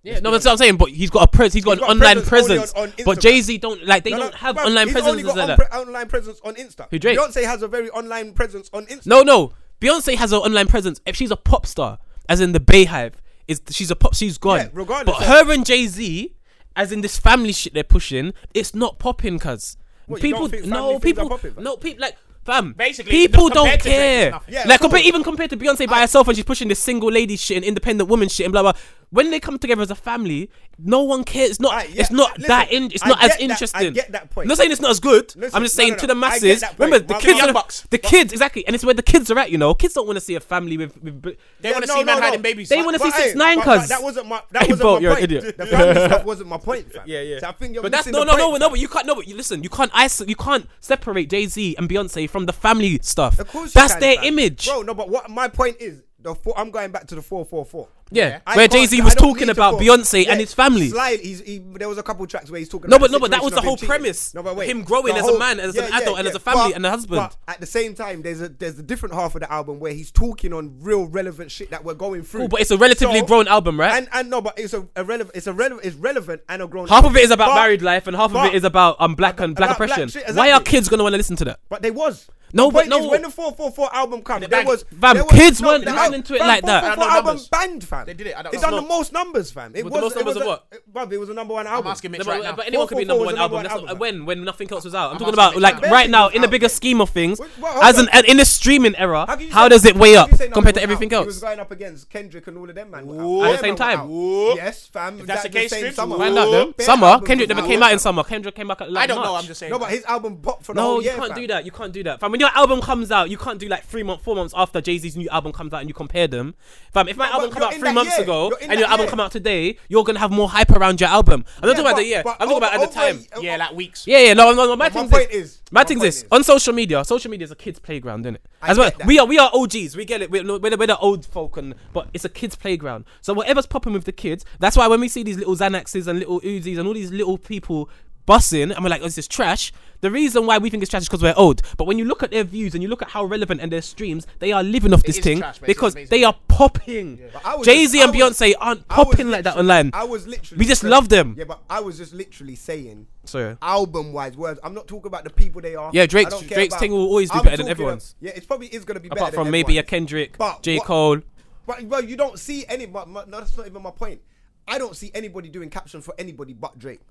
Yeah, no, that's what I'm saying. But he's got a pres- he's got
He's
an
got
online
presence only
presence.
on- on
but
Instagram.
Jay Z don't like they
No, no,
don't have
bruv,
online
he's only
presences
got
like
on
that.
pre- online presence on Insta.
eh? Who, Drake?
Beyonce has a very online presence on Insta.
no, no, Beyonce has an online presence. If she's a pop star, as in the Bayhive, is she's a pop? She's gone.
Yeah, regardless
But
of-
her and Jay Z, as in this family shit they're pushing, it's not popping, cuz
What, you
people
don't think family
no
things are
people
popping, fam?
no people like. Fam,
Basically,
people
look,
don't
compared to Drake,
care.
it's nothing.
Yeah,
like,
cool.
compare, even compared to Beyonce by herself when she's pushing this single lady shit and independent woman shit and blah blah. When they come together as a family, no one cares. It's not.
Alright, yeah,
it's not
listen,
that. In, it's
I
not as
get that- I
interesting.
get that point.
I'm not saying it's not as good.
Listen,
I'm just
no,
saying
no,
to
no,
the
I get
masses.
that point.
Remember, the
Well,
kids
Young
are the-
Bucks.
the kids exactly, and it's where the kids are at. You know, kids don't want to see a family with. with with-
They want to
no,
see man
no,
hiding
no.
babies.
They wanna
But,
see
hey,
6ix9ine,
but- but
cuz.
That wasn't
*laughs*
my.
Hey,
That wasn't
Bolt,
my
you're an
point.
idiot.
The
*laughs*
family stuff wasn't my point. Fam.
Yeah, yeah.
So I think you're
But that's
missing
no,
the
no,
point,
no,
fam.
no. But you can't. No, but you listen. You can't isolate. You can't separate Jay Z and Beyonce from the family stuff.
Of course you
That's
can,
their
fam.
image.
Bro, no, but what my point is, the four, I'm going back to the four four four.
Yeah,
I
where
can't-
Jay-Z
I
was
don't
talking
need the
about
four.
Beyonce and
Yeah,
his family.
Sly, he's, he, there was a couple tracks where he's talking.
No,
about
but- no, but that was
situation
the
of him
whole
cheating.
premise.
No, but wait,
Him growing
the
as a man, as an adult, and as a family, and a husband.
But at the same time, there's a there's a different half of the album where he's talking on real relevant shit that we're going through.
Cool, but it's a relatively grown album, right?
And and no, but it's a, a relevant. It's a relevant. It's relevant and a grown.
Half
album.
of it is about
But-
married life, and half of
but-
it is about um black and black
about black
oppression.
shit,
Why are
exactly.
kids gonna want to listen to that?
But they was.
No,
The
but
point
no.
is, when the 444 album comes, there
banged
was,
Fam,
there
kids
no,
weren't
the
listening
al-
to it
fam,
like that.
444
I don't know
album
numbers.
banned, fam.
They did it, I don't
it's
know.
done the most numbers, fam. It
With
was.
the most
it
numbers
was
of
a-
what?
it- bruv, it was a number one
I'm
album.
asking Mitch
No, but,
right now.
but anyone could be number one
444 was the number
album.
one
That's
album,
not,
fam.
when when nothing else was out. I'm,
I'm
talking
asking
about
Mitch
like
right now.
right now in the
Out,
bigger
yeah.
scheme of things,
Well, well, hold
as an
on.
in the streaming era,
How can you
how
say-
does it
how
weigh
can
up
you say number
compared to
one
everything
out? He was
else?
going up against Kendrick and all of them, man. were out.
Whoa.
All
At the
them
same
were
time.
out.
Whoa.
Yes, fam.
that's
that-
the case,
same
Strips,
summer.
Find out
Whoa.
them.
Bare
Summer.
albums
Kendrick
was
never came out in summer. Kendrick came out like
I don't know.
March.
I'm just saying.
No, but his album popped for the
No,
whole
you
year.
can't
Oh, fam.
do that. You can't do that. Fam, when your album comes out, you can't do like three months, four months after Jay Z's new album comes out and you compare them. Fam, if my album
but
come
you're
out
in
three
that
months
year.
ago
You're in
and
that
your album
year.
come out today, you're gonna have more hype around your album. I'm not talking about
but-
the year. I'm
but oh,
talking about at
over-
the time.
over-
Yeah, like weeks.
Yeah, yeah, no, no, no. My,
my
thing's
point
this.
is-
my
my
thing's
point
this.
is-
On social media, social media is a kid's playground, isn't it?
I
As well,
get that.
we are we are OGs. We get it. We're, we're, the, we're the old folk, and but it's a kid's playground. So whatever's popping with the kids, that's why when we see these little Xanaxes and little Uzis and all these little people bussing and we're like, oh, this is trash. The reason why we think it's trash is because we're old. But when you look at their views and you look at how relevant and their streams, they are living off this
is
thing
trash, mate. It's
because
amazing.
they are popping.
I was
Jay Z
just-
and
I was-
Beyonce aren't
I was
popping like that
literally-
online.
I was literally.
We just
saying-
love them.
Yeah, but I was just literally saying.
Sorry.
Album wise, words. I'm not talking about the people they are.
Yeah,
I
Drake's-
don't care
Drake's
about-
thing will always be
I'm
better than
talking of-
everyone's.
yeah, it probably is going to be
Apart
better than
from maybe a
everyone's.
Kendrick,
But
J
what-
Cole.
But well, you don't see any. But, but no, that's not even my point. I don't see anybody doing caption for anybody but Drake.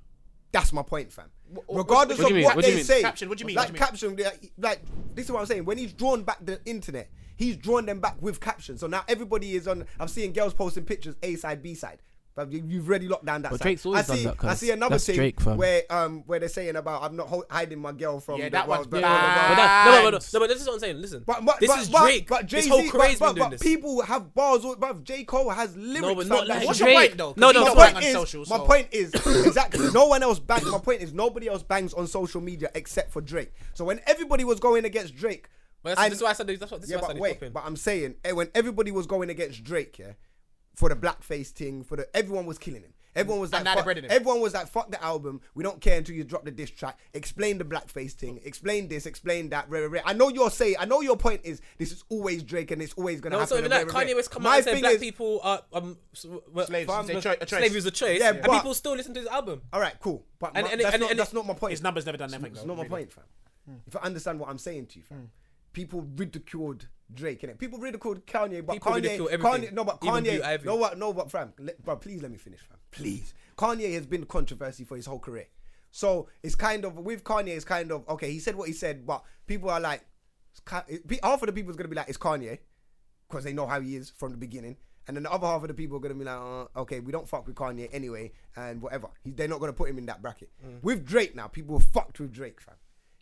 That's my point, fam. Regardless
what do you mean?
of what,
What do you
they
mean?
say,
Caption, what do you mean? What
Like
do you
caption,
mean?
like, like this is what I'm saying. When he's drawn back the internet, he's drawn them back with captions. So now everybody is on. I'm seeing girls posting pictures, A side, B side. Fam, you- You've already locked down that
But
side.
Drake's always
I see,
done that,
I
cuz.
see another
That's
thing
Drake, fam.
where um where they're saying about I'm not ho- hiding my girl from
Yeah,
the
that one's
world, blah, blah,
bad.
blah, blah.
But, that, no, no, no, no, no, but this is what I'm saying. Listen,
But, but,
this
but,
is
but-
Drake.
But, Jay-Z,
this whole Korea's
but,
been doing
but
this.
people have bars. all- But J Cole has lyrics.
no, but
out
not
that
like
he-
What's your
Drake.
point, though? 'Cause
No,
he's
no,
not
but-
my
bang
point
on
is,
socials,
my
so-
point is exactly no one else bangs. My point is nobody else bangs on social media except for Drake. So when everybody was going against Drake,
But
and-
that's, that's why I said. That's what. This
yeah,
is why I
but
said
wait,
he's popping.
but I'm saying eh, when everybody was going against Drake, yeah, for the blackface thing, for the everyone was killing him. Everyone was like,
now they're
fuck-
breading him.
everyone was like, fuck the album. We don't care until you drop the diss track. Explain the blackface thing. Explain this. Explain that. Rare, rare. I know your say. I know your point is this is always Drake and it's always gonna
No, it's
happen.
not even
and
that.
rare, rare,
Kanye
rare.
West come
My
out and said
thing
black
is-
people are um, s- were-
Slaves,
farm-
it's a choi- a choice.
Slavery was a choice,
Yeah,
and
but-
people still listen to his album.
All right, cool. But
And-
my-
and-
that's,
and-
not,
and-
that's not my point.
His numbers never done nothing.
It's
though,
not my
really.
point, fam. If I understand what I'm saying to you, fam.
Mm.
People ridiculed Drake, innit? People ridiculed Kanye, but
People
Kanye,
ridicule
Kanye,
everything,
no, but
even Blue
Kanye,
Ivy.
no, what, no, but fam, let, bro, please let me finish, fam. Please, Kanye has been controversy for his whole career, so it's kind of with Kanye, it's kind of okay. He said what he said, but people are like, it's Ka- it- pe- half of the people is gonna be like, it's Kanye, because they know how he is from the beginning. And then the other half of the people are gonna be like, uh, okay, we don't fuck with Kanye anyway, and whatever. He, they're not gonna put him in that bracket. With Drake now, people have fucked with Drake, fam.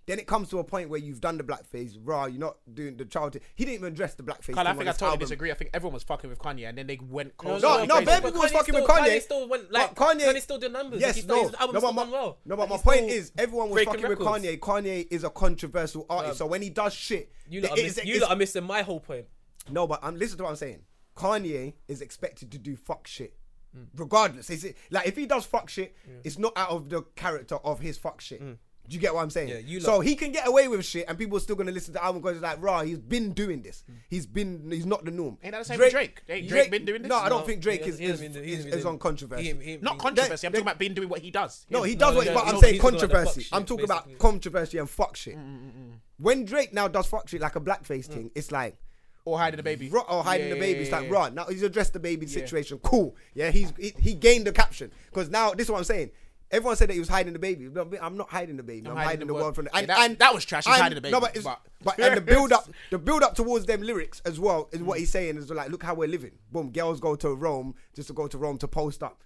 Then it comes to a point where you've done the blackface, rah, you're not doing the child. He didn't even dress the blackface.
Carl,
thing
I
on
think I
his
totally
album.
disagree. I think everyone was fucking with Kanye, and then they went
No,
cold.
no, But
No, no,
Kanye
baby
still-
people was
Kanye
fucking
still-
with Kanye.
Kanye still went, like, Kanye still did numbers,
Yes,
like, he's
no,
done- his album's
no, but
still
my,
done well.
no, but
Like,
my
he's
point
still
is, everyone was
breaking
fucking with
records.
Kanye. Kanye is a controversial artist, so when he does shit,
You
th-
lot, are
it's-
miss, you
it's-
lot are missing my whole point.
no, but um, listen to what I'm saying. Kanye is expected to do fuck shit.
Mm.
Regardless, is it like if he does fuck shit, it's not out of the character of his fuck shit. Do you get what I'm saying?
Mm. Yeah, you
so
lot-
he can get away with shit, and people are still gonna listen to the album because it's like, rah, he's been doing this.
Mm.
He's been, he's not the norm.
Ain't that the same with Drake? Ain't Drake been doing this?
No, I don't
No,
think Drake
He
is
hasn't- he
is,
hasn't been- he
is,
hasn't been
is
doing-
on controversy.
he- he-
Not
he-
controversy. I'm
they-
talking about being doing what he does.
No, he
Him.
does
No,
what,
no,
but
no,
I'm
no,
saying
he's talking about the fuck
controversy.
shit,
I'm talking about
basically.
controversy and fuck shit.
Mm,
When Drake now does fuck shit like a blackface
Mm.
thing, it's like
or hiding the baby.
ro- or hiding
Yeah,
the baby. It's
yeah,
like,
yeah.
right now he's addressed the baby situation. Cool. Yeah, he's he, he gained the caption because now this is what I'm saying. Everyone said that he was hiding the baby. No, I'm not hiding the baby. I'm, hiding, the world from the.
Yeah,
And,
that-
and-
that was trash, he's
and-
hiding the
No,
baby,
but, it's,
but-
but and the build
*laughs*
up, the build up towards them lyrics as well is what he's saying is like, look how we're living. Boom, girls go to Rome just to go to Rome to post up.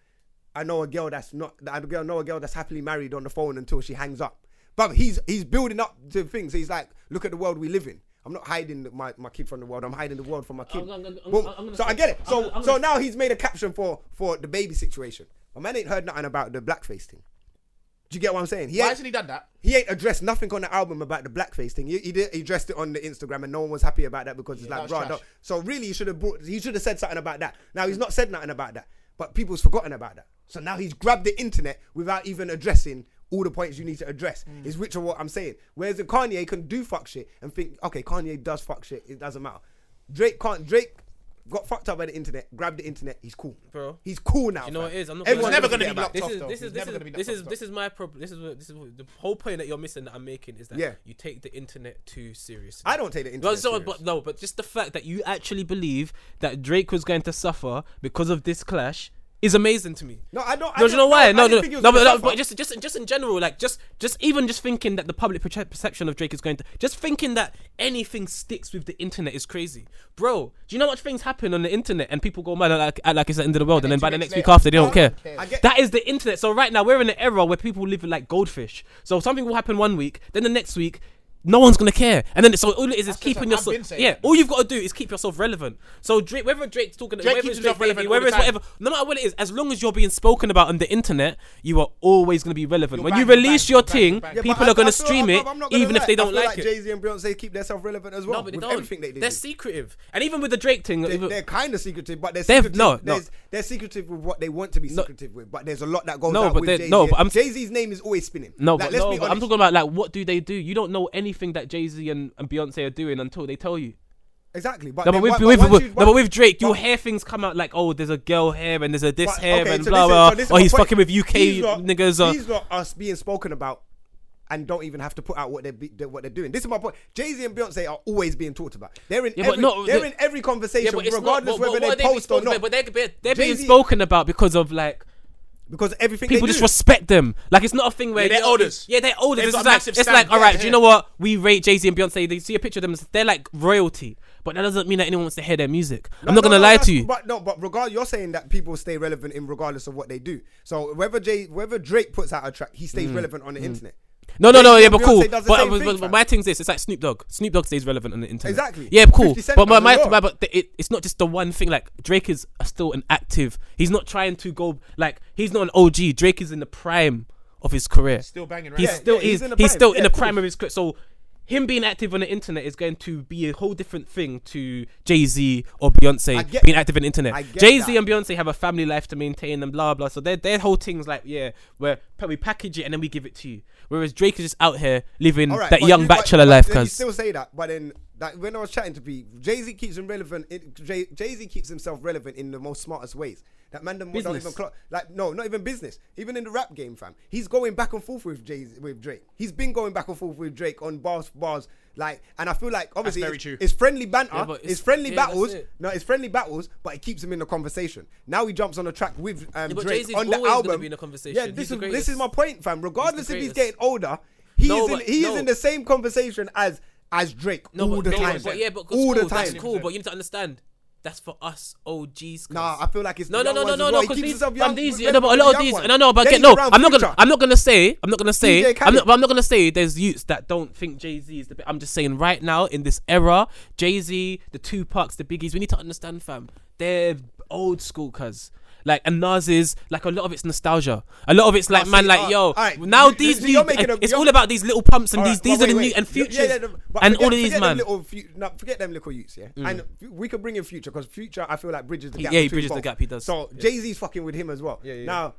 I know a girl that's not. I know a girl- know a girl that's happily married on the phone until she hangs up. But he's he's building up to things. He's like, look at the world we live in. I'm not hiding my, my kid from the world. I'm hiding the world from my kid.
I'm gonna- I'm
Boom.
gonna- I'm gonna
so I
say-
get it.
I'm
So
gonna- I'm
so
gonna-
now he's made a caption for for the baby situation. My man ain't heard nothing about the blackface thing. Do you get what I'm saying? He
Why
ain't-
hasn't he done that?
he ain't addressed nothing on the album about the blackface thing. He, he did he addressed it on the Instagram, and no one was happy about that because it's like,
was
right.
trash.
So really, he should have brought. He should have said something about that. Now he's not said nothing about that, but people's forgotten about that. So now he's grabbed the internet without even addressing all the points you need to address.
Mm.
Is which are what I'm saying. Whereas the Kanye can do fuck shit and think, okay, Kanye does fuck shit. It doesn't matter. Drake can't. Drake. Got fucked up by the internet, grabbed the internet, he's cool.
Bro.
He's cool now.
You know
fam.
what it is? I'm not
Everyone's
never
gonna
gonna
forget
be
about
locked
it.
This
tough,
is
though.
this is this
He's never
is
gonna be that
this
tough,
is
though.
this is my problem. This is what this is what, the whole point that you're missing that I'm making is that
Yeah.
you take the internet too seriously.
I don't take the internet.
Well, so,
serious.
but no, but just the fact that you actually believe that Drake was going to suffer because of this clash is amazing to me.
No, I don't- I
No, do you
don't-
know why?
no, I
No, no,
didn't think he
no,
was
but,
gonna
no,
suffer.
but just, just, just in general, like just, just even just thinking that the public perce- perception of Drake is going to, just thinking that anything sticks with the internet is crazy, bro. Do you know how much things happen on the internet and people go mad and like, act like it's the end of the world, and, then by the next week after they don't care.
I get-
That is the internet. So right now we're in an era where people live like goldfish. So something will happen one week, then the next week no one's gonna care. And then so all it is is keeping
what I've been
yourself.
saying.
Yeah, all you've got to do is keep yourself relevant. So Drake, whether Drake's talking,
Drake
whether it's
keeps himself
Drake Baby,
relevant all
whether
the
it's whatever, no matter what it is, as long as you're being spoken about on the internet, you are always gonna be relevant. when you
bang, you're
release
bang,
your
you're bang,
thing,
you're bang.
Yeah, but
people
I-
are gonna
I feel-
stream
I'm-
it,
I'm not gonna
even if
lie.
they
I
don't
feel
like it.
Jay Z and Beyonce keep themselves relevant as well.
No, but they
with
don't.
Everything they do.
They're secretive, and even with the Drake thing,
They-
even-
They're kind of secretive, but they're
They've-
secretive.
no, no.
there's- They're secretive with what they want to be secretive with, but there's a lot that goes
No,
out
but
with
they-
Jay Z.
no, but I'm-
Jay Z's name is always spinning.
No,
Like,
but,
let's
no,
be
but I'm
honest.
talking about like what do they do? You don't know anything that Jay Z and, and Beyonce are doing until they tell you.
exactly. But
No, but
then
with,
what-
with,
once
with-
you-
no, but with Drake, you'll
but-
hear things come out like, oh, there's a girl here and there's a this
But-
here
okay,
and
so
blah
this is-
blah.
so this is
or
my
he's
point.
fucking with UK
These lot-
niggas. Uh,
These lot are us being spoken about and don't even have to put out what they're, be, they're what they're doing. This is my point. Jay Z and Beyonce are always being talked about. They're in
Yeah, but
every
no,
they're
the-
in every conversation,
yeah, but it's not- but-
regardless
but what
whether
are
they
being
post or
spoken
not.
about? But they're, they're, they're being
Jay-Z
spoken about because of like
because everything
people
they
just
do.
respect them. Like it's not a thing where
Yeah, they're
you know,
elders.
Yeah, they're elders.
They've
It's
got a
like
massive
it's
stand.
like all
Yeah,
right. Do
yeah.
you know what we rate Jay Z and Beyonce? They see a picture of them. They're like royalty, but that doesn't mean that anyone wants to hear their music. I'm not
No,
gonna
no,
lie
that's-
to you.
But no, but regard you're saying that people stay relevant in regardless of what they do. So whether Jay, whether Drake puts out a track, he stays
Mm.
relevant on the internet.
No, no,
Jay-Z
no, yeah,
and
but cool.
Beyonce
But,
does the same
but-
thing,
but
fam.
my thing's this: it's like Snoop Dogg. Snoop Dogg stays relevant on the internet.
Exactly.
Yeah, cool.
50 Cent
But my,
does
my,
as well.
my but it, it's not just the one thing. Like Drake is still an active. He's not trying to go like he's not an OG. Drake is in the prime of his career.
Still banging right
He's
now.
still
yeah, he's
he's,
in the
he's
prime.
still
Yeah,
in the
of course.
prime of his career. So him being active on the internet is going to be a whole different thing to Jay Z or
I
Beyonce
get-
being active on the
I
internet.
get
Jay Z
that.
and Beyonce have a family life to maintain and blah blah. So their their whole thing's like yeah, where we package it and then we give it to you. Whereas Drake is just out here living
All right,
that
but
young
you- but-
bachelor
but
life.
then you
Cause
still say that, but then like when I was chatting to P, Jay Z keeps him relevant. Jay Z keeps himself relevant in the most smartest ways. That man them don't
Business.
even clock. Like no, not even business. Even in the rap game, fam, he's going back and forth with Jay with Drake. He's been going back and forth with Drake on bars bars. Like, and I feel like obviously
very
it's,
true.
it's friendly banter,
Yeah, but
it's,
it's-
friendly
yeah, that's
battles.
it.
No, it's friendly battles, but it keeps him in the conversation. Now he jumps on a track with um,
Yeah, but
Drake
Jay-Z's
on the
always gonna
album.
be in the conversation.
Yeah,
He's
this
the
is this
greatest.
is my point, fam. Regardless if he's
greatest.
getting older, he's
No,
in
but-
he is
no.
in the same conversation as as Drake
no,
all
but,
the
no,
time.
but yeah, but
all
cool,
the
that's
time.
cool. But you need to understand that's for us OGs. 'cause-
Nah, I feel like it's
No,
the
no,
young
no, no,
ones
no,
as well.
no.
He
Because
keeps
these,
himself
um,
young
these,
with-
no, but a
with
lot
the
of these,
young
no, no, but I
ones.
get,
Then
no,
he's around
I'm not gonna,
Future.
I'm not gonna say, I'm not gonna say,
DJ
I'm
Khaled.
not, but I'm not gonna say there's youths that don't think Jay Z is the. bit. I'm just saying right now in this era, Jay Z, the Tupac's, the Biggies, we need to understand, fam. They're old school, cuz. Like and Nas is like a lot of it's nostalgia. A lot of it's like
see,
man, like
uh,
yo,
alright,
now
you-
these
so
new,
you're making a-
it's
you're-
all about these little pumps and
All
these
right,
these
but
are the
wait,
new and
wait.
futures
Yeah, yeah, no, but
and
forget-
all of these
forget them
man. Mm.
little fu- no, forget them little youths, yeah. And f- we could bring in future because future, I feel like bridges the
He-
gap.
yeah, he
between
bridges the
both.
gap, he does.
So Jay Z's fucking with him as well. Yeah, yeah. Now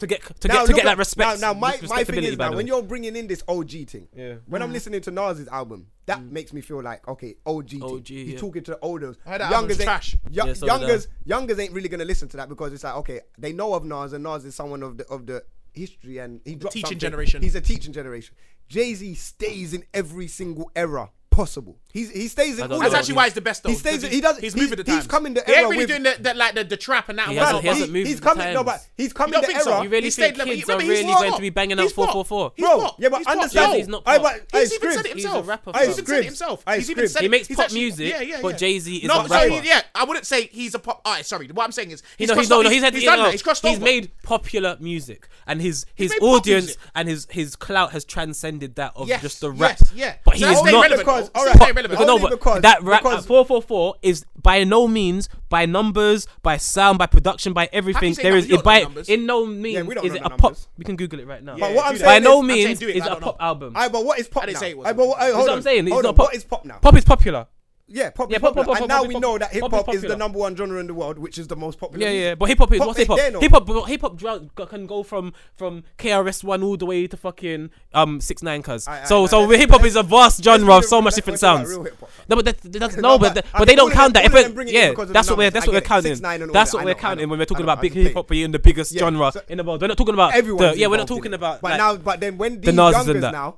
to get to
now
get to
look
get
at-
that respect.
Now, now my, my thing
respectability,
is
by
now
the
when
way.
you're bringing in this OG thing, yeah. when I'm listening to Nas's album, that makes me feel like okay, OG. thing.
OG,
He's
Mm. yeah.
talking to the olders.
heard that
Youngers
album's
ain't,
trash.
yo-
Yeah, so did I.
youngers, youngers ain't really gonna listen to that because it's like okay, they know of Nas and Nas is someone of the of the history and he dropped
teaching
something.
generation.
He's a teaching generation. Jay Z stays in every single era possible. He's, he stays in
don't
all.
know.
of
That's
them.
actually why he's the best though.
He stays.
'cause
He does.
He's
he-
moving the
He's
times.
coming the
He
era
ain't really
with-
doing the, the like the, the trap and that.
He
and
hasn't-
that,
he
but
hasn't moved
He's
with the
coming. No, but
times.
he's coming
don't
the
think so?
era.
You really
He
think
stayed level-
kids are
remember, he's
really
not.
going to be banging out
He's not.
444?
He's
Bro,
not.
yeah, but
He's not.
understand.
Yo,
He's not
Aye,
pop.
but- aye,
He's even said
Scribs.
it himself.
He's a rapper,
He's even
fam.
said it
Scribs.
himself.
Aye,
He's even
Scribs.
said
He
it-
makes
he's
pop
actually-
music,
yeah, yeah,
but
yeah.
Jay-Z is
no,
a
so he-
rapper.
yeah, I wouldn't say he's a pop. Alright, sorry. What I'm saying is
He
he's
no, he's
crossed
no,
over.
no, he's,
he's,
had,
he's
you
done
know,
that. He's crossed
he's
over.
made popular music, and his his
made pop
audience
music.
and his his clout has transcended that of
Yes,
just the
yes,
rap.
yeah.
but he
So
is
only
not
relevant,
because-
though.
all
He's
right,
very relevant.
Because, no,
Only
but
because-
that rap
because-
at 444 is by no means, by numbers, by sound, by production, by everything.
say
There
that?
is
We don't
it by
know numbers.
in no means
we don't
is
know
it
the
a pop.
numbers.
We can Google it right now.
But what I'm
do
saying
that.
by no
is-
saying
means
do it,
is
I
a
don't know.
pop album.
Aye, but what is pop
I didn't
now?
say it
Aye,
wasn't.
but what- aye,
That's
hold
what
on.
I'm saying. It's
Hold
not
on,
pop.
What is pop now?
Pop is popular.
Yeah, pop.
Yeah,
Yeah,
pop-
pop,
pop-
and
pop-
now
pop-
we
pop-
know that hip
pop is
hop is the
popular.
number one genre in the world, which is the most popular.
Yeah,
music.
yeah, but hip hop is what's
ain't
hip hop?
there no
Hip hop, hip hop dr- g- can go from from KRS One all the way to fucking um six nine cuz.
Aye, aye,
So
aye,
so
let's-
hip hop is a vast genre
let's
of so
do-
much
let's
different
talk about
sounds.
real hip hop.
No, but that, that's,
No,
no, but
but
th-
I
but they
mean, all
don't
of
count
them-
that.
all
If
of them
we're,
bring it in
yeah,
because of
that's
the
what we're
numbers.
that's
I
what we're
get it.
counting.
6ix9ine and all
That's
that.
what
I
we're
know, I
counting
know,
when we're talking
I know,
about
I'm
big
just
hip hop being the biggest
Yeah,
genre
so-
in the world. We're not talking about
Everyone's
the, yeah, we're not
involved
talking
in it.
about
But
like-
now, but then when these
Nas's and
youngers
that.
now.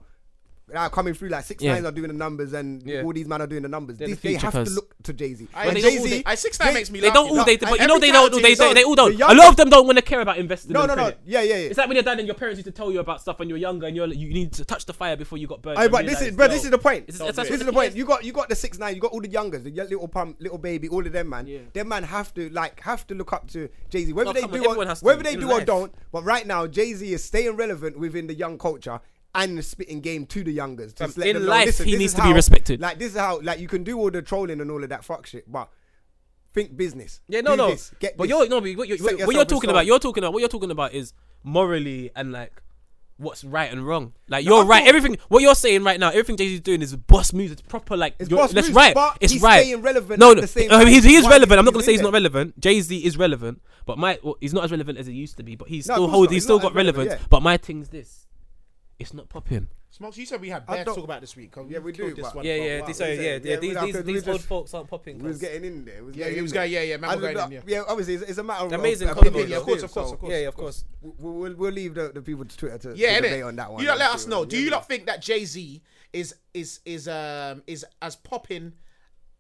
Now coming through like six
Yeah.
nines are doing the numbers and
Yeah.
all these men are doing the numbers.
the
This, they
future,
have to
cuz.
look to Jay Z.
I- they don't all- they- I- 6ix9ine makes me
they
laugh,
don't
you
all
know.
they but you
Every
know they don't
character
they,
is
they,
on-
they all don't.
the
A lot
young-
of them don't want to care about investing.
No,
in
no, no.
credit.
Yeah, yeah, yeah.
It's like when your dad and your parents used to tell you about stuff when you were younger and you're like, you need to touch the fire before you got burned.
Aye,
and
but this is,
realised,
bro,
no.
this is the point.
It's-
This
it's- it's-
is the point. You got, you got the six nine. You got all the youngers, the y- little pump, little baby, all of them, man.
Yeah.
Them man have to like have to look up to Jay Z, whether
No,
they
come on,
do or
everyone has to
whether they
in
do or
life.
don't. But right now, Jay Z is staying relevant within the young culture, and the spitting game to the youngers. To
Fam,
just let
in
them know,
life,
"Listen,
he
this
needs
is
to be
how-"
respected.
Like this is how like you can do all the trolling and all of that fuck shit, but think business.
Yeah, no,
Do
no.
this, get
but
this.
you're no, but what you're,
Set
what you're
yourself in
talking about,
stone.
you're talking about what you're talking about is morally and like what's right and wrong. Like you're right. Everything what you're saying right now, everything Jay Z's doing is boss moves. It's proper like
It's
you're-
boss
that's
moves,
right.
but
it's
he's
right.
staying relevant
No,
at
no,
the same
uh,
time.
he's, he is
Why
relevant. I'm
is
not gonna
he
say he's
in
not
there?
relevant. Jay Z is relevant, but my well, he's not as relevant as he used to be. But he's
No, of
still
course
hold.
not.
He's
He's
still
not
got
as relevant,
relevance.
yeah.
But my thing's this. It's not popping.
Smokes, you said we had
I
bear to
don't-
talk about this week. 'cause
Yeah, we
killed
do,
This
but-
one
Yeah,
for a
yeah,
while.
these, sorry,
Yeah,
yeah,
yeah,
yeah,
we
these,
like-
these,
we
these old
just-
folks aren't popping.
We was
cuz.
getting in there. We
Yeah,
getting
he was
in
going-
there.
yeah, yeah, man
I
was
don't
going in,
know- Yeah, obviously, it's, it's a matter of
Amazing
of
combo,
opinion,
though.
Yeah, of course, of course, of
so
course.
Yeah, yeah, of course.
We'll, we'll, we'll leave the, the people to Twitter to,
Yeah,
to
innit?
debate on that one.
You lot let
That's
us
it,
know.
man.
Do you not think that Jay Z is is is um is as popping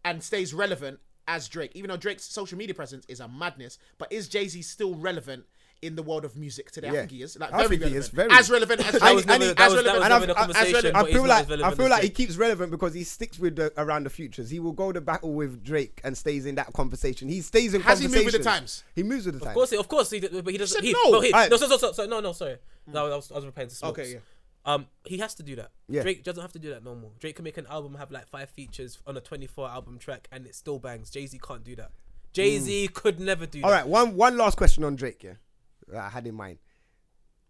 and stays relevant as Drake? Even though Drake's social media presence is a madness, but is Jay Z still relevant in the world of music today? I
Yeah.
think he is. Like
I
very
think
relevant.
he is very- *laughs*
as relevant as
That
Drake.
was never-
as
that was-
relevant-
that was
as
never the
relevant- as
conversation,
relevant-
but
I
he's
feel
not
like
as
I
relevant
feel
as
like he
Drake.
keeps relevant because he sticks with the around the futures. He will go to battle with Drake and stays in that conversation. He stays in
Has he moved with the
conversations.
times?
He moves with the
Of
times.
course, he- of course, he, but he doesn't.
said
He,
no.
no, he,
Alright.
no, so, so, so, so, no, no, sorry. No, I was, I was replying to Smokes.
Okay, yeah.
Um, he has to do that.
Yeah.
Drake doesn't have to do that no more. Drake can make an album have like five features on a 24 album track and it still bangs. Jay Z can't do that. Jay Z could never do
Mm. All
that.
right, one one last question on Drake, yeah, that I had in mind,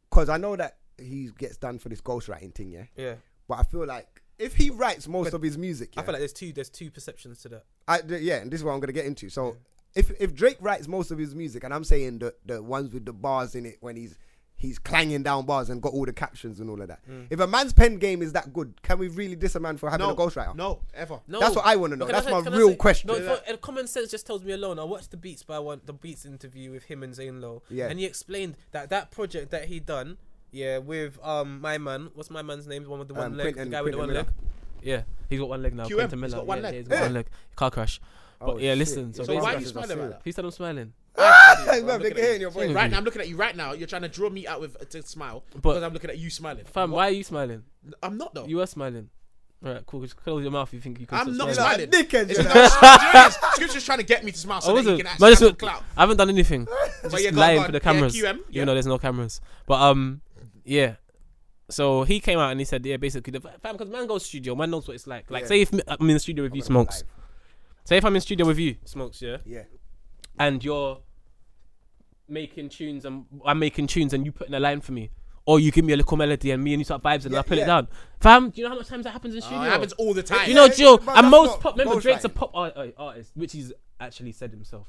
because I know that he gets done for this ghostwriting thing, yeah.
Yeah.
But I feel like if he writes most of his music, yeah,
I feel like there's two there's two perceptions to that.
I, th- yeah, and this is what I'm gonna get into. So if if Drake writes most of his music, and I'm saying the the ones with the bars in it when he's he's clanging down bars and got all the captions and all of that. If a man's pen game is that good, can we really diss a man for having
Mm. no,
a ghostwriter?
no, ever.
No,
That's what I wanna know.
But can I
That's
say-
my
can I
real
say-
question.
No,
Yeah.
for- and common sense just tells me alone. I watched the Beats by one the Beats interview with him and Zane Lowe,
Yeah.
and he explained that that project that he done, yeah, with um my man, what's my man's name, the one with the one
Um,
leg,
Quentin-
the guy with the one
Quentin
leg. Yeah, he's got one leg now.
QM,
Quentin
he's
Miller.
got one
yeah,
leg.
Yeah, he's got one
Yeah.
leg. Car crash. But
Oh,
yeah,
shit.
listen. So,
So why are
basically-
you smiling about that?
he said I'm smiling.
Hey, man, they can hear in your voice.
*laughs* Right now, I'm looking at you. Right now, you're trying to draw me out with to smile because I'm looking at you smiling.
Fam, why are you smiling?
I'm not though.
You were smiling. All right, cool. Just close your mouth. if You think you can?
I'm
stop
not
smiling.
smiling.
Dickhead,
It's
you
because-
know.
Do you know what it is? Scripture's trying to get me to smile
I
so that he
wasn't.
can
but
actually
I,
have some
just,
clout.
I haven't done
*laughs*
anything. just
yeah, go on,
lying
go
for
on.
the
Yeah,
cameras.
QM, yeah.
You know, there's no cameras. But um, yeah. So he came out and he said, yeah, basically, the fam, because man goes studio, man knows what it's like. Like,
Yeah.
say if m- I'm in the studio with you, smokes. Say if I'm in studio with you, smokes, yeah,
Yeah.
and you're making tunes and I'm making tunes and you put in a line for me, or you give me a little melody and me and you start vibes and I
Yeah,
put it
yeah.
down. Fam, do you know how much times that happens in studio?
Uh, It happens all the time.
You know,
Yeah,
Jill,
but
and
that's
most
not
pop. Remember, Drake's a
ghostwriting.
pop art, uh, artist, which he's actually said himself.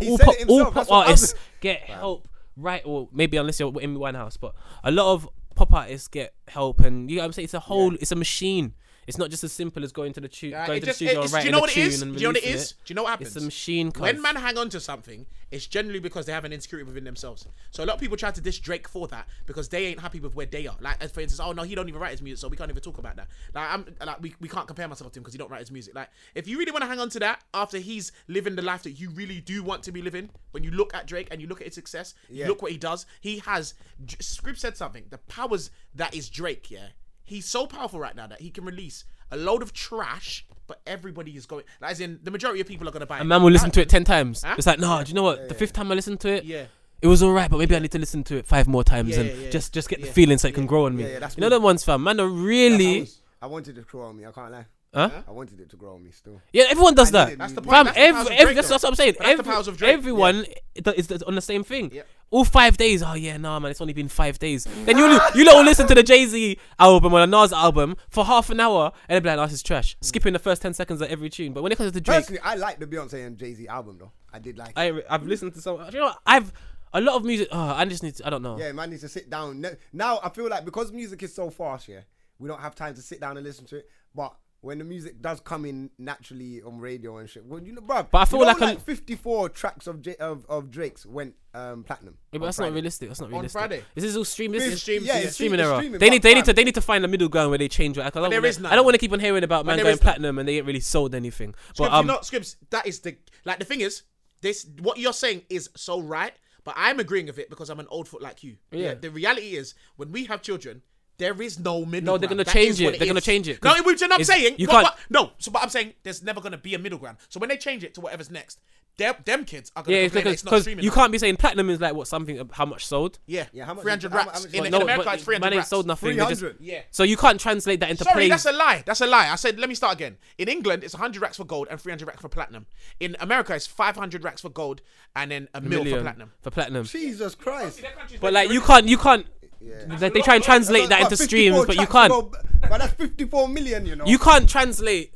He
All
said
pop,
it
all
himself,
pop
that's what
artists
I'm-
get help, right? Or maybe unless you're Amy Winehouse, but a lot of pop artists get help, and you know what I'm saying. It's a whole, it's a machine. It's not just as simple as going to the, tu-
Uh,
going
it
to
just-
the
it-
studio
it's-
and
do
writing
you know
a
what it
tune
is?
and
Do you know what it
releasing
is? Do you know what
It's a
happens?
machine. Cause.
When man hang on to something, it's generally because they have an insecurity within themselves. So a lot of people try to diss Drake for that because they ain't happy with where they are. Like, as for instance, oh no, he don't even write his music, so we can't even talk about that. Like, I'm like we, we can't compare myself to him because he don't write his music. Like, if you really want to hang on to that after he's living the life that you really do want to be living, when you look at Drake and you look at his success, you
Yeah.
look what he does. He has. J- Scribb said something. The powers that is Drake. Yeah, he's so powerful right now that he can release. A load of trash, but everybody is going. Like, as in, the majority of people are going to buy.
a man will listen to it ten times.
Huh?
It's like, nah, do you know what? the fifth time I listened to it,
Yeah.
it was alright, but maybe I need to listen to it five more times
Yeah,
and
yeah, yeah,
just just get the
yeah.
feeling so it can grow on me.
yeah, that's
you know
me.
them ones, fam. Man, are really,
I wanted it to grow on me. I can't lie.
Huh?
I wanted it to grow on me still.
yeah, everyone does
I
that.
needed That's the
music.
Fam,
point, that's the powers
every,
of
every,
Drake,
that's,
though.
that's what I'm saying.
But that's the
Every-
powers of Drake, yeah.
Everyone i- is is on the same thing.
Yeah.
All five days. Oh yeah, nah, man, it's only been five days. Then you you don't listen to the Jay Z album or the Nas album for half an hour, and they'll be like, "Nah, this is trash."
Mm.
Skipping the first ten seconds of every tune. But when it comes to Drake,
Personally, I like the Beyonce and Jay Z album though. I did like. it.
I I've listened to some. You know, what? I've a lot of music. Oh, I just need. To, I don't know.
Yeah, man needs to sit down. No- Now I feel like because music is so fast, yeah, we don't have time to sit down and listen to it. But when the music does come in naturally on radio and shit, well, you know, bruv.
But I feel
you know,
like I'm-
54 tracks of, J- of of Drake's went um, platinum.
Yeah, but
on
that's
Friday.
not realistic. That's not realistic.
Friday.
This is all stream. This
It's
is
stream-
streaming.
yeah,
Yeah,
it's
streaming
stream-
era.
it's
they need. They
streaming,
need to.
but
They need to find a middle ground where they change. it. I don't
there
wanna-
is none.
I don't want to keep on hearing about man
there
going
is none.
platinum and they ain't really sold anything. But
Scribs,
um,
you know, Scribs, that is the like the thing is this what you're saying is so right, but I'm agreeing with it because I'm an old foot like you.
Yeah.
The reality is when we have children, There is no middle.
No, they're
ground.
gonna
That
change
is what
it. They're gonna
is.
change it,
No,
'cause
which I'm not
it's-
saying.
you
but-
can't-
but- no, so but I'm saying there's never gonna be a middle ground. So when they change it to whatever's next, them them kids are gonna
Yeah,
yeah,
it's
complain that
because
it's not
'cause
streaming.
you
now.
can't be saying platinum is like what something how much sold.
Yeah,
Yeah, how much-
Three hundred
how much-
rats
how much
in,
was
in
it?
No,
America.
but
It's three
man
hundred
ain't
rats.
sold nothing. They just-
300.
Yeah.
So you can't translate that into
Sorry,
plays.
that's a lie. That's a lie. I said, let me start again. In England, it's 100 racks for gold and 300 racks for platinum. In America, it's 500 racks for gold and then a, mil
Million
for platinum.
For platinum.
Jesus Christ.
But like you can't you can't they, they try and translate that
That's
into
about
streams,
54
but you
tracks,
can't.
bro. But that's 54 million, you know.
You can't translate.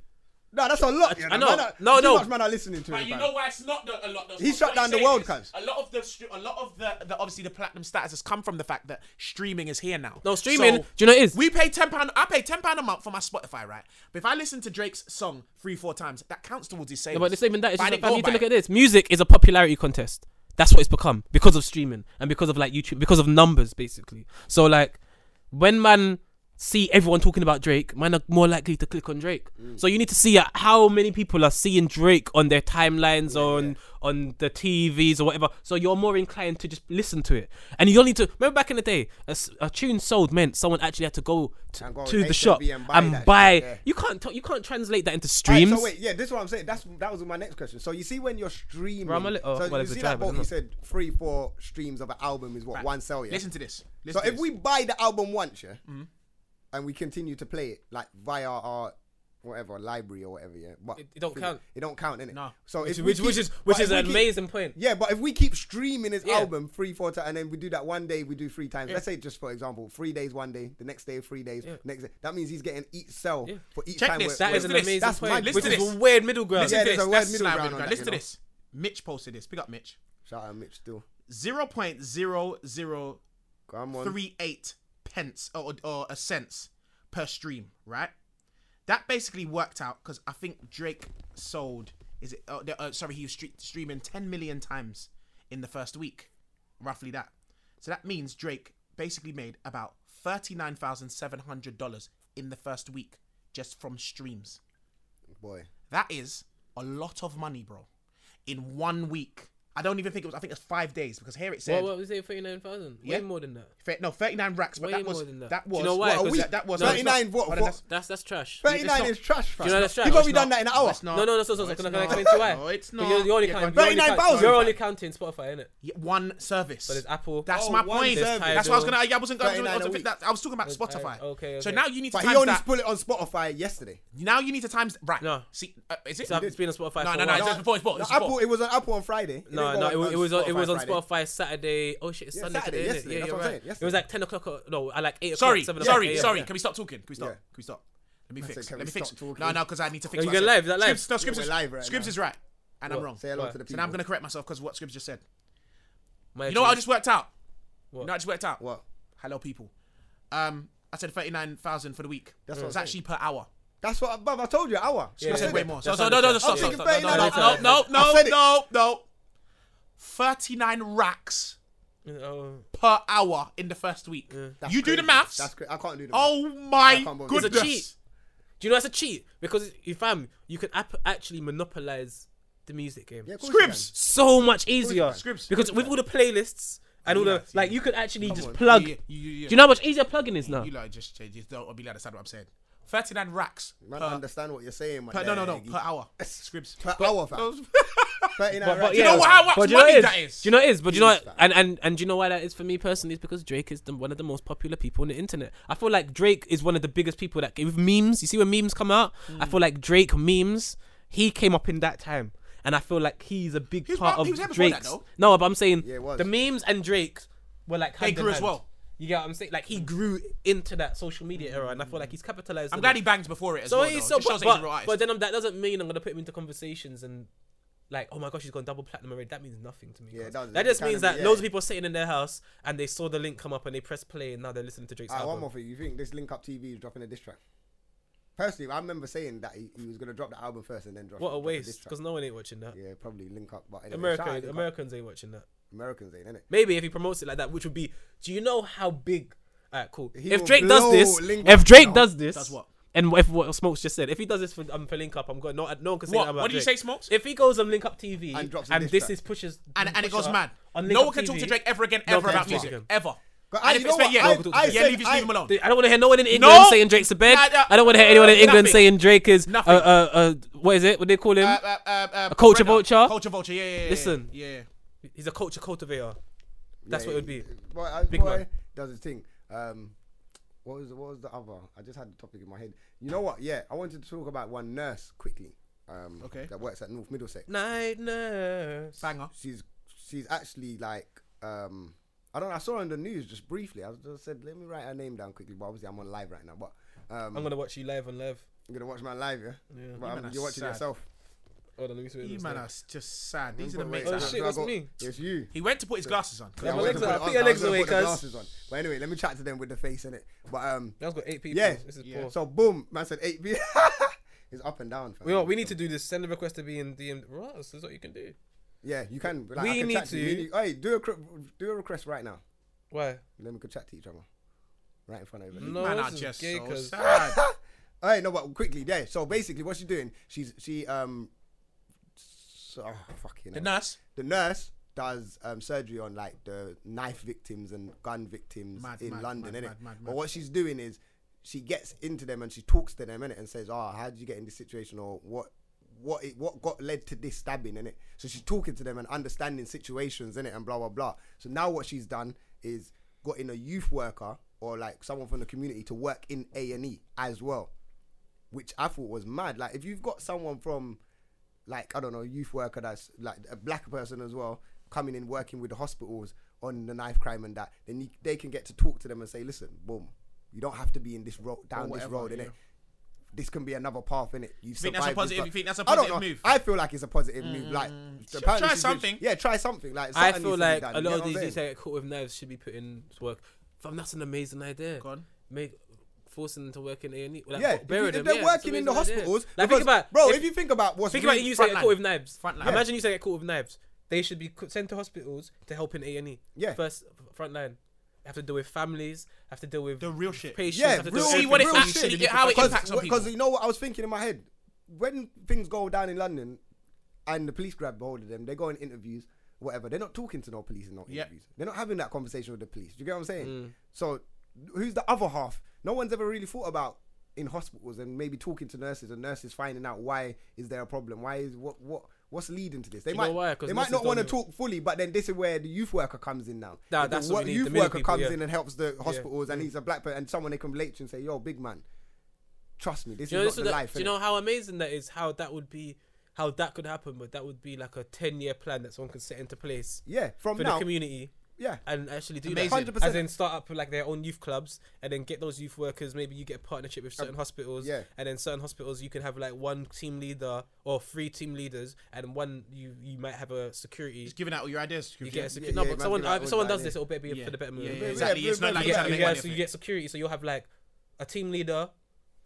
no, that's a lot. You know.
I know.
Man are-
No,
too
no.
much man are listening to it.
You
fam.
know why it's not the, a lot. Though.
He
What
shut
he's
down the
saying
world,
is
cuz.
A lot of the, stre- a lot of the, the, obviously the platinum status has come from the fact that streaming is here now.
No, streaming- do you know what it is?
We pay ten pound. I pay ten pound a month for my Spotify, right? But if I listen to Drake's song three, four times, that counts towards his savings.
No, but it's not even that. It's
But I
just like,
didn't
fam, you
go
need to
by
look
it.
at this. Music is a popularity contest. That's what it's become because of streaming and because of like YouTube, because of numbers basically. So like, when man see everyone talking about Drake, man are more likely to click on Drake.
Mm.
So you need to see uh, how many people are seeing Drake on their timelines, on on the TVs or whatever. So you're more inclined to just listen to it. And you don't need to remember back in the day, a, s- a tune sold meant someone actually had to go to,
And go
to the
H&B
shop
and
and
buy
buy.
that shit, yeah.
You can't t- you can't translate that into
Alright,
streams.
so wait, yeah, this is what I'm saying. That's that was my next question. So you see when you're streaming,
Bro, I'm a li- oh,
so
well,
you
it's a
see
drive,
that
isn't
book you
it?
said three, four streams of an album is what one sell. Yeah.
Listen to this.
so
Listen to
if
this.
we buy the album once, yeah,
Mm-hmm.
and we continue to play it like via our whatever library or whatever, yeah, but
It- it don't
through-
count.
It don't count, innit?
No.
So
Which-
if we
which- which
keep-
is- which
but
is
if
an
we
amazing point.
Yeah, but if we keep streaming his
Yeah.
album three, four times, and then we do that one day, we do three times. Let's say just for example, three days, one day, the next day, three days, next day. That means he's getting each sell
Yeah.
for each
Check
time.
this.
we're-
That
we're-
is an
Listen to this.
amazing
That's
point.
mad.
Listen
which
to
is
this.
a weird middle ground.
Listen
Yeah,
to this.
there's a
That's
word middle
slight
ground
middle
on
ground.
that,
Listen to
you know.
this. Mitch posted this. Pick up Mitch.
Shout out Mitch still.
0.00
Come on.
three eight pence or, or a cents per stream, right? That basically worked out because I think Drake sold is it? Oh, the- uh, sorry, he was stre- streaming ten million times in the first week, roughly that. So that means Drake basically made about thirty nine thousand seven hundred dollars in the first week just from streams.
Boy.
That is a lot of money, bro. In one week, I don't even think it was. I think it's five days because here it said
What, what was it? Thirty nine thousand.
Yeah.
Way more than that.
Fe- no, 39 racks, but
Way
that was,
more than that.
that
Do
was,
you know why?
what, a
'Cause
week.
that-
That was,
39 what-
what,
what-
That's that's trash.
It's not-
39 is trash, fam.
You know that's trash.
You've already
It's
done
not.
that in an hour.
it's not.
No, no, no, so, so,
No,
so,
it's
can, I, can I
not.
explain to you why?
No, it's
Because
not.
You're, you're only
Yeah,
counting, you're
go on.
only counting,
39,000.
you're only counting Spotify, innit?
Yeah, one service.
But it's Apple.
That's
Oh,
my
one
point.
service.
That's why I was gonna.
Tidal.
I wasn't going.
39
I,
a
was
week.
that, I was talking about Spotify.
I- okay,
So
okay.
now you need to
But
times
he only
that.
put it on Spotify yesterday.
now you need to times. Right.
No.
See, uh, is it?
So It's been on Spotify
No,
for a
no, no.
while.
It's just before. It's before.
No,
It's
Apple,
before.
it was on Apple on Friday. It
No,
didn't
no,
go
it was, it was on, it was on
Friday.
Spotify Saturday. Oh shit, it's
Yeah,
Sunday
Saturday,
today, innit?
yesterday,
Yeah,
that's
you're
what I'm
right.
saying,
It was like ten o'clock. Or, no, I like eight o'clock.
Sorry,
seven
sorry,
o'clock,
sorry.
Yeah.
Can we stop talking? Can we stop?
Yeah.
Can we stop? Let me
I said,
fix.
can
Let
we
me fix.
stop talking?
No, no, because I need to fix.
No,
what
you
I
go
said.
live, is that live?
Scribs- No, Scribs
We're
is
live right
Scribs
now.
is right, and I'm wrong.
Say hello to the people.
So now I'm gonna correct myself because what Scribs just said.
My
You know what I
choice.
just worked out?
What?
You know what I just worked out?
What?
Hello, people. Um, I said thirty-nine thousand for the week. That's
what
It's
I'm
actually per hour.
That's what, bruv, I told you, an hour.
Yeah.
I
I
said
said
way
it.
more. So,
That's
so
not
no,
it.
no, no,
I'm
stop, stop,
thinking
stop, no,
39
no, no,
hours.
no,
*laughs* I
no,
said it.
no, no. Thirty-nine racks
Oh.
per hour in the first week.
That's
You do the
crazy.
maths.
That's cra- I can't do the maths.
Oh my
I can't believe it. It's a
goodness.
cheat. Do you know that's a cheat? Because if I'm, you can ap- actually monopolize the music game.
Yeah, of course you can.
Scribs.
so much easier
Scripts.
because with all the playlists and all the like, you could actually just plug.
Yeah, yeah, yeah, yeah.
Do you know how much easier plugging is now?
You like just change it. Don't be like understand what I'm saying. Thirty-nine racks.
Man,
per-
I understand what you're saying, man.
per- no, no, no.
Like,
Per hour.
*laughs*
Scribs.
Per hour,
*laughs*
fam. 39
But, but
racks.
yeah,
know how much
but do you know
money
it is?
that is?
Do you know it is? But do you know,
Huge, fam.
and and and do you know why that is for me personally? Is because Drake is the, one of the most popular people on the internet. I feel like Drake is one of the biggest people that with memes. You see when memes come out, I
Mm.
feel like Drake memes. He came up in that time, and I feel like he's a big
He was
part
part-
of
he was there before that,
Drake's.
though.
No, but I'm saying
Yeah, it was.
the memes and Drake were like hand in
grew as
hand.
well.
You get what I'm saying? Like he grew into that social media era, and I feel like he's capitalized.
I'm
on
glad
it.
he banged before it as
So
well.
he's so,
though. Just shows
but,
that he's a real
but,
artist.
but then I'm, that doesn't mean I'm gonna put him into conversations and like, oh my gosh, he's gone double platinum already. That means nothing to me.
Yeah, it
cuz.
doesn't.
That
It
just
kinda
means
mean-
that
yeah.
loads of people are sitting in their house and they saw the link come up and they press play and now they're listening to Drake's
Ah,
album.
one more thing. You think this Link Up TV is dropping a diss track? Personally, I remember saying that he, he was going to drop the album first and then drop
what a
drop the diss
waste!
track.
Because no one ain't watching that.
Yeah, probably Link Up. But anyway, shout out
America,
Link Up.
Americans ain't watching that.
Americans ain't, innit?
Maybe if he promotes it like that, which would be, do you know how big? Alright, cool.
He
if
will
Drake does
blow
this,
Link
if
Up
Drake
now.
does this,
Does what?
And if what Smokes just said, if he does this for um, for Link Up, I'm going. No, no one can say
What?
that about
What did you
Drake.
say, Smokes?
If he goes on Link Up TV
And drops a diss
this
track.
is pushes
and, and it
pushes
goes
up
mad.
on Link
No
Up
one can talk
TV,
to Drake ever again,
no
ever
one can
about
talk to
music,
him.
ever.
But
And
I,
if
you know
it's fair,
what?
yeah,
I,
no,
I
yeah,
said-
leave,
I-
leave him alone.
I don't want to hear no one in England
No!
saying Drake's a beg.
Nah, nah,
I don't want to hear anyone in England
nothing.
saying Drake is uh, uh,
Nothing.
uh, what is it? What do they call him?
Uh, uh, uh, uh,
A culture
Brenner.
vulture?
Culture vulture. Yeah, yeah, yeah.
Listen.
Yeah. yeah.
He's a culture cultivator. That's what it would be.
Boy, I,
Big
Big
man.
boy does his thing. Um, what was what was the other? I just had the topic in my head. You know what? Yeah, I wanted to talk about one nurse quickly. Um,
Okay.
That works at North Middlesex.
Night nurse.
Banger.
She's she's actually like um, I don't. know, I saw her on the news just briefly. I was- just said let me write her name down quickly. But obviously I'm on live right now. But um,
I'm gonna watch you live on live.
I'm gonna watch my live. Yeah. But
You
I'm-
man are
you're watching
sad.
yourself.
Hold on, let me see what it
You
looks
man
like.
are just sad. These are the
But
mates.
wait,
I
Oh,
have.
so
shit,
I
that's
got-
me.
It's you.
He went to put his glasses on.
Yeah,
my
I went
legs
to
are-
put it
I
on,
think your
I was
legs
gonna
away,
put the
cuz.
glasses on. But anyway, let me chat to them with the face in it. But um,
That's got eight people.
Yeah.
This is
Yeah.
poor.
so boom, man said eight. B- *laughs* it's up and down. fam.
We, we need to do this. Send a request to be in DM. Right, this is what you can do.
Yeah, you can. Like,
We
I can
need
chat to. you.
to-
Me and you- Hey, do a cr- do a request right now.
Why?
Then we could chat to each other, right in front of everybody.
No,
Man are
this is
just
gay,
so
cuz.
sad.
Hey, no, but quickly, there. So basically, what she's doing, she's she um, so oh, fucking
The
hell.
nurse.
the nurse does um, surgery on like the knife victims and gun victims
Mad,
in
mad,
London,
mad,
innit?
mad, mad,
but
mad.
what she's doing is she gets into them and she talks to them, innit, and says, "Oh, how did you get in this situation, or what?" What it what got led to this stabbing in it? So she's talking to them and understanding situations in it and blah blah blah. So now what she's done is got in a youth worker or like someone from the community to work in A and E as well which I thought was mad. Like if you've got someone from, like I don't know, youth worker that's like a black person as well coming in working with the hospitals on the knife crime and that, then you, they can get to talk to them and say, listen, boom, you don't have to be in this road down this road, innit? This can be another path in it. You
think that's a positive- you think that's a
I
positive
don't know.
move? Mm.
I feel like it's a positive move. Like apparently
try
she's been-
something.
yeah, try something. Like
I
something
feel
needs to be
like
done,
a
you get
lot of
what I'm
these
saying?
dudes that get caught with knives should be put in to work. Fam, that's an amazing idea.
Go on.
Make forcing them to work in A and E.
yeah, if, you-
bury
if
them.
they're
yeah, it's
working
an
in the
amazing idea.
hospitals,
Like,
because-
think about,
bro.
if-
If, you think about what's
Think about
really-
you say get
Frontline.
caught with knives.
Frontline.
Imagine you say get caught with knives. They should be co- sent to hospitals to help in A and E.
Yeah.
First frontline. Have to deal with families. Have to deal with
The real shit.
Patients.
Yeah,
have to
real,
deal with
See what
everything.
it
real
You
actually-
shouldn't be
how it
professional.
impacts on people.
Because you know what I was thinking in my head, when things go down in London, and the police grab hold of them, they go in interviews, whatever. They're not talking to no police in no
Yeah. Mm.
interviews. They're not having that conversation with the police. Do you get what I'm saying? So, who's the other half? No one's ever really thought about in hospitals and maybe talking to nurses and nurses finding out why is there a problem? Why is what what what's leading to this? They
You know
might
why? 'Cause
they might not
nurses
want to
don't know.
talk fully, but then this is where the youth worker comes in now.
Nah,
The
that's
wo-
what we need,
youth
the middle
worker
people,
comes
yeah.
in and helps the hospitals, and he's a black person and someone they can relate to and say, "Yo, big man." Trust me, this
Do you know,
is
this
not
is
the
that-
life.
do you
innit?
know how amazing that is? How that would be, how that could happen, but that would be like a ten-year plan that someone could set into place
yeah, from
for
now,
the community
yeah,
and actually do
Amazing.
that.
100%.
As in start up like their own youth clubs and then get those youth workers. Maybe you get a partnership with certain hospitals,
Um, yeah.
and then certain hospitals you can have like one team leader or three team leaders, and one you you might have a security.
Just giving out all your ideas.
You get a
yeah,
security. no,
yeah,
but
man,
someone
give out
if someone
all the
does this, it'll better be
Yeah.
for the betterment.
Yeah,
of
yeah,
the
yeah,
exactly. It's not
yeah,
like
you
you're
yeah,
get,
trying to
you
make
get-
money. off
so you
it.
get security. So you'll have like a team leader,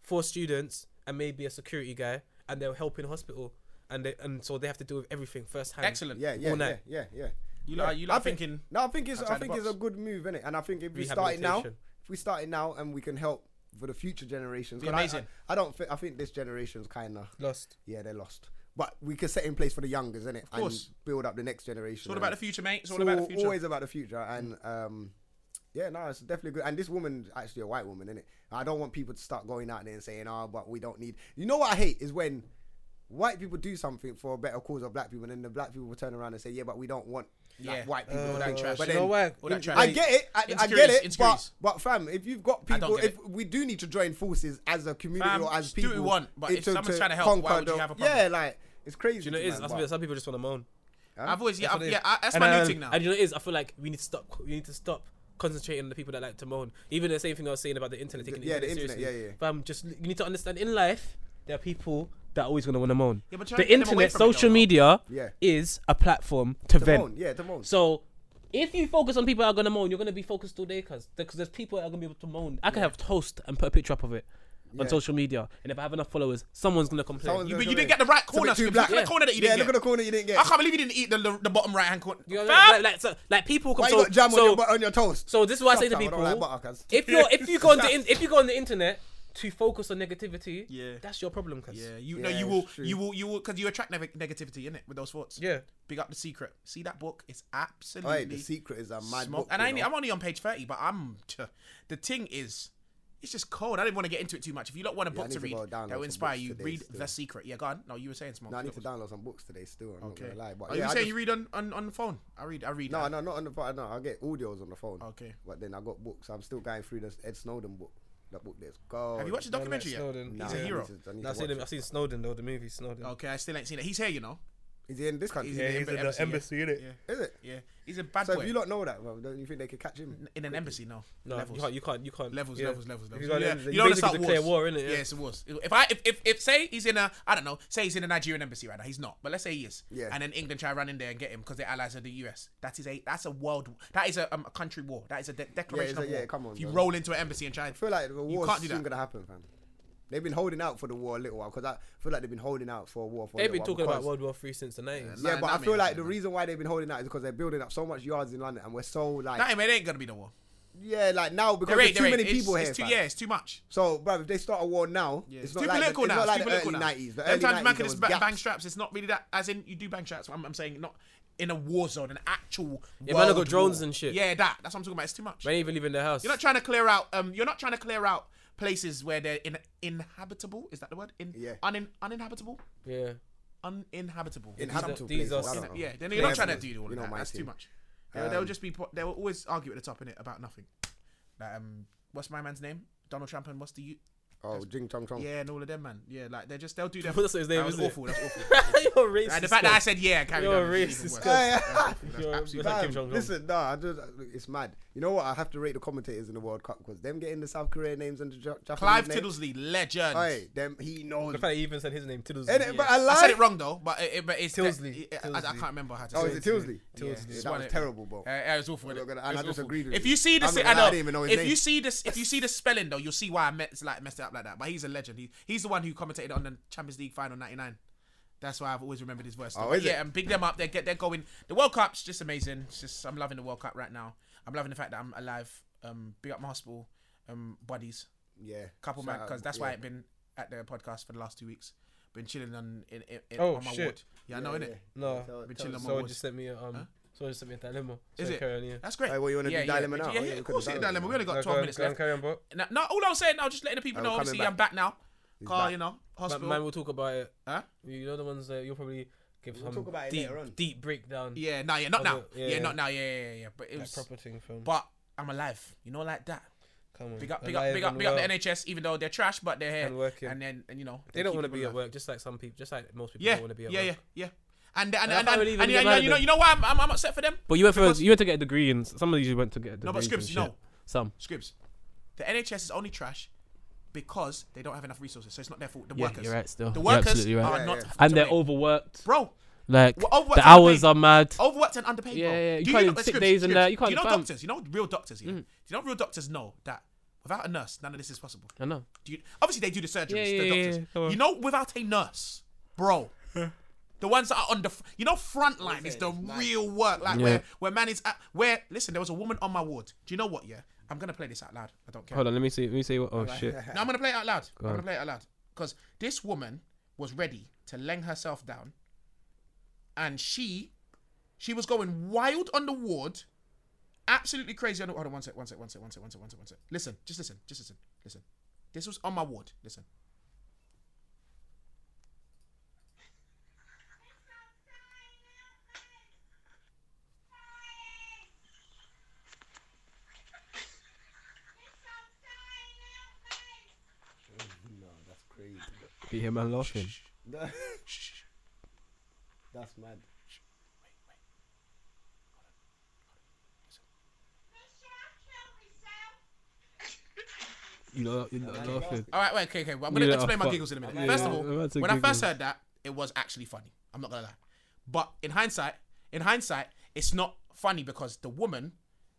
four students, and maybe a security guy, and they'll help in hospital, and they and so they have to deal with everything firsthand.
Excellent.
yeah, yeah,
all
yeah,
night.
yeah, yeah.
You
yeah.
lot- you lot
I think-
thinking
No, I think it's
outside
I
the
think it's a
box.
good move, innit? And I think if we start it now,
Rehabilitation.
if we start it now, and we can help for the future generations.
Be
'cause I-
amazing.
I, I don't. Think, I think this generation's kind of
Lost.
Yeah, they're lost. But we can set in place for the youngers, innit? Of
course.
And build up the next generation.
It's all about the future, mate. It's all
So
about the future.
Always about the future, and um, yeah, no, it's definitely good. And this woman's actually a white woman, is it? I don't want people to start going out there and saying, "Oh, but we don't need." You know what I hate is when white people do something for a better cause of black people, and then the black people will turn around and say, "Yeah, but we don't want." Like,
Yeah.
white people
Uh,
like,
trash.
but
You
then,
know what? All that trash.
I get it, I, I get
Insecurities,
it, but
insecurities.
but fam, if you've got
I don't
people,
get
if we do need to join forces as a community
Fam,
or as
just do what
people,
we want, but if
into-
someone's trying to help, why
conquer
would you
the-
have a problem?
Yeah, like it's crazy.
Do you know it
to
is?
man,
I
but-
feel some people just want to moan.
I've always, yeah,
That's
I've,
what it is.
yeah. I, that's
And,
my new
um,
thing now.
And you know, what it is. I feel like we need to stop. We need to stop concentrating on the people that like to moan. Even the same thing I was saying about the internet taking
yeah,
the
the
internet
internet,
seriously.
yeah, yeah.
Fam, just you need to understand in life there are people that are always gonna want to moan.
Yeah, but try
the
and get them away
internet,
from it though,
social
no?
media,
Yeah.
is a platform to,
To
vent.
moan, yeah, to moan.
So if you focus on people that are gonna moan, you're gonna be focused all day, cause because there's people that are gonna be able to moan. I could have toast and put a picture up of it on
Yeah.
social media, and if I have enough followers, someone's gonna complain.
Someone's
You,
gonna
but you
do
didn't
it.
get the right
It's a
corner.
bit too
Skip.
black.
Look at the corner that you
yeah,
didn't
look at
get.
the corner you didn't get.
I can't believe you didn't eat the, the, the bottom right hand corner.
You know,
Fam!
like, like, so, like people come
Why
so,
you got jam
so,
on, your, on your toast?
So this is what I say to
Sometimes I
people:
don't like butter, cuz. *laughs*
if you are if you go on the in, if you go on the internet
to focus on negativity,
Yeah.
that's your problem, cuz.
Yeah, you know you will, you will, you will, because you attract neg- negativity in it with those thoughts.
Yeah.
Big up the secret. See that book? It's absolutely.
Hey, Oh, the secret is a mad
smoke.
book,
and
you
I ain't,
know.
I'm only on page thirty, but I'm. the thing is, it's just cold. I didn't want to get into it too much. If you lot want a
I
book
need to
to read
go download
that
some
will inspire
books
you,
today
read
still.
the secret. Yeah, go on. No, you were saying smoke.
No, I
That
need to
was-
download some books today. Still, I'm
Okay.
not gonna lie. But
Are
yeah,
you
I
saying
just-
you read on, on on the phone? I read. I read.
No,
that.
no, not on the phone. No, I get audios on the phone.
Okay.
But then I got books. I'm still going through this Ed Snowden book. That book there's gold.
Have you watched the
Don't like
documentary yet?
Snowden.
He's
Nah.
a
Yeah.
hero.
I need
No, I've,
to
seen
watch Oh,
him, I've seen Snowden though, the movie Snowden.
Okay, I still ain't seen it. He's here, you know.
it. Is he in this country?
He's in the emb- embassy,
in it.
Yeah.
Is it?
yeah, yeah. He's a bad
So
boy.
if you don't know that, well, don't you think they could catch him?
in an embassy, no.
No,
levels.
you can't. You can't. You can't.
Levels,
yeah.
levels, levels,
If
levels.
You, got
Yeah,
levels,
you
you
don't
don't
wanna start
basically declare
wars.
war, innit? Yeah.
Yes, it was. If I if, if if say he's in a I don't know, say he's in a Nigerian embassy right now. He's not, but let's say he is.
Yeah.
And then England try to run in there and get him because they're allies of the US. That is a that's a world. That is a, um, a country war. That is a de- declaration
it's a-
of war.
yeah, come on,
if you
bro.
roll into an embassy and try,
I feel like the
you
war's
can't do
soon
that.
gonna happen, fam. They've been holding out for the war a little while because I feel like they've been holding out for a war for. a
They've been
little
talking
while
about World War Three since the
because-
nineties.
Yeah,
Nah,
but
nah,
I feel
mate,
like
nah,
the
nah.
reason why they've been holding out is because they're building up so much yards in London and we're so like,
Nah, man, it ain't gonna be the war.
yeah, like now because
There
there's
ain't,
too
there ain't.
many
It's-
people
it's
here.
Too,
fam.
yeah, it's too much.
So, bruv, if they start a war now, it's,
It's
not
too
like
political
the,
now.
It's not
too
like the
political
early
now.
nineties. The
Them
early
times man
nineties
can
was
just ba- bang
gaps.
straps. It's not really that. As in, you do bang straps. I'm, I'm saying not in a war zone, an actual.
Yeah, man, I
world
got drones
war.
and shit.
Yeah, that. That's what I'm talking about. It's too much.
Man, even leaving their house.
You're not trying to clear out. Um, you're not trying to clear out places where they're in, inhabitable. Is that the word? In,
Yeah.
Unin, uninhabitable.
yeah.
Uninhabitable.
Inhabitable
these are-
places, I don't
these are-
know.
yeah, then you're not trying to
Places,
do all
you
of
know
that.
my
That's too
team. Um,
much. They'll, they'll just be. po- They'll always argue at the top in it about nothing. Like, um, what's my man's name? Donald Trump and what's the U?
Oh, Jing Chong Chong.
Yeah, and all of them, man. Yeah, like they just they'll do that.
That's his name,
that was
isn't it?
awful. That's awful.
You're racist.
And the fact that I said yeah, carry
You're
on.
a
is even
racist
worse.
guy.
Yeah, yeah.
You're- you're like Kim Jong-un.
Listen, nah, I just, it's mad. You know what? I have to rate the commentators in the World Cup because them getting the South Korea names and the Ja- Japanese
Clive
names.
Tiddlesley, legend.
Aye, them he knows.
The fact he even said his name, Tiddles.
Innit? But I
I said
lied.
it wrong though, but, it, but it's
Tilsley.
I- I, I can't remember how to.
Oh,
say
is it Tilsley?
Tilsley.
Yeah,
It's
that
one
was
of-
terrible, bro.
Uh, it was awful.
I'm not
innit?
gonna-
It
and
was
I
awful.
disagreed with
If
you.
you see
I'm
this,
not
I
gonna lie,
know.
I didn't even know his
if
name.
you see this,
*laughs*
if you see the spelling though, you'll see why I met, like messed it up like that. But he's a legend. He, he's the one who commentated on the Champions League final '99. That's why I've always remembered his voice.
Oh,
But
is it?
yeah, and big them up. They get they're going. The World Cup's just amazing. It's just I'm loving the World Cup right now. I'm loving the fact that I'm alive. Um, big up my hospital, um, buddies
Yeah,
couple
shout
man
out,
because that's why
yeah.
I've been at the podcast for the last two weeks. Been chilling on in, in, in
Oh,
on my
shit.
ward. Yeah, I know, innit?
No.
Tell- tell
Been chilling
us.
on my
Someone
ward.
just sent me a um. Someone just sent me a dilemma.
Is
So
it?
Carry on, yeah.
That's great.
Hey, what, you wanna
yeah,
do dilemma
yeah,
now?
Yeah,
Oh, Yeah,
yeah,
we
of
could
course,
have done
yeah,
it.
dilemma. We only got
No,
12
on,
minutes
go on,
left.
Carry on, bro.
No, no, all I was saying, I was just letting the people
Oh,
know.
coming
Obviously,
back.
I'm back now. Car,
back.
you know,
Man,
hospital.
man, we'll talk about it.
Huh?
You know the ones that you'll probably give some
talk about it
deep,
later on.
deep breakdown.
yeah, no, yeah, not now.
Other-
Yeah,
yeah.
not now. Yeah, yeah, yeah, yeah. But it
That
was.
proper thing from.
But I'm alive. You know, like that.
Come on.
Big up, big up, big up, big up the NHS, even though they're trash, but they're here.
And working.
And then, and you know,
They don't
keep
want to
people
be at
alive.
work, just like some people, just like most people
Yeah,
don't want to be at
yeah,
work.
yeah, yeah. And and
I can't
and and
believe
and
it was
you know,
about
you know why I'm I'm upset for them.
But you went for
Because-
you went to get a degree, and some of these you went to get a degree.
No, but Scripps, no.
Some.
Scribs. The NHS is only trash because they don't have enough resources. So it's not their fault. The
Yeah,
workers.
you're right. Still,
The
You're
workers
absolutely right.
are
Yeah,
not.
yeah.
and they're
fucking-
overworked.
Bro,
Like
Well, overworked
the
and
hours
underpaid.
are mad.
overworked and underpaid.
Yeah,
bro.
yeah, you
Do
can't
know-
even sick
Scribs,
days and
Scribs,
that, you can't
Do you know
even- Mm.
doctors? You know real doctors here. Do you know real doctors know that without a nurse, none of this is possible.
I know.
Do you, obviously they do the surgeries.
Yeah,
the
yeah, yeah,
doctors.
yeah, come on.
You know, without a nurse,
*laughs*
bro. The ones that are on the, fr- you know, front line is the real work, like where where man is at. Where listen, there was a woman on my ward. Do you know what? Yeah, I'm gonna play this out loud. I don't care.
Hold on, let me see. Let me see what. Oh
*laughs*
shit.
No, I'm gonna play it out loud. I'm
on.
gonna play it out loud because this woman was ready to lay herself down, and she, she was going wild on the ward, absolutely crazy on the. Hold on, one sec, one sec, one sec, one sec, one sec, one sec, one sec. Listen, just listen, just listen, listen. This was on my ward. Listen.
That's crazy.
Be him and laughing.
That's mad.
You know, you know laughing.
All right, wait, okay, okay. Well, I'm gonna
Yeah,
explain my
fuck.
giggles in a minute.
Yeah,
first of
yeah,
all,
I'm about to
when I first
giggle.
heard that, it was actually funny. I'm not gonna lie, but in hindsight, in hindsight, it's not funny because the woman,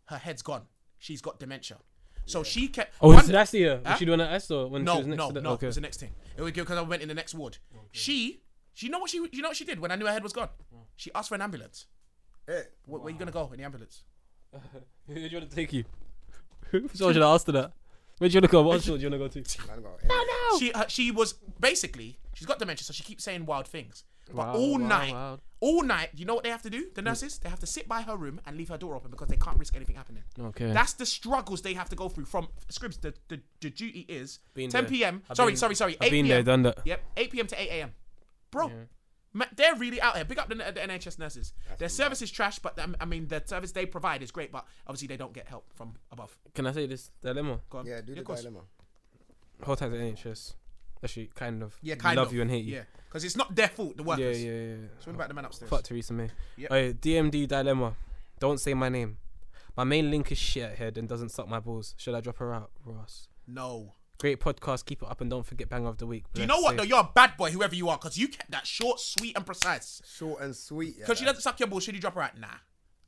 her head's gone. She's got dementia, so she kept.
Oh,
one-
did I see her?
Huh?
Was she doing that? I saw when she
no,
was next
no,
to the.
no.
okay.
It
*laughs*
was the next thing. It was because I went in the next ward. She, she, you know what she, you know what she did when I knew her head was gone. She asked for an ambulance.
Eh,
Wh- Where, are you gonna go in the ambulance? *laughs*
Who do you want to take you? Someone should have asked her that. Where do you want to go? What
do you wanna go
*laughs*
to?
I don't got it.
She her, she was basically she's got dementia, so she keeps saying wild things. But all
wow,
night,
wow.
all night, you know what they have to do? The nurses they have to sit by her room and leave her door open because they can't risk anything happening.
Okay.
That's the struggles they have to go through from Scribs. The the, the duty is
Been
10
there.
p.m.
I've
sorry,
been-
sorry, sorry, 8
I've been
p.m.
there, done that.
Yep, 8 p.m. to 8 a.m. Bro, ma- they're really out here. Big up the, the NHS nurses. Their service is trash, but um, I mean, the service they provide is great, but obviously they don't get help from above.
Can I say this dilemma?
Go on.
Yeah, do the
of course.
dilemma.
Whole time at NHS. Actually, kind of.
Yeah, kind
Love
of.
you and hate you.
Yeah, because it's not their fault, the
yeah,
workers.
yeah, yeah.
It's all about the man upstairs.
Fuck Theresa May.
Yep.
Alright, DMD dilemma. Don't say my name. My main link is shit at head and doesn't suck my balls. Should I drop her out, Ross?
No.
Great podcast. Keep it up and don't forget bang of the week.
Do you know what though? You're a bad boy, whoever you are, because you kept that short, sweet, and precise.
Short and sweet. Yeah,
Because she doesn't suck your ball, should you drop her out? Nah,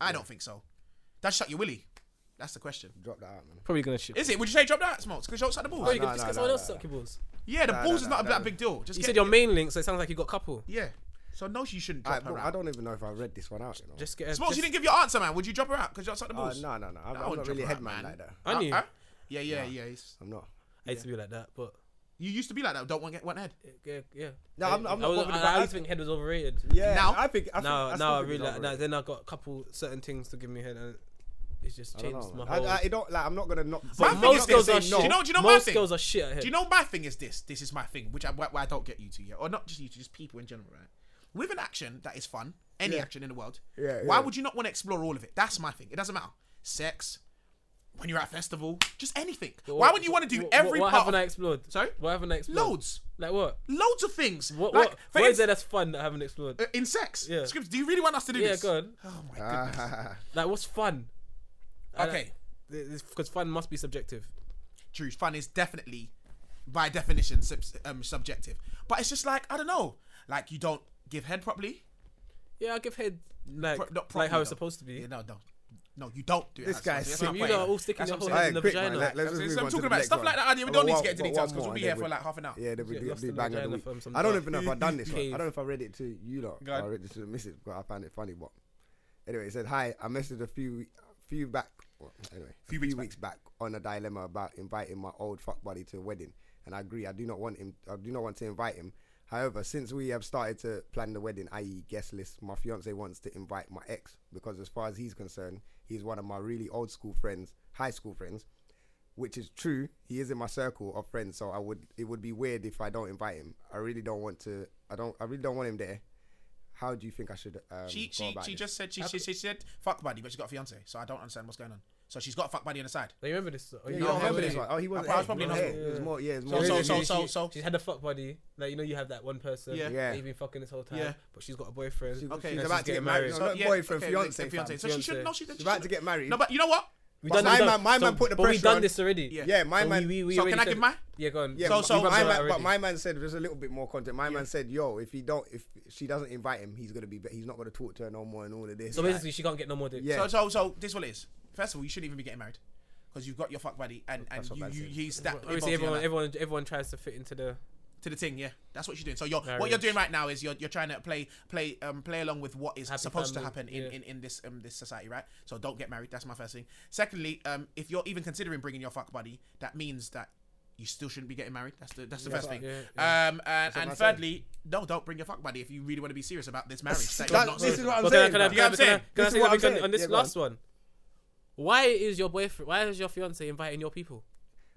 I don't think so. Does she suck your willy? That's the question.
drop that out, man.
Probably gonna shit.
Is it? Would you say drop that, Smokes? Because she don't suck the balls.
Oh, you can
no,
just
no,
get someone
no,
else
no.
suck your balls.
yeah, the
no,
balls
no,
is not
no,
a that
no.
big deal. Just
You
get
said your
it.
main link, so it sounds like you got a couple.
Yeah. So no, she shouldn't drop
Alright, bro,
her
I
out.
don't even know if I read this one out. You know?
Just get. A,
Smokes,
just,
you didn't give your answer, man. Would you drop her out because she don't suck the
uh,
balls?
no, no, no. I'm,
I
I'm
wouldn't
not
drop
really a
her out,
headman like that.
I knew.
Uh, uh? Yeah, yeah, yeah. it's-
I'm not.
I used to be like that, but
You used to be like that. Don't want get one head.
yeah, yeah.
No, I'm, I'm
I,
not.
was,
bothered
I,
about
I
that.
used to think head was overrated.
yeah,
Now?
I think. I think
Now,
still
now I
think it's
really like that.
overrated.
Then I got a couple certain things to give me head, and it's just
I don't
changed
know,
my
man.
whole.
I, I, it don't like. I'm not gonna not.
but
My
I'm
thing
not
is
most
gonna
girls
this,
are
say
shit.
Do
no.
you know? Do you know my
most
thing?
girls are shit at head.
Do you know my thing is this? This is my thing, which I, why, why I don't get you to, yeah, or not just you two, just people in general, right? With an action that is fun, any action in the world,
Yeah,
why
yeah.
would you not want to explore all of it? That's my thing. It doesn't matter. Sex, when you're at a festival, just anything. why wouldn't you want to do
What-
every
What, what
part?
haven't
of-
I explored?
Sorry?
What haven't I explored?
Loads,
Like what?
loads of things.
What?
like,
what?
for
what is there
instance,
that's fun that I haven't explored?
uh, in sex?
Yeah.
Scripts, do you really want us to do
yeah,
this?
go on.
Oh my goodness.
Like what's fun?
Okay.
Because fun must be subjective.
True, fun is definitely, by definition, sub- um, subjective. But it's just like I don't know. Like you don't give head properly.
Yeah, I give head like
Pro- not properly,
like how
though.
it's supposed to be.
Yeah, no, no, no. You don't do it.
This
That's
guy's
what- that's
sick.
not
You
fair,
lot are
man.
all sticking
That's
your
what I'm
whole head
saying.
in the
quick,
vagina.
man. Let- let's just
So
move on
I'm
to
talking
the
about
next
stuff
one.
like that. I don't- we
Oh,
don't need to
one-
get into
one
details 'cause
more,
we'll
and
be here
then
for
we-
like half an hour.
Yeah, the,
Get
the,
lost
the
in the
bang of the
vagina
week.
from some
I don't even know if I've done this one.
cave.
I don't know if I read it to you lot.
Go on.
I read it to the missus, but I found it funny. But anyway, it said, "Hi, I messaged a few few back, well, anyway, a few,
weeks back.
weeks back on a dilemma about inviting my old fuck buddy to a wedding, and I agree. I do not want him. I do not want to invite him. However, since we have started to plan the wedding, i.e., guest list, my fiance wants to invite my ex because, as far as he's concerned, he's one of my really old school friends, high school friends." which is true. He is in my circle of friends, so I would it would be weird if I don't invite him. I really don't want to. I don't. I really don't want him there. How do you think I should? Um,
She
go
she
about
she
this?
just said she, she she said fuck buddy, but she's got a fiance, so I don't understand what's going on. So she's got a fuck buddy on the side.
Do you remember this? Oh,
Yeah,
you
you
don't
don't remember
remember
this
it.
one? Oh, he wasn't.
I was
there.
probably
He
not-
wasn't there. It was more. Yeah, it was
So
more.
so
Really?
so
She-
so
she-
so.
She's had a fuck buddy. Like you know, you have that one person.
Yeah.
Yeah.
That you've been fucking this whole time.
Yeah.
But she's got a boyfriend.
She's-
Okay.
she's
Yeah,
about
she's
to
getting
get married.
married.
No,
So,
not
yeah,
boyfriend,
okay,
fiance,
fiance.
fiance.
So she should
Fiance.
no, she, she
She's about
should-
to get married.
No, but you know what?
We
But
done,
my
we done.
man- my man
so-
put the
but we
pressure
done
on.
this already.
Yeah.
Yeah, my
So
man.
we- we
So
already
can I
said
give
it.
mine?
Yeah, go on.
yeah,
So-
but,
so-
but my
so
man, but
already.
my man said there's a little bit more content. My man said, "Yo, if he don't, if she doesn't invite him, he's gonna be, he's not gonna talk to her no more and all of this."
So
Like,
basically, she can't get no more dick.
Yeah.
So so so this what it is. First of all, you shouldn't even be getting married because you've got your fuck buddy and and
That's what
you,
that
you
says.
he's that involved in
Obviously,
your
everyone,
life.
everyone, everyone tries to fit into the.
to the thing. Yeah, that's what you're doing. So you're what
Marriage.
you're doing right now is you're you're trying to play play um play along with what is
Happy
supposed to
family,
happen in,
yeah.
in in this um this society, right? So don't get married. That's my first thing. Secondly, um if you're even considering bringing your fuck buddy, that means that you still shouldn't be getting married. That's the that's the first
right.
thing.
Yeah,
Um and, and thirdly, no, don't bring your fuck buddy if you really want to be serious about this marriage. that you're
That-
not
this
serious
is
about.
what I'm
But
saying.
can I,
bro.
can I, can I,
saying?
can I, can I
This
say
is what I'm
something on,
saying.
on this
Yeah, go on.
last one? Why is your boyfriend? Why is your fiance inviting your people?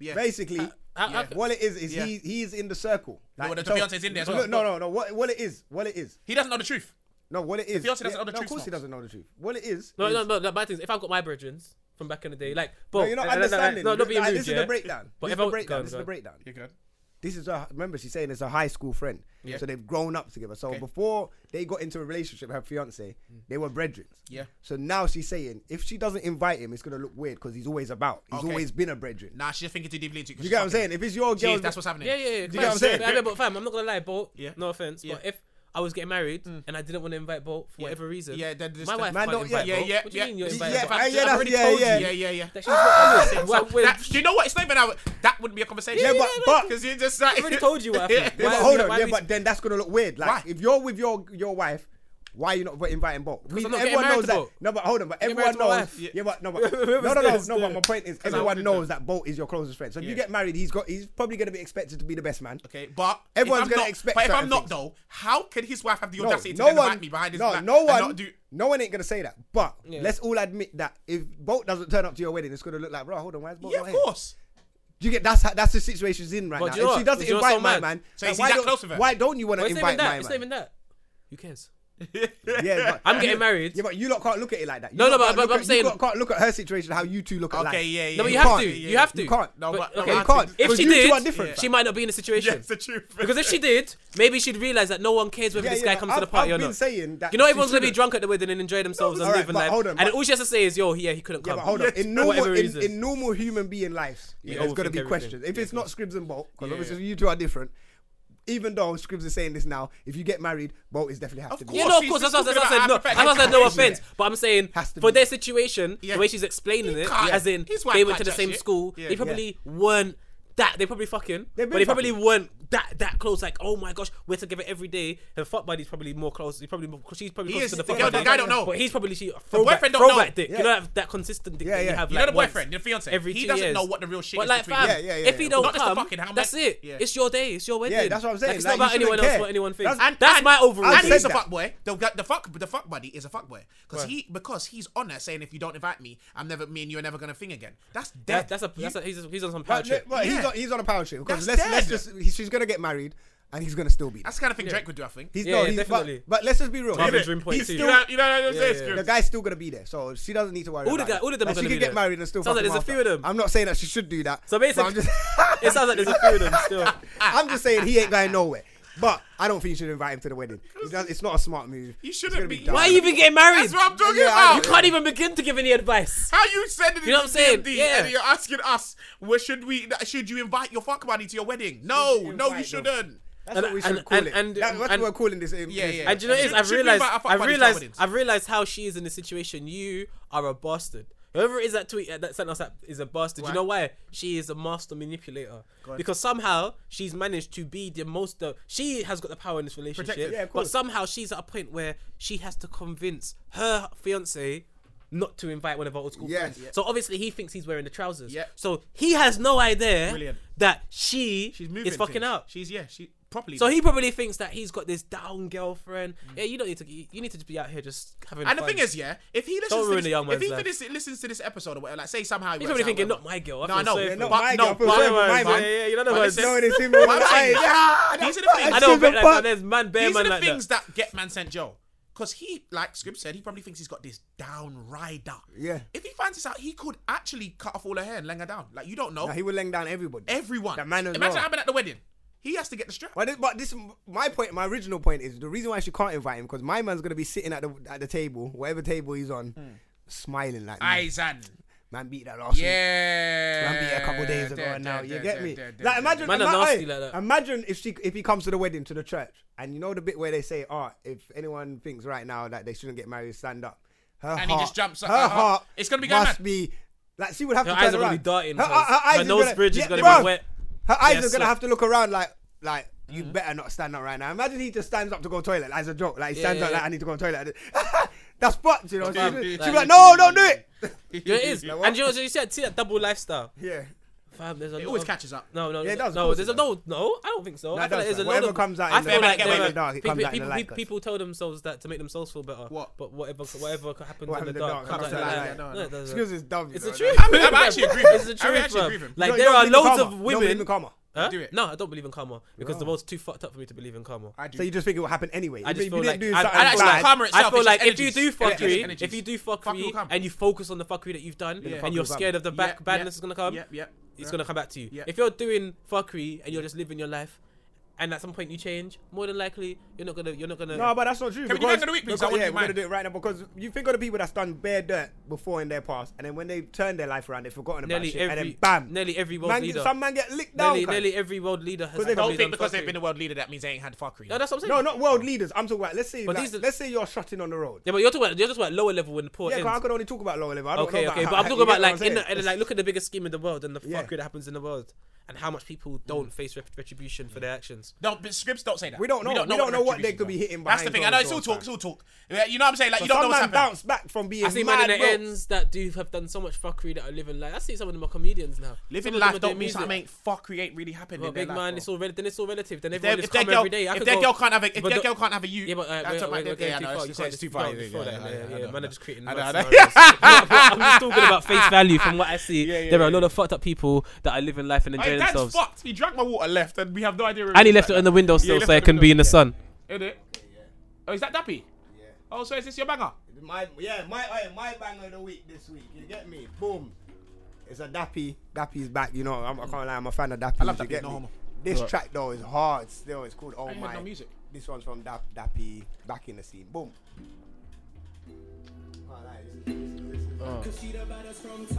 Yeah.
Basically,
How- how
Yeah.
c-
what it is is
Yeah.
he he's in the circle.
No,
Like,
the
so-
fiance's in there as well.
No, no, no, no. What what it is? What it is?
He doesn't know the truth.
No, what it is.
fiance doesn't know the
no,
truth,
Of course, he
Mark.
doesn't know the truth. What it is.
No,
is,
no, no. The bad thing is, if I've got my brethren from back in the day, like, bro,
No, you're not
and- and- and-
understanding.
No, not being
Like,
rude.
This
yeah?
is the breakdown.
But
This is
if I-
the
go
breakdown.
on,
This
go
is the
on.
breakdown.
You good?
This is a remember she's saying it's a high school friend.
Yeah.
So they've grown up together. So
Okay. Mm.
before they got into a relationship, her fiance, they were brethren.
Yeah.
So now she's saying if she doesn't invite him, it's gonna look weird because he's always about. He's
Okay.
always been a brethren.
Nah, she's just thinking too deeply into it. 'cause
You
she's
get what I'm
fucking-
saying? If it's your girl,
Jeez, that's what's happening.
Yeah, yeah, yeah.
Do you get what I'm saying?
Yeah, but fam, I'm not gonna lie, Bolt.
Yeah.
No offense,
Yeah.
but if I was getting married and I didn't want to invite Bolt for
Yeah.
whatever reason,
Yeah, then this-
my wife
Man,
can't
don't-
invite
yeah,
Bolt.
yeah,
What do
yeah.
you mean you're
Yeah,
inviting
yeah,
Bolt?
yeah,
I've
that's-
already
yeah,
told
yeah.
you.
Yeah, yeah, yeah.
That she's not-
So
Why- why-
that, do you know what? It's not even our, that wouldn't be a conversation.
Yeah, but- but-
because you just like, *laughs*
already told you what I think.
Yeah,
Why-
but hold
why-
on.
why
Yeah,
we-
but then that's gonna look weird. Like
Why?
if you're with your your wife Why are you not inviting Bolt? We-
I'm not getting
everyone
married
knows
to
that.
Bolt.
No, but hold on. But
Getting married
everyone
to my
knows.
wife.
Yeah. but no,
*laughs*
but no, no, no, no. But my point is, everyone knows that Bolt is your closest friend. So if you get married, he's got. He's probably going to be expected to be the best man.
Okay, but if
Everyone's
I'm
gonna
not-
expect
But if
certain
I'm not
things.
though, how can his wife have the
No,
audacity to
no
then
one.
invite me behind his
No,
back
no
and
one.
not do-
No one ain't going to say that. But
Yeah.
let's all admit that if Bolt doesn't turn up to your wedding, it's going to look like, bro, hold on, why is Bolt
yeah,
not
of
here?
course.
Do you get that's how- that's the situation she's in right
But do you
now.
know
If she
what?
doesn't
Do you know
invite
what's so
my
mad?
man,
So is he
why
that
don't-
close with her?
Why don't you want to
But it's not even
invite my
that. It's not
man?
even that. Who cares?
Yeah, but
*laughs* I'm getting married.
Yeah, but you lot can't look at it like that. You
No, no,
lot
but-
can't
but
look
I'm
at-
saying-
you lot can't look at her situation how you two look at life.
Okay, yeah, yeah.
No, but you,
can't.
have to.
Yeah,
You have to.
You can't.
No, but- no,
okay,
but
you
I think-
can't. If
because
she
you two
did,
are different,
she
fam.
might not be in the situation.
Yes, the truth.
Because if she did, maybe she'd realize that no one cares whether
Yeah,
this guy
yeah, but
comes to the
I've-
party
I've
or
been
not.
saying that
you know,
she
everyone's gonna be
shouldn't.
drunk at the wedding and enjoy themselves and
Alright,
live a
but
life.
hold on,
and
but-
all she has to say is, "Yo, yeah, he couldn't
Yeah,
come."
but
*laughs*
hold on. In normal,
whatever
in,
reason.
in normal human being lives,
You
there's going to
overthink
be
everything.
questions. If it's not Scribs and Bolt, because obviously you two are different. Even though Scribs is saying this now, if you get married, Bolt is definitely have to be.
Yeah, no, of
she's
course. That's
just
what that's
talking
what I said. No,
about
that's
hypothetical
what I said. No
situation.
offense, but I'm saying
Has to
for
be.
their situation, the way she's explaining it,
can't.
as in
His wife
they went to
can't
the
judge
same
it.
school,
Yeah.
they probably weren't that. They probably fucking,
They've
but
been
they probably
fucking.
weren't that that close. Like, oh my gosh, we're together every day. Her fuck buddy's probably more close. He's probably more, she's probably
He
close
is.
to the
The
fuck
girl-
buddy.
the guy don't know.
But he's probably she throwback,
boyfriend don't know.
throwback dick. You
Yeah.
know that, that consistent dick
Yeah,
that you
yeah.
have.
You
like,
know the
once
boyfriend, the fiance.
Every
He
two
doesn't
years.
know what the real shit
But
is
like,
between
fam,
them. Yeah, yeah, yeah,
if he
yeah.
don't
Not just the
come,
fucking how much-
that's it.
Yeah.
It's your day. It's your wedding.
that's what I'm saying.
Like, it's not
Like, you
about anyone
shouldn't
else.
care.
What anyone thinks.
That's-
That's, my overall.
I
And
thing.
he's a
said that.
fuck boy. The, gu- the fuck the fuck buddy is a fuck boy because he because he's on her saying if you don't invite me, I'm never me and you are never gonna thing again. That's
That-
dead.
That's a that's a he's he's on some power
But,
trip.
but he's,
Yeah.
on, he's on a power trip because
That's
let's, let's
dead.
just he- she's gonna get married and he's gonna still be. There.
That's the kind of thing Drake would do. I think.
He's
Yeah,
no,
yeah,
he's,
definitely.
But, but let's just be real.
Marvin's room point
He's
too.
still-
You know-
you know what I'm saying?
the guy's still gonna be there, so she doesn't need to worry.
All the
about
guy-
that.
all of them
Like,
are
she
gonna
can
be
get
there.
married and still.
Sounds like
fuck him
there's a few
after.
of them.
I'm not saying that she should do that.
So basically,
but I'm just, *laughs*
it sounds like there's a few of them *laughs* still.
I'm just saying he ain't going nowhere. But I don't think you should invite him to the wedding. It's not, it's not a smart move.
You
It's
shouldn't
gonna
be.
*laughs*
dumb.
Why are you even getting married?
That's what I'm talking
Yeah, I-
about.
you can't even begin to give any advice.
How you sending it
You know
to
what I'm saying?
DMD
Yeah.
and you're asking us, where should we? Should you invite your fuck buddy to your wedding? No,
you
no, you
invite
shouldn't.
them? That's
And-
what we should
and-
call
and-
it.
and-
That- that's
and-
what we're calling this. in-
Yeah,
this-
yeah.
And do you know what it is?
Should-
I've
should we
realized,
invite our fuck
I've
buddies to our
realized,
weddings?
I've realized how she is in this situation. You are a bastard. Whoever it is that tweet that sent us that is a bastard. You know why? She is a master manipulator. Because somehow she's managed to be the most. The, she has got the power in this relationship.
Yeah, of
but
course.
somehow she's at a point where she has to convince her fiance not to invite one of her old school
Yes.
friends.
Yeah.
So obviously he thinks he's wearing the trousers.
Yeah.
So he has no idea
Brilliant.
that she
She's moving.
is fucking
things.
out.
She's yeah. She properly.
So he probably thinks that he's got this down girlfriend. Yeah, you don't need to. You you need to just be out here just having.
And the
fun.
thing is, yeah, if he
Don't
listens, to
ruin
this,
the young
if he
man's
finis- listens to this episode or whatever, like say somehow he
he's
works
probably
out,
thinking, not my
whatever.
girl. I feel
No, I know.
sorry for
not
her.
but
my
no,
girl, I feel
but-
sorry for my
but-
man.
Yeah, yeah, you know the
but
words.
listen-
No, it's him,
but
man.
listen,
Yeah,
These are the things.
I know,
Stupid
but like,
fuck.
there's man, bear
These
man
are the
like
things
that.
that. get man sent Joe. Because he, like Scrib said, he probably thinks he's got this down rider.
Yeah.
If he finds this out, he could actually cut off all her hair and lang her down. Like, you don't know.
Nah, he will laying down everybody.
Everyone.
That man as
Imagine
well.
happening at the wedding. He has to get the strap.
But this, but this, my point, my original point is the reason why she can't invite him because my man's gonna be sitting at the at the table, whatever table he's on, smiling like, man,
Hmm. Eyes and.
man beat that last week.
Yeah.
Man beat her a couple days ago,
Da,
and
da,
now you
da,
get
da,
me.
da, da,
Like
da, *laughs*
imagine,
Man are
ima-
nasty
hey,
like that.
imagine if she if he comes to the wedding to the church, and you know the bit where they say, "Oh, if anyone thinks right now that they shouldn't get married, stand up." Her
And
heart,
he just jumps up,
Her
uh-huh.
heart,
It's gonna be going
must
mad.
be like she would have
Her
to
eyes
turn
are gonna be
around.
darting,
Her,
cause
her,
her
eyes is
nose
gonna-
bridge is
yeah,
gonna be
bruv.
wet.
Her eyes
Yeah,
are gonna
so-
have to look around like like. You
Mm-hmm.
better not stand up right now. Imagine he just stands up to go toilet like it's a joke. Like he stands
yeah,
up
yeah.
like I need to go to toilet. *laughs* That's fucked, you know. She'd
Fam,
be she'd be
like-
like, no, don't do it. *laughs*
You know it is.
Like, what?
and you know, you said, see that double lifestyle.
Yeah.
Fam, there's a
It
lot
always
of-
catches up.
No, no,
Yeah, it does, of
no.
course it
There's a
does.
no, no. I don't think so.
No,
I
it
feel like there's
does,
a
man.
lot
Whatever
of,
comes out
I
in
feel
the-
like there-
Whatever comes out in the dark, it
people,
comes out in
people,
the light,
people, people tell themselves that to make themselves feel better.
What?
But whatever, whatever happens
What
in the
happened in the
dark comes out in the light.
light.
No, it doesn't.
Excuse is dumb. you
It's
know,
the
that.
truth.
I'm actually agree with
It's the
him. I
truth.
actually
fam.
agree with him.
Like
No, you
there
don't
are
believe in
loads of
karma. You don't believe
women.
in karma.
Huh?
Do it.
No, I don't believe in karma because the world's too fucked up for me to believe in karma. I,
So you just think it will happen anyway.
just
if
feel
you
like
didn't do
I-
something
I actually
bad,
like karma
I
itself,
feel
it's
like
just
if you do
energies.
fuckery,
Energies, energies.
if you do fuckery,
will come.
and you focus on the fuckery that you've done,
fuck
and
will
you're
come.
scared of the back
Yeah,
badness
yeah,
is gonna come,
yeah, yeah,
it's gonna come back to you.
Yeah.
If you're doing fuckery and you're just living your life, and at some point you change, more than likely you're not gonna, you're not gonna.
No, but that's not true.
Can we do
because-
that for the week, please?
because-
I wouldn't
yeah,
do
we're gonna
mine.
do it right now because you think of the people that's done bare dirt before in their past, and then when they turn their life around, they've forgotten about
nearly
shit,
every,
and then bam,
nearly every world
man,
leader,
some man get licked down.
nearly,
cuz.
nearly every world leader has.
Because they don't
probably
Don't
done
think because they've
fuckery.
been a world leader that means they ain't had fuckery.
No, that's what I'm saying.
No, not world leaders. I'm talking about. Let's say,
But
like,
these are-
let's say you're shotting on the road.
Yeah, but you're talking about you're just about lower level when the poor
Yeah, 'cause
ends.
I could only talk about lower level. I don't
Okay,
know
okay,
*laughs* about
but I'm
you
talking about
get what
like in,
I'm
the,
saying?
and like look at the biggest scheme in the world and the
Yeah.
fuckery that happens in the world. and how much people don't face rep- retribution for their actions.
No, but scripts don't say that.
We don't know. We don't know what they
retribution
could be
is.
hitting
That's the
behind
thing. I know it's all
closed
talk.
doors,
It's all talk. Yeah, You know what I'm saying? Like you don't know
some
what's
man
happening.
bounce back from being
I see man
mad.
in the
broke.
ends that do have done so much fuckery that are living life. I see some of them are comedians now.
Living
some of them
life
are doing
don't mean
music.
something ain't fuck create really happening.
But
in their
big man,
life,
it's
bro.
all rel- then it's all relative. Then
If,
everyone
they-
is
if their
come
girl,
every day. I
if
could
their
go-
girl can't have a,
but
if their
the-
girl can't have a you,
Yeah, but uh,
that's
we're,
what my
we're, we're
dick- yeah,
getting
I
too
know,
far.
it's-
You
it's-
can't
it's
just
too
keep
far,
going
yeah,
before
yeah,
that.
I know,
Yeah,
I
yeah,
know.
Man, are just creating.
I know,
mad
I know.
scenarios. I'm just talking about face value from what I see.
yeah,
there are a
yeah,
lot of fucked up people that are living life and enjoying
Hey, that's
themselves.
fucked. He drank my water left, and we have no idea. where
And he
is
left
right
it on
now.
the window
he
still,
left
so
it
it
on
can
the
be in
window,
the sun.
Is it? Oh, is that Dappy? Yeah. Oh, so is this your banger?
My, yeah, my oi, my bang of the week this week. You get me? Boom. It's a Dappy. Dappy's back. You know, I'm, I can't lie. I'm a fan of Dappy.
I love
you
Dappy,
get
no
me?
homo.
This track though is hard. Still, it's called Oh
ain't heard
My.
no music.
This one's from Dap, Dappy. Back in the scene. Boom. Can't lie, this is- this is- this is-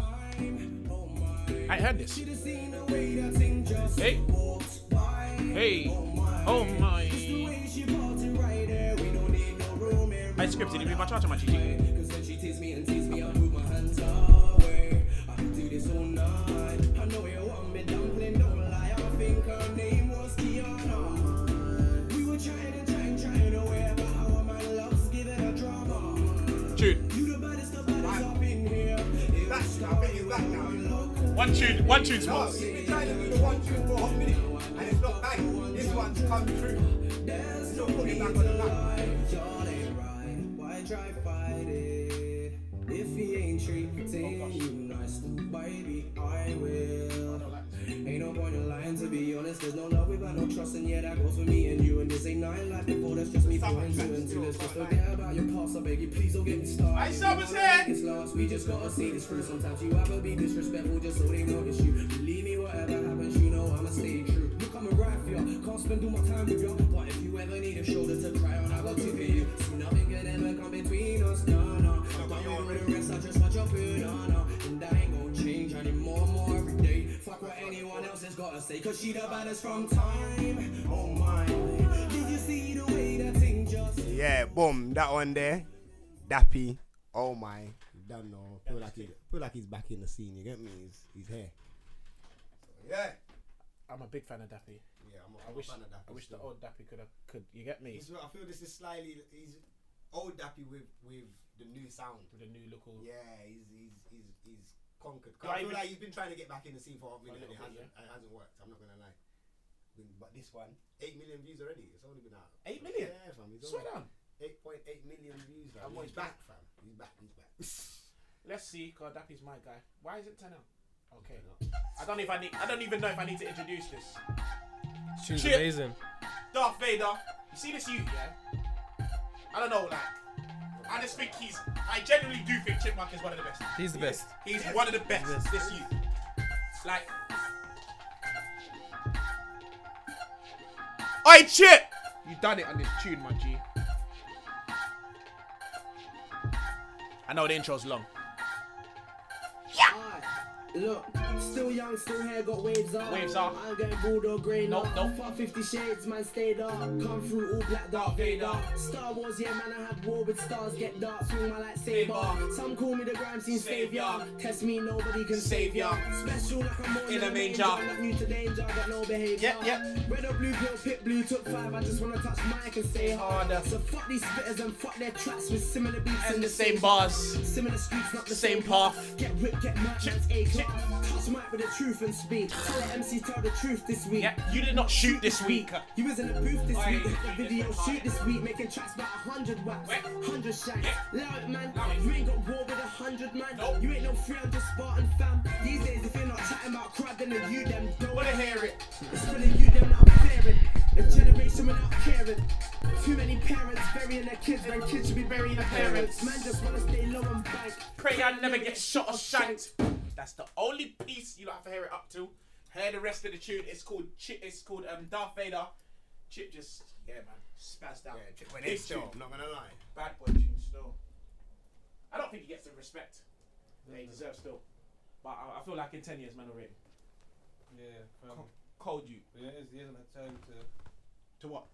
I ain't heard this. Hey. Hey. Oh my. I scripted it with my charger, my GG. Tune.
Back, I bet it's back now. you know.
One tune, one tune's
No,
most.
you've been trying to do the one tune for a hot minute, and it's not bang. This one's come through. So put it back on the map.
I saw his head.
Oh
Yeah, boom. That one there. Dappy. Oh my. Don't know. Feel like, he, feel like he's back in the scene. You get me? He's, he's here. Yeah.
I'm a big fan of Dappy.
Yeah, I'm, I'm I wish, a fan of Dappy.
I wish the
still.
old Dappy could have, could you get me?
He's- I feel this is slightly. He's old Dappy with, with the new sound.
With a new look.
Yeah, he's, he's, he's, he's conquered. 'Cause
Not
I feel
even-
like he's been trying to get back in the scene for a minute and it
little
hasn't,
bit,
and it hasn't worked. I'm not going to lie. Been- But this one, 8 million views already. It's only been out.
Eight million?
Yeah, fam. He's
Swear
only-
down.
8.8 million views, fam.
I'm
He's
watching.
back, fam. He's back, he's
*laughs*
back.
Let's see, cause Dappy's my guy. Why is it ten out? Okay. I don't know if I need. I don't even know if I need to introduce this.
Tune's
Shit.
amazing.
Darth Vader. You see this youth, yeah? I don't know, like. I just think he's. I genuinely do think Chipmunk is one of the best.
He's the best.
He's one of the best. This youth. Like. Oi, Chip! You done it on this tune, my G. I know the intro's long.
Look, still young, still hair, got waves up.
Waves up.
I'm getting bulldog grey
Nope,
now.
nope.
Fuck 50 shades, man, stayed up. Come through all
Darth
black, Darth
Vader.
Vader. Star Wars, yeah, man, I had war with stars. Get dark, swing my
Saber.
lightsaber. Some call me the grime scene
Savior.
savior. Test me, nobody can save
Savior.
ya. Special like I'm born
In a manger.
I'm not new to danger, got no behavior.
Yep, yep.
Red or blue pill, pit blue, took five. I just wanna touch mic and stay harder. So fuck these spitters and fuck their tracks with similar beats
And the same bars.
Similar streets, not the
Same
same,
path.
Get ripped, get mad, man's A class. Touch mic with the truth and speak. Tell the MC, tell the truth this week.
Yeah, you did not shoot this week.
You was in the booth this
Oi,
week,
you
the
did
video
this
shoot
hard.
this week, making tracks about a hundred whacks,
Wait.
hundred shacks.
Yeah.
Allow it, man.
Allow it.
You ain't got war with a hundred man.
Nope.
You ain't no 300 Spartan fam. These days, if you're not chatting about crowd, then the you them don't
Wanna hear it?
it's for the you them that I'm fearing. A generation without caring. Too many parents burying their kids when kids should be burying their parents. Man just wanna stay low and bank.
Pray I never get shot or shanked. That's the only piece you don't have to hear it up to. Hear the rest of the tune. It's called Chip. It's called um, Darth Vader. Chip just yeah man, spazzed out.
Yeah, when
Big
it's still,
tune.
I'm not going to lie.
bad boy tune still. I don't think he gets the respect that he deserves still. But I, I feel like in ten years, man, already
Yeah,
Co- cold you
yeah, he hasn't had time to.
to what?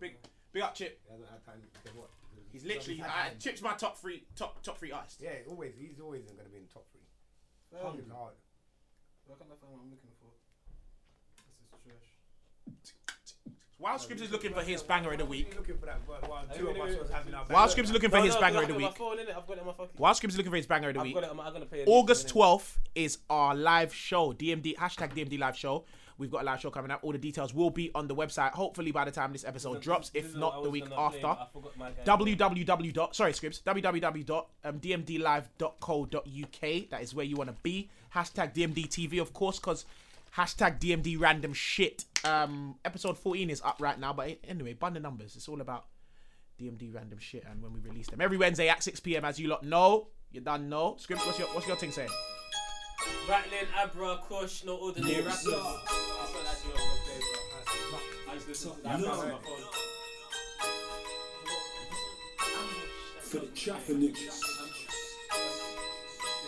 Big big up Chip.
He hasn't had time to what?
He's literally I, Chip's my top three top top three artist.
Yeah, always. He's always going to be in the top three. Hundred hard.
Where can I find what I'm looking for? This is trash.
While Scribs is looking for his banger of the week.
looking for that verse while two of us was having our
While Scribs is looking for his banger of the
My
week.
phone, innit? I've got it on my fucking.
While Scribs is looking for his banger of the
I've
week.
got it. I'm, I'm gonna pay.
August 12th is our live show, DMD, hashtag DMD live show. We've got a live show coming up. All the details will be on the website, hopefully by the time this episode drops, if not the week after. www. dot- Sorry, Scribs. um, www.dmdlive.co.uk. That is where you want to be. Hashtag DMDTV, of course, because hashtag DMD random shit. Um, episode 14 is up right now, but anyway, bun the numbers. It's all about DMD random shit and when we release them. Every Wednesday at 6 p.m. as you lot know. You done know. Scribs, what's your what's your thing saying?
Rattling, Abra, Kush, no ordinary rappers.
for the chopper niggas.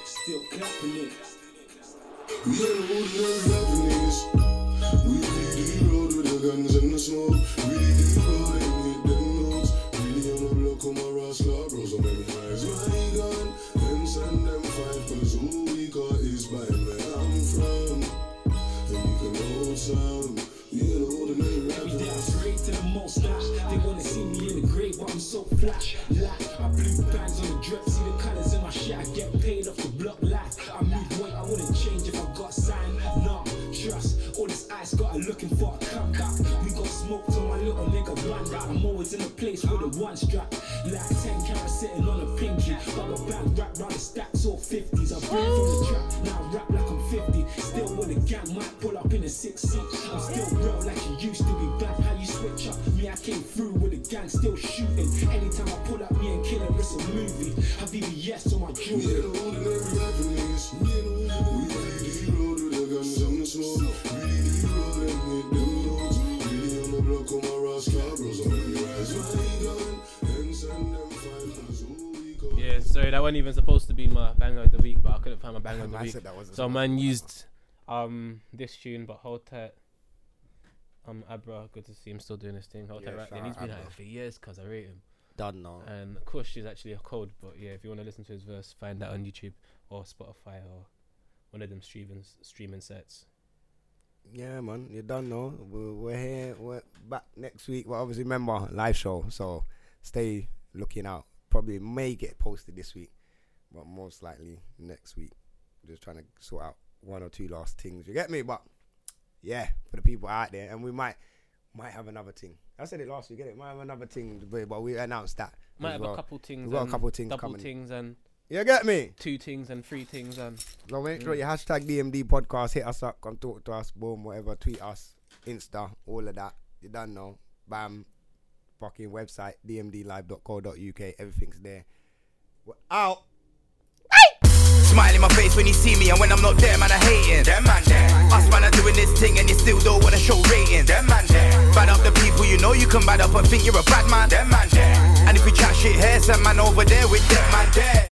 Still clapping niggas. We are the ordinary rapping niggas. We dig the road with the guns and the smoke. We dig the road and hit them notes. Really on the block on my Rasta bros on them eyes. My gun, them send them five cause all we got is by where I'm from. And you can hold some. We are the ordinary rapping niggas.
Straight to the most high. They wanna see me in the grave, but I'm so flash. Light. I blue bands on the dress, see the colors in my shit. I get paid off the block lights. I move weight, I wouldn't change if I got signed. Nah, trust. All this ice got her looking for a comeback. We got smoked on my little nigga run back. I'm always in a place with a one strap. Like 10 carat sitting on a pinky. Got a band wrapped round the stacks all 50s. I bring from the trap, now I rap like I'm 50. Still with a gang, might pull up in a six seat. I'm still real like you used to be bad. How you switch up? Me, I came through with a gang still shooting. Anytime I pull up, me and Killer, it's a movie. I VBS on my
We
jewelry.
the ordinary revenues. We the road with the guns and the smoke. We the road and hit them notes. We on the block on my rascal bros. I'm in rise. My gun and send them five cause all we got.
Yeah, sorry, that wasn't even supposed to be my banger of the week, but I couldn't find my banger of the
I
week.
said that wasn't
So man used um this tune, but hold tight. Um, Abra, good to see him still doing his thing. Hold tight,
Yeah,
right?
shout
Then he's
out
been
Abra.
at it for years, cause I rate him.
Done now.
And Kush is actually a code, but yeah, if you want to listen to his verse, find that on YouTube or Spotify or one of them streaming streaming sets.
Yeah, man, you don't know. We're, we're here. We're back next week. Well, obviously, remember live show. So stay looking out. Probably may get posted this week, but most likely next week. Just trying to sort out one or two last things. You get me? But yeah, for the people out there, and we might might have another thing. I said it last week. Get it? Might have another thing, but but we announced that.
Might
as
have
well.
a couple things.
We've got a
and
couple things
double
coming.
things and
You get me?
two things and three things and
So make sure you hashtag DMD podcast, hit us up, come talk to us, boom, whatever, tweet us, Insta, all of that. You don't know. Bam. Fucking website, dmdlive.co.uk. Everything's there. We're out.
Smile in my face when you see me, and when I'm not there, man, I hating. Them man there. Us man are doing this thing, and you still don't wanna show rating. Them man there. Bad up the people you know you can bad up and think you're a bad man. Them man there. And if we chat shit here, some man over there with them man there.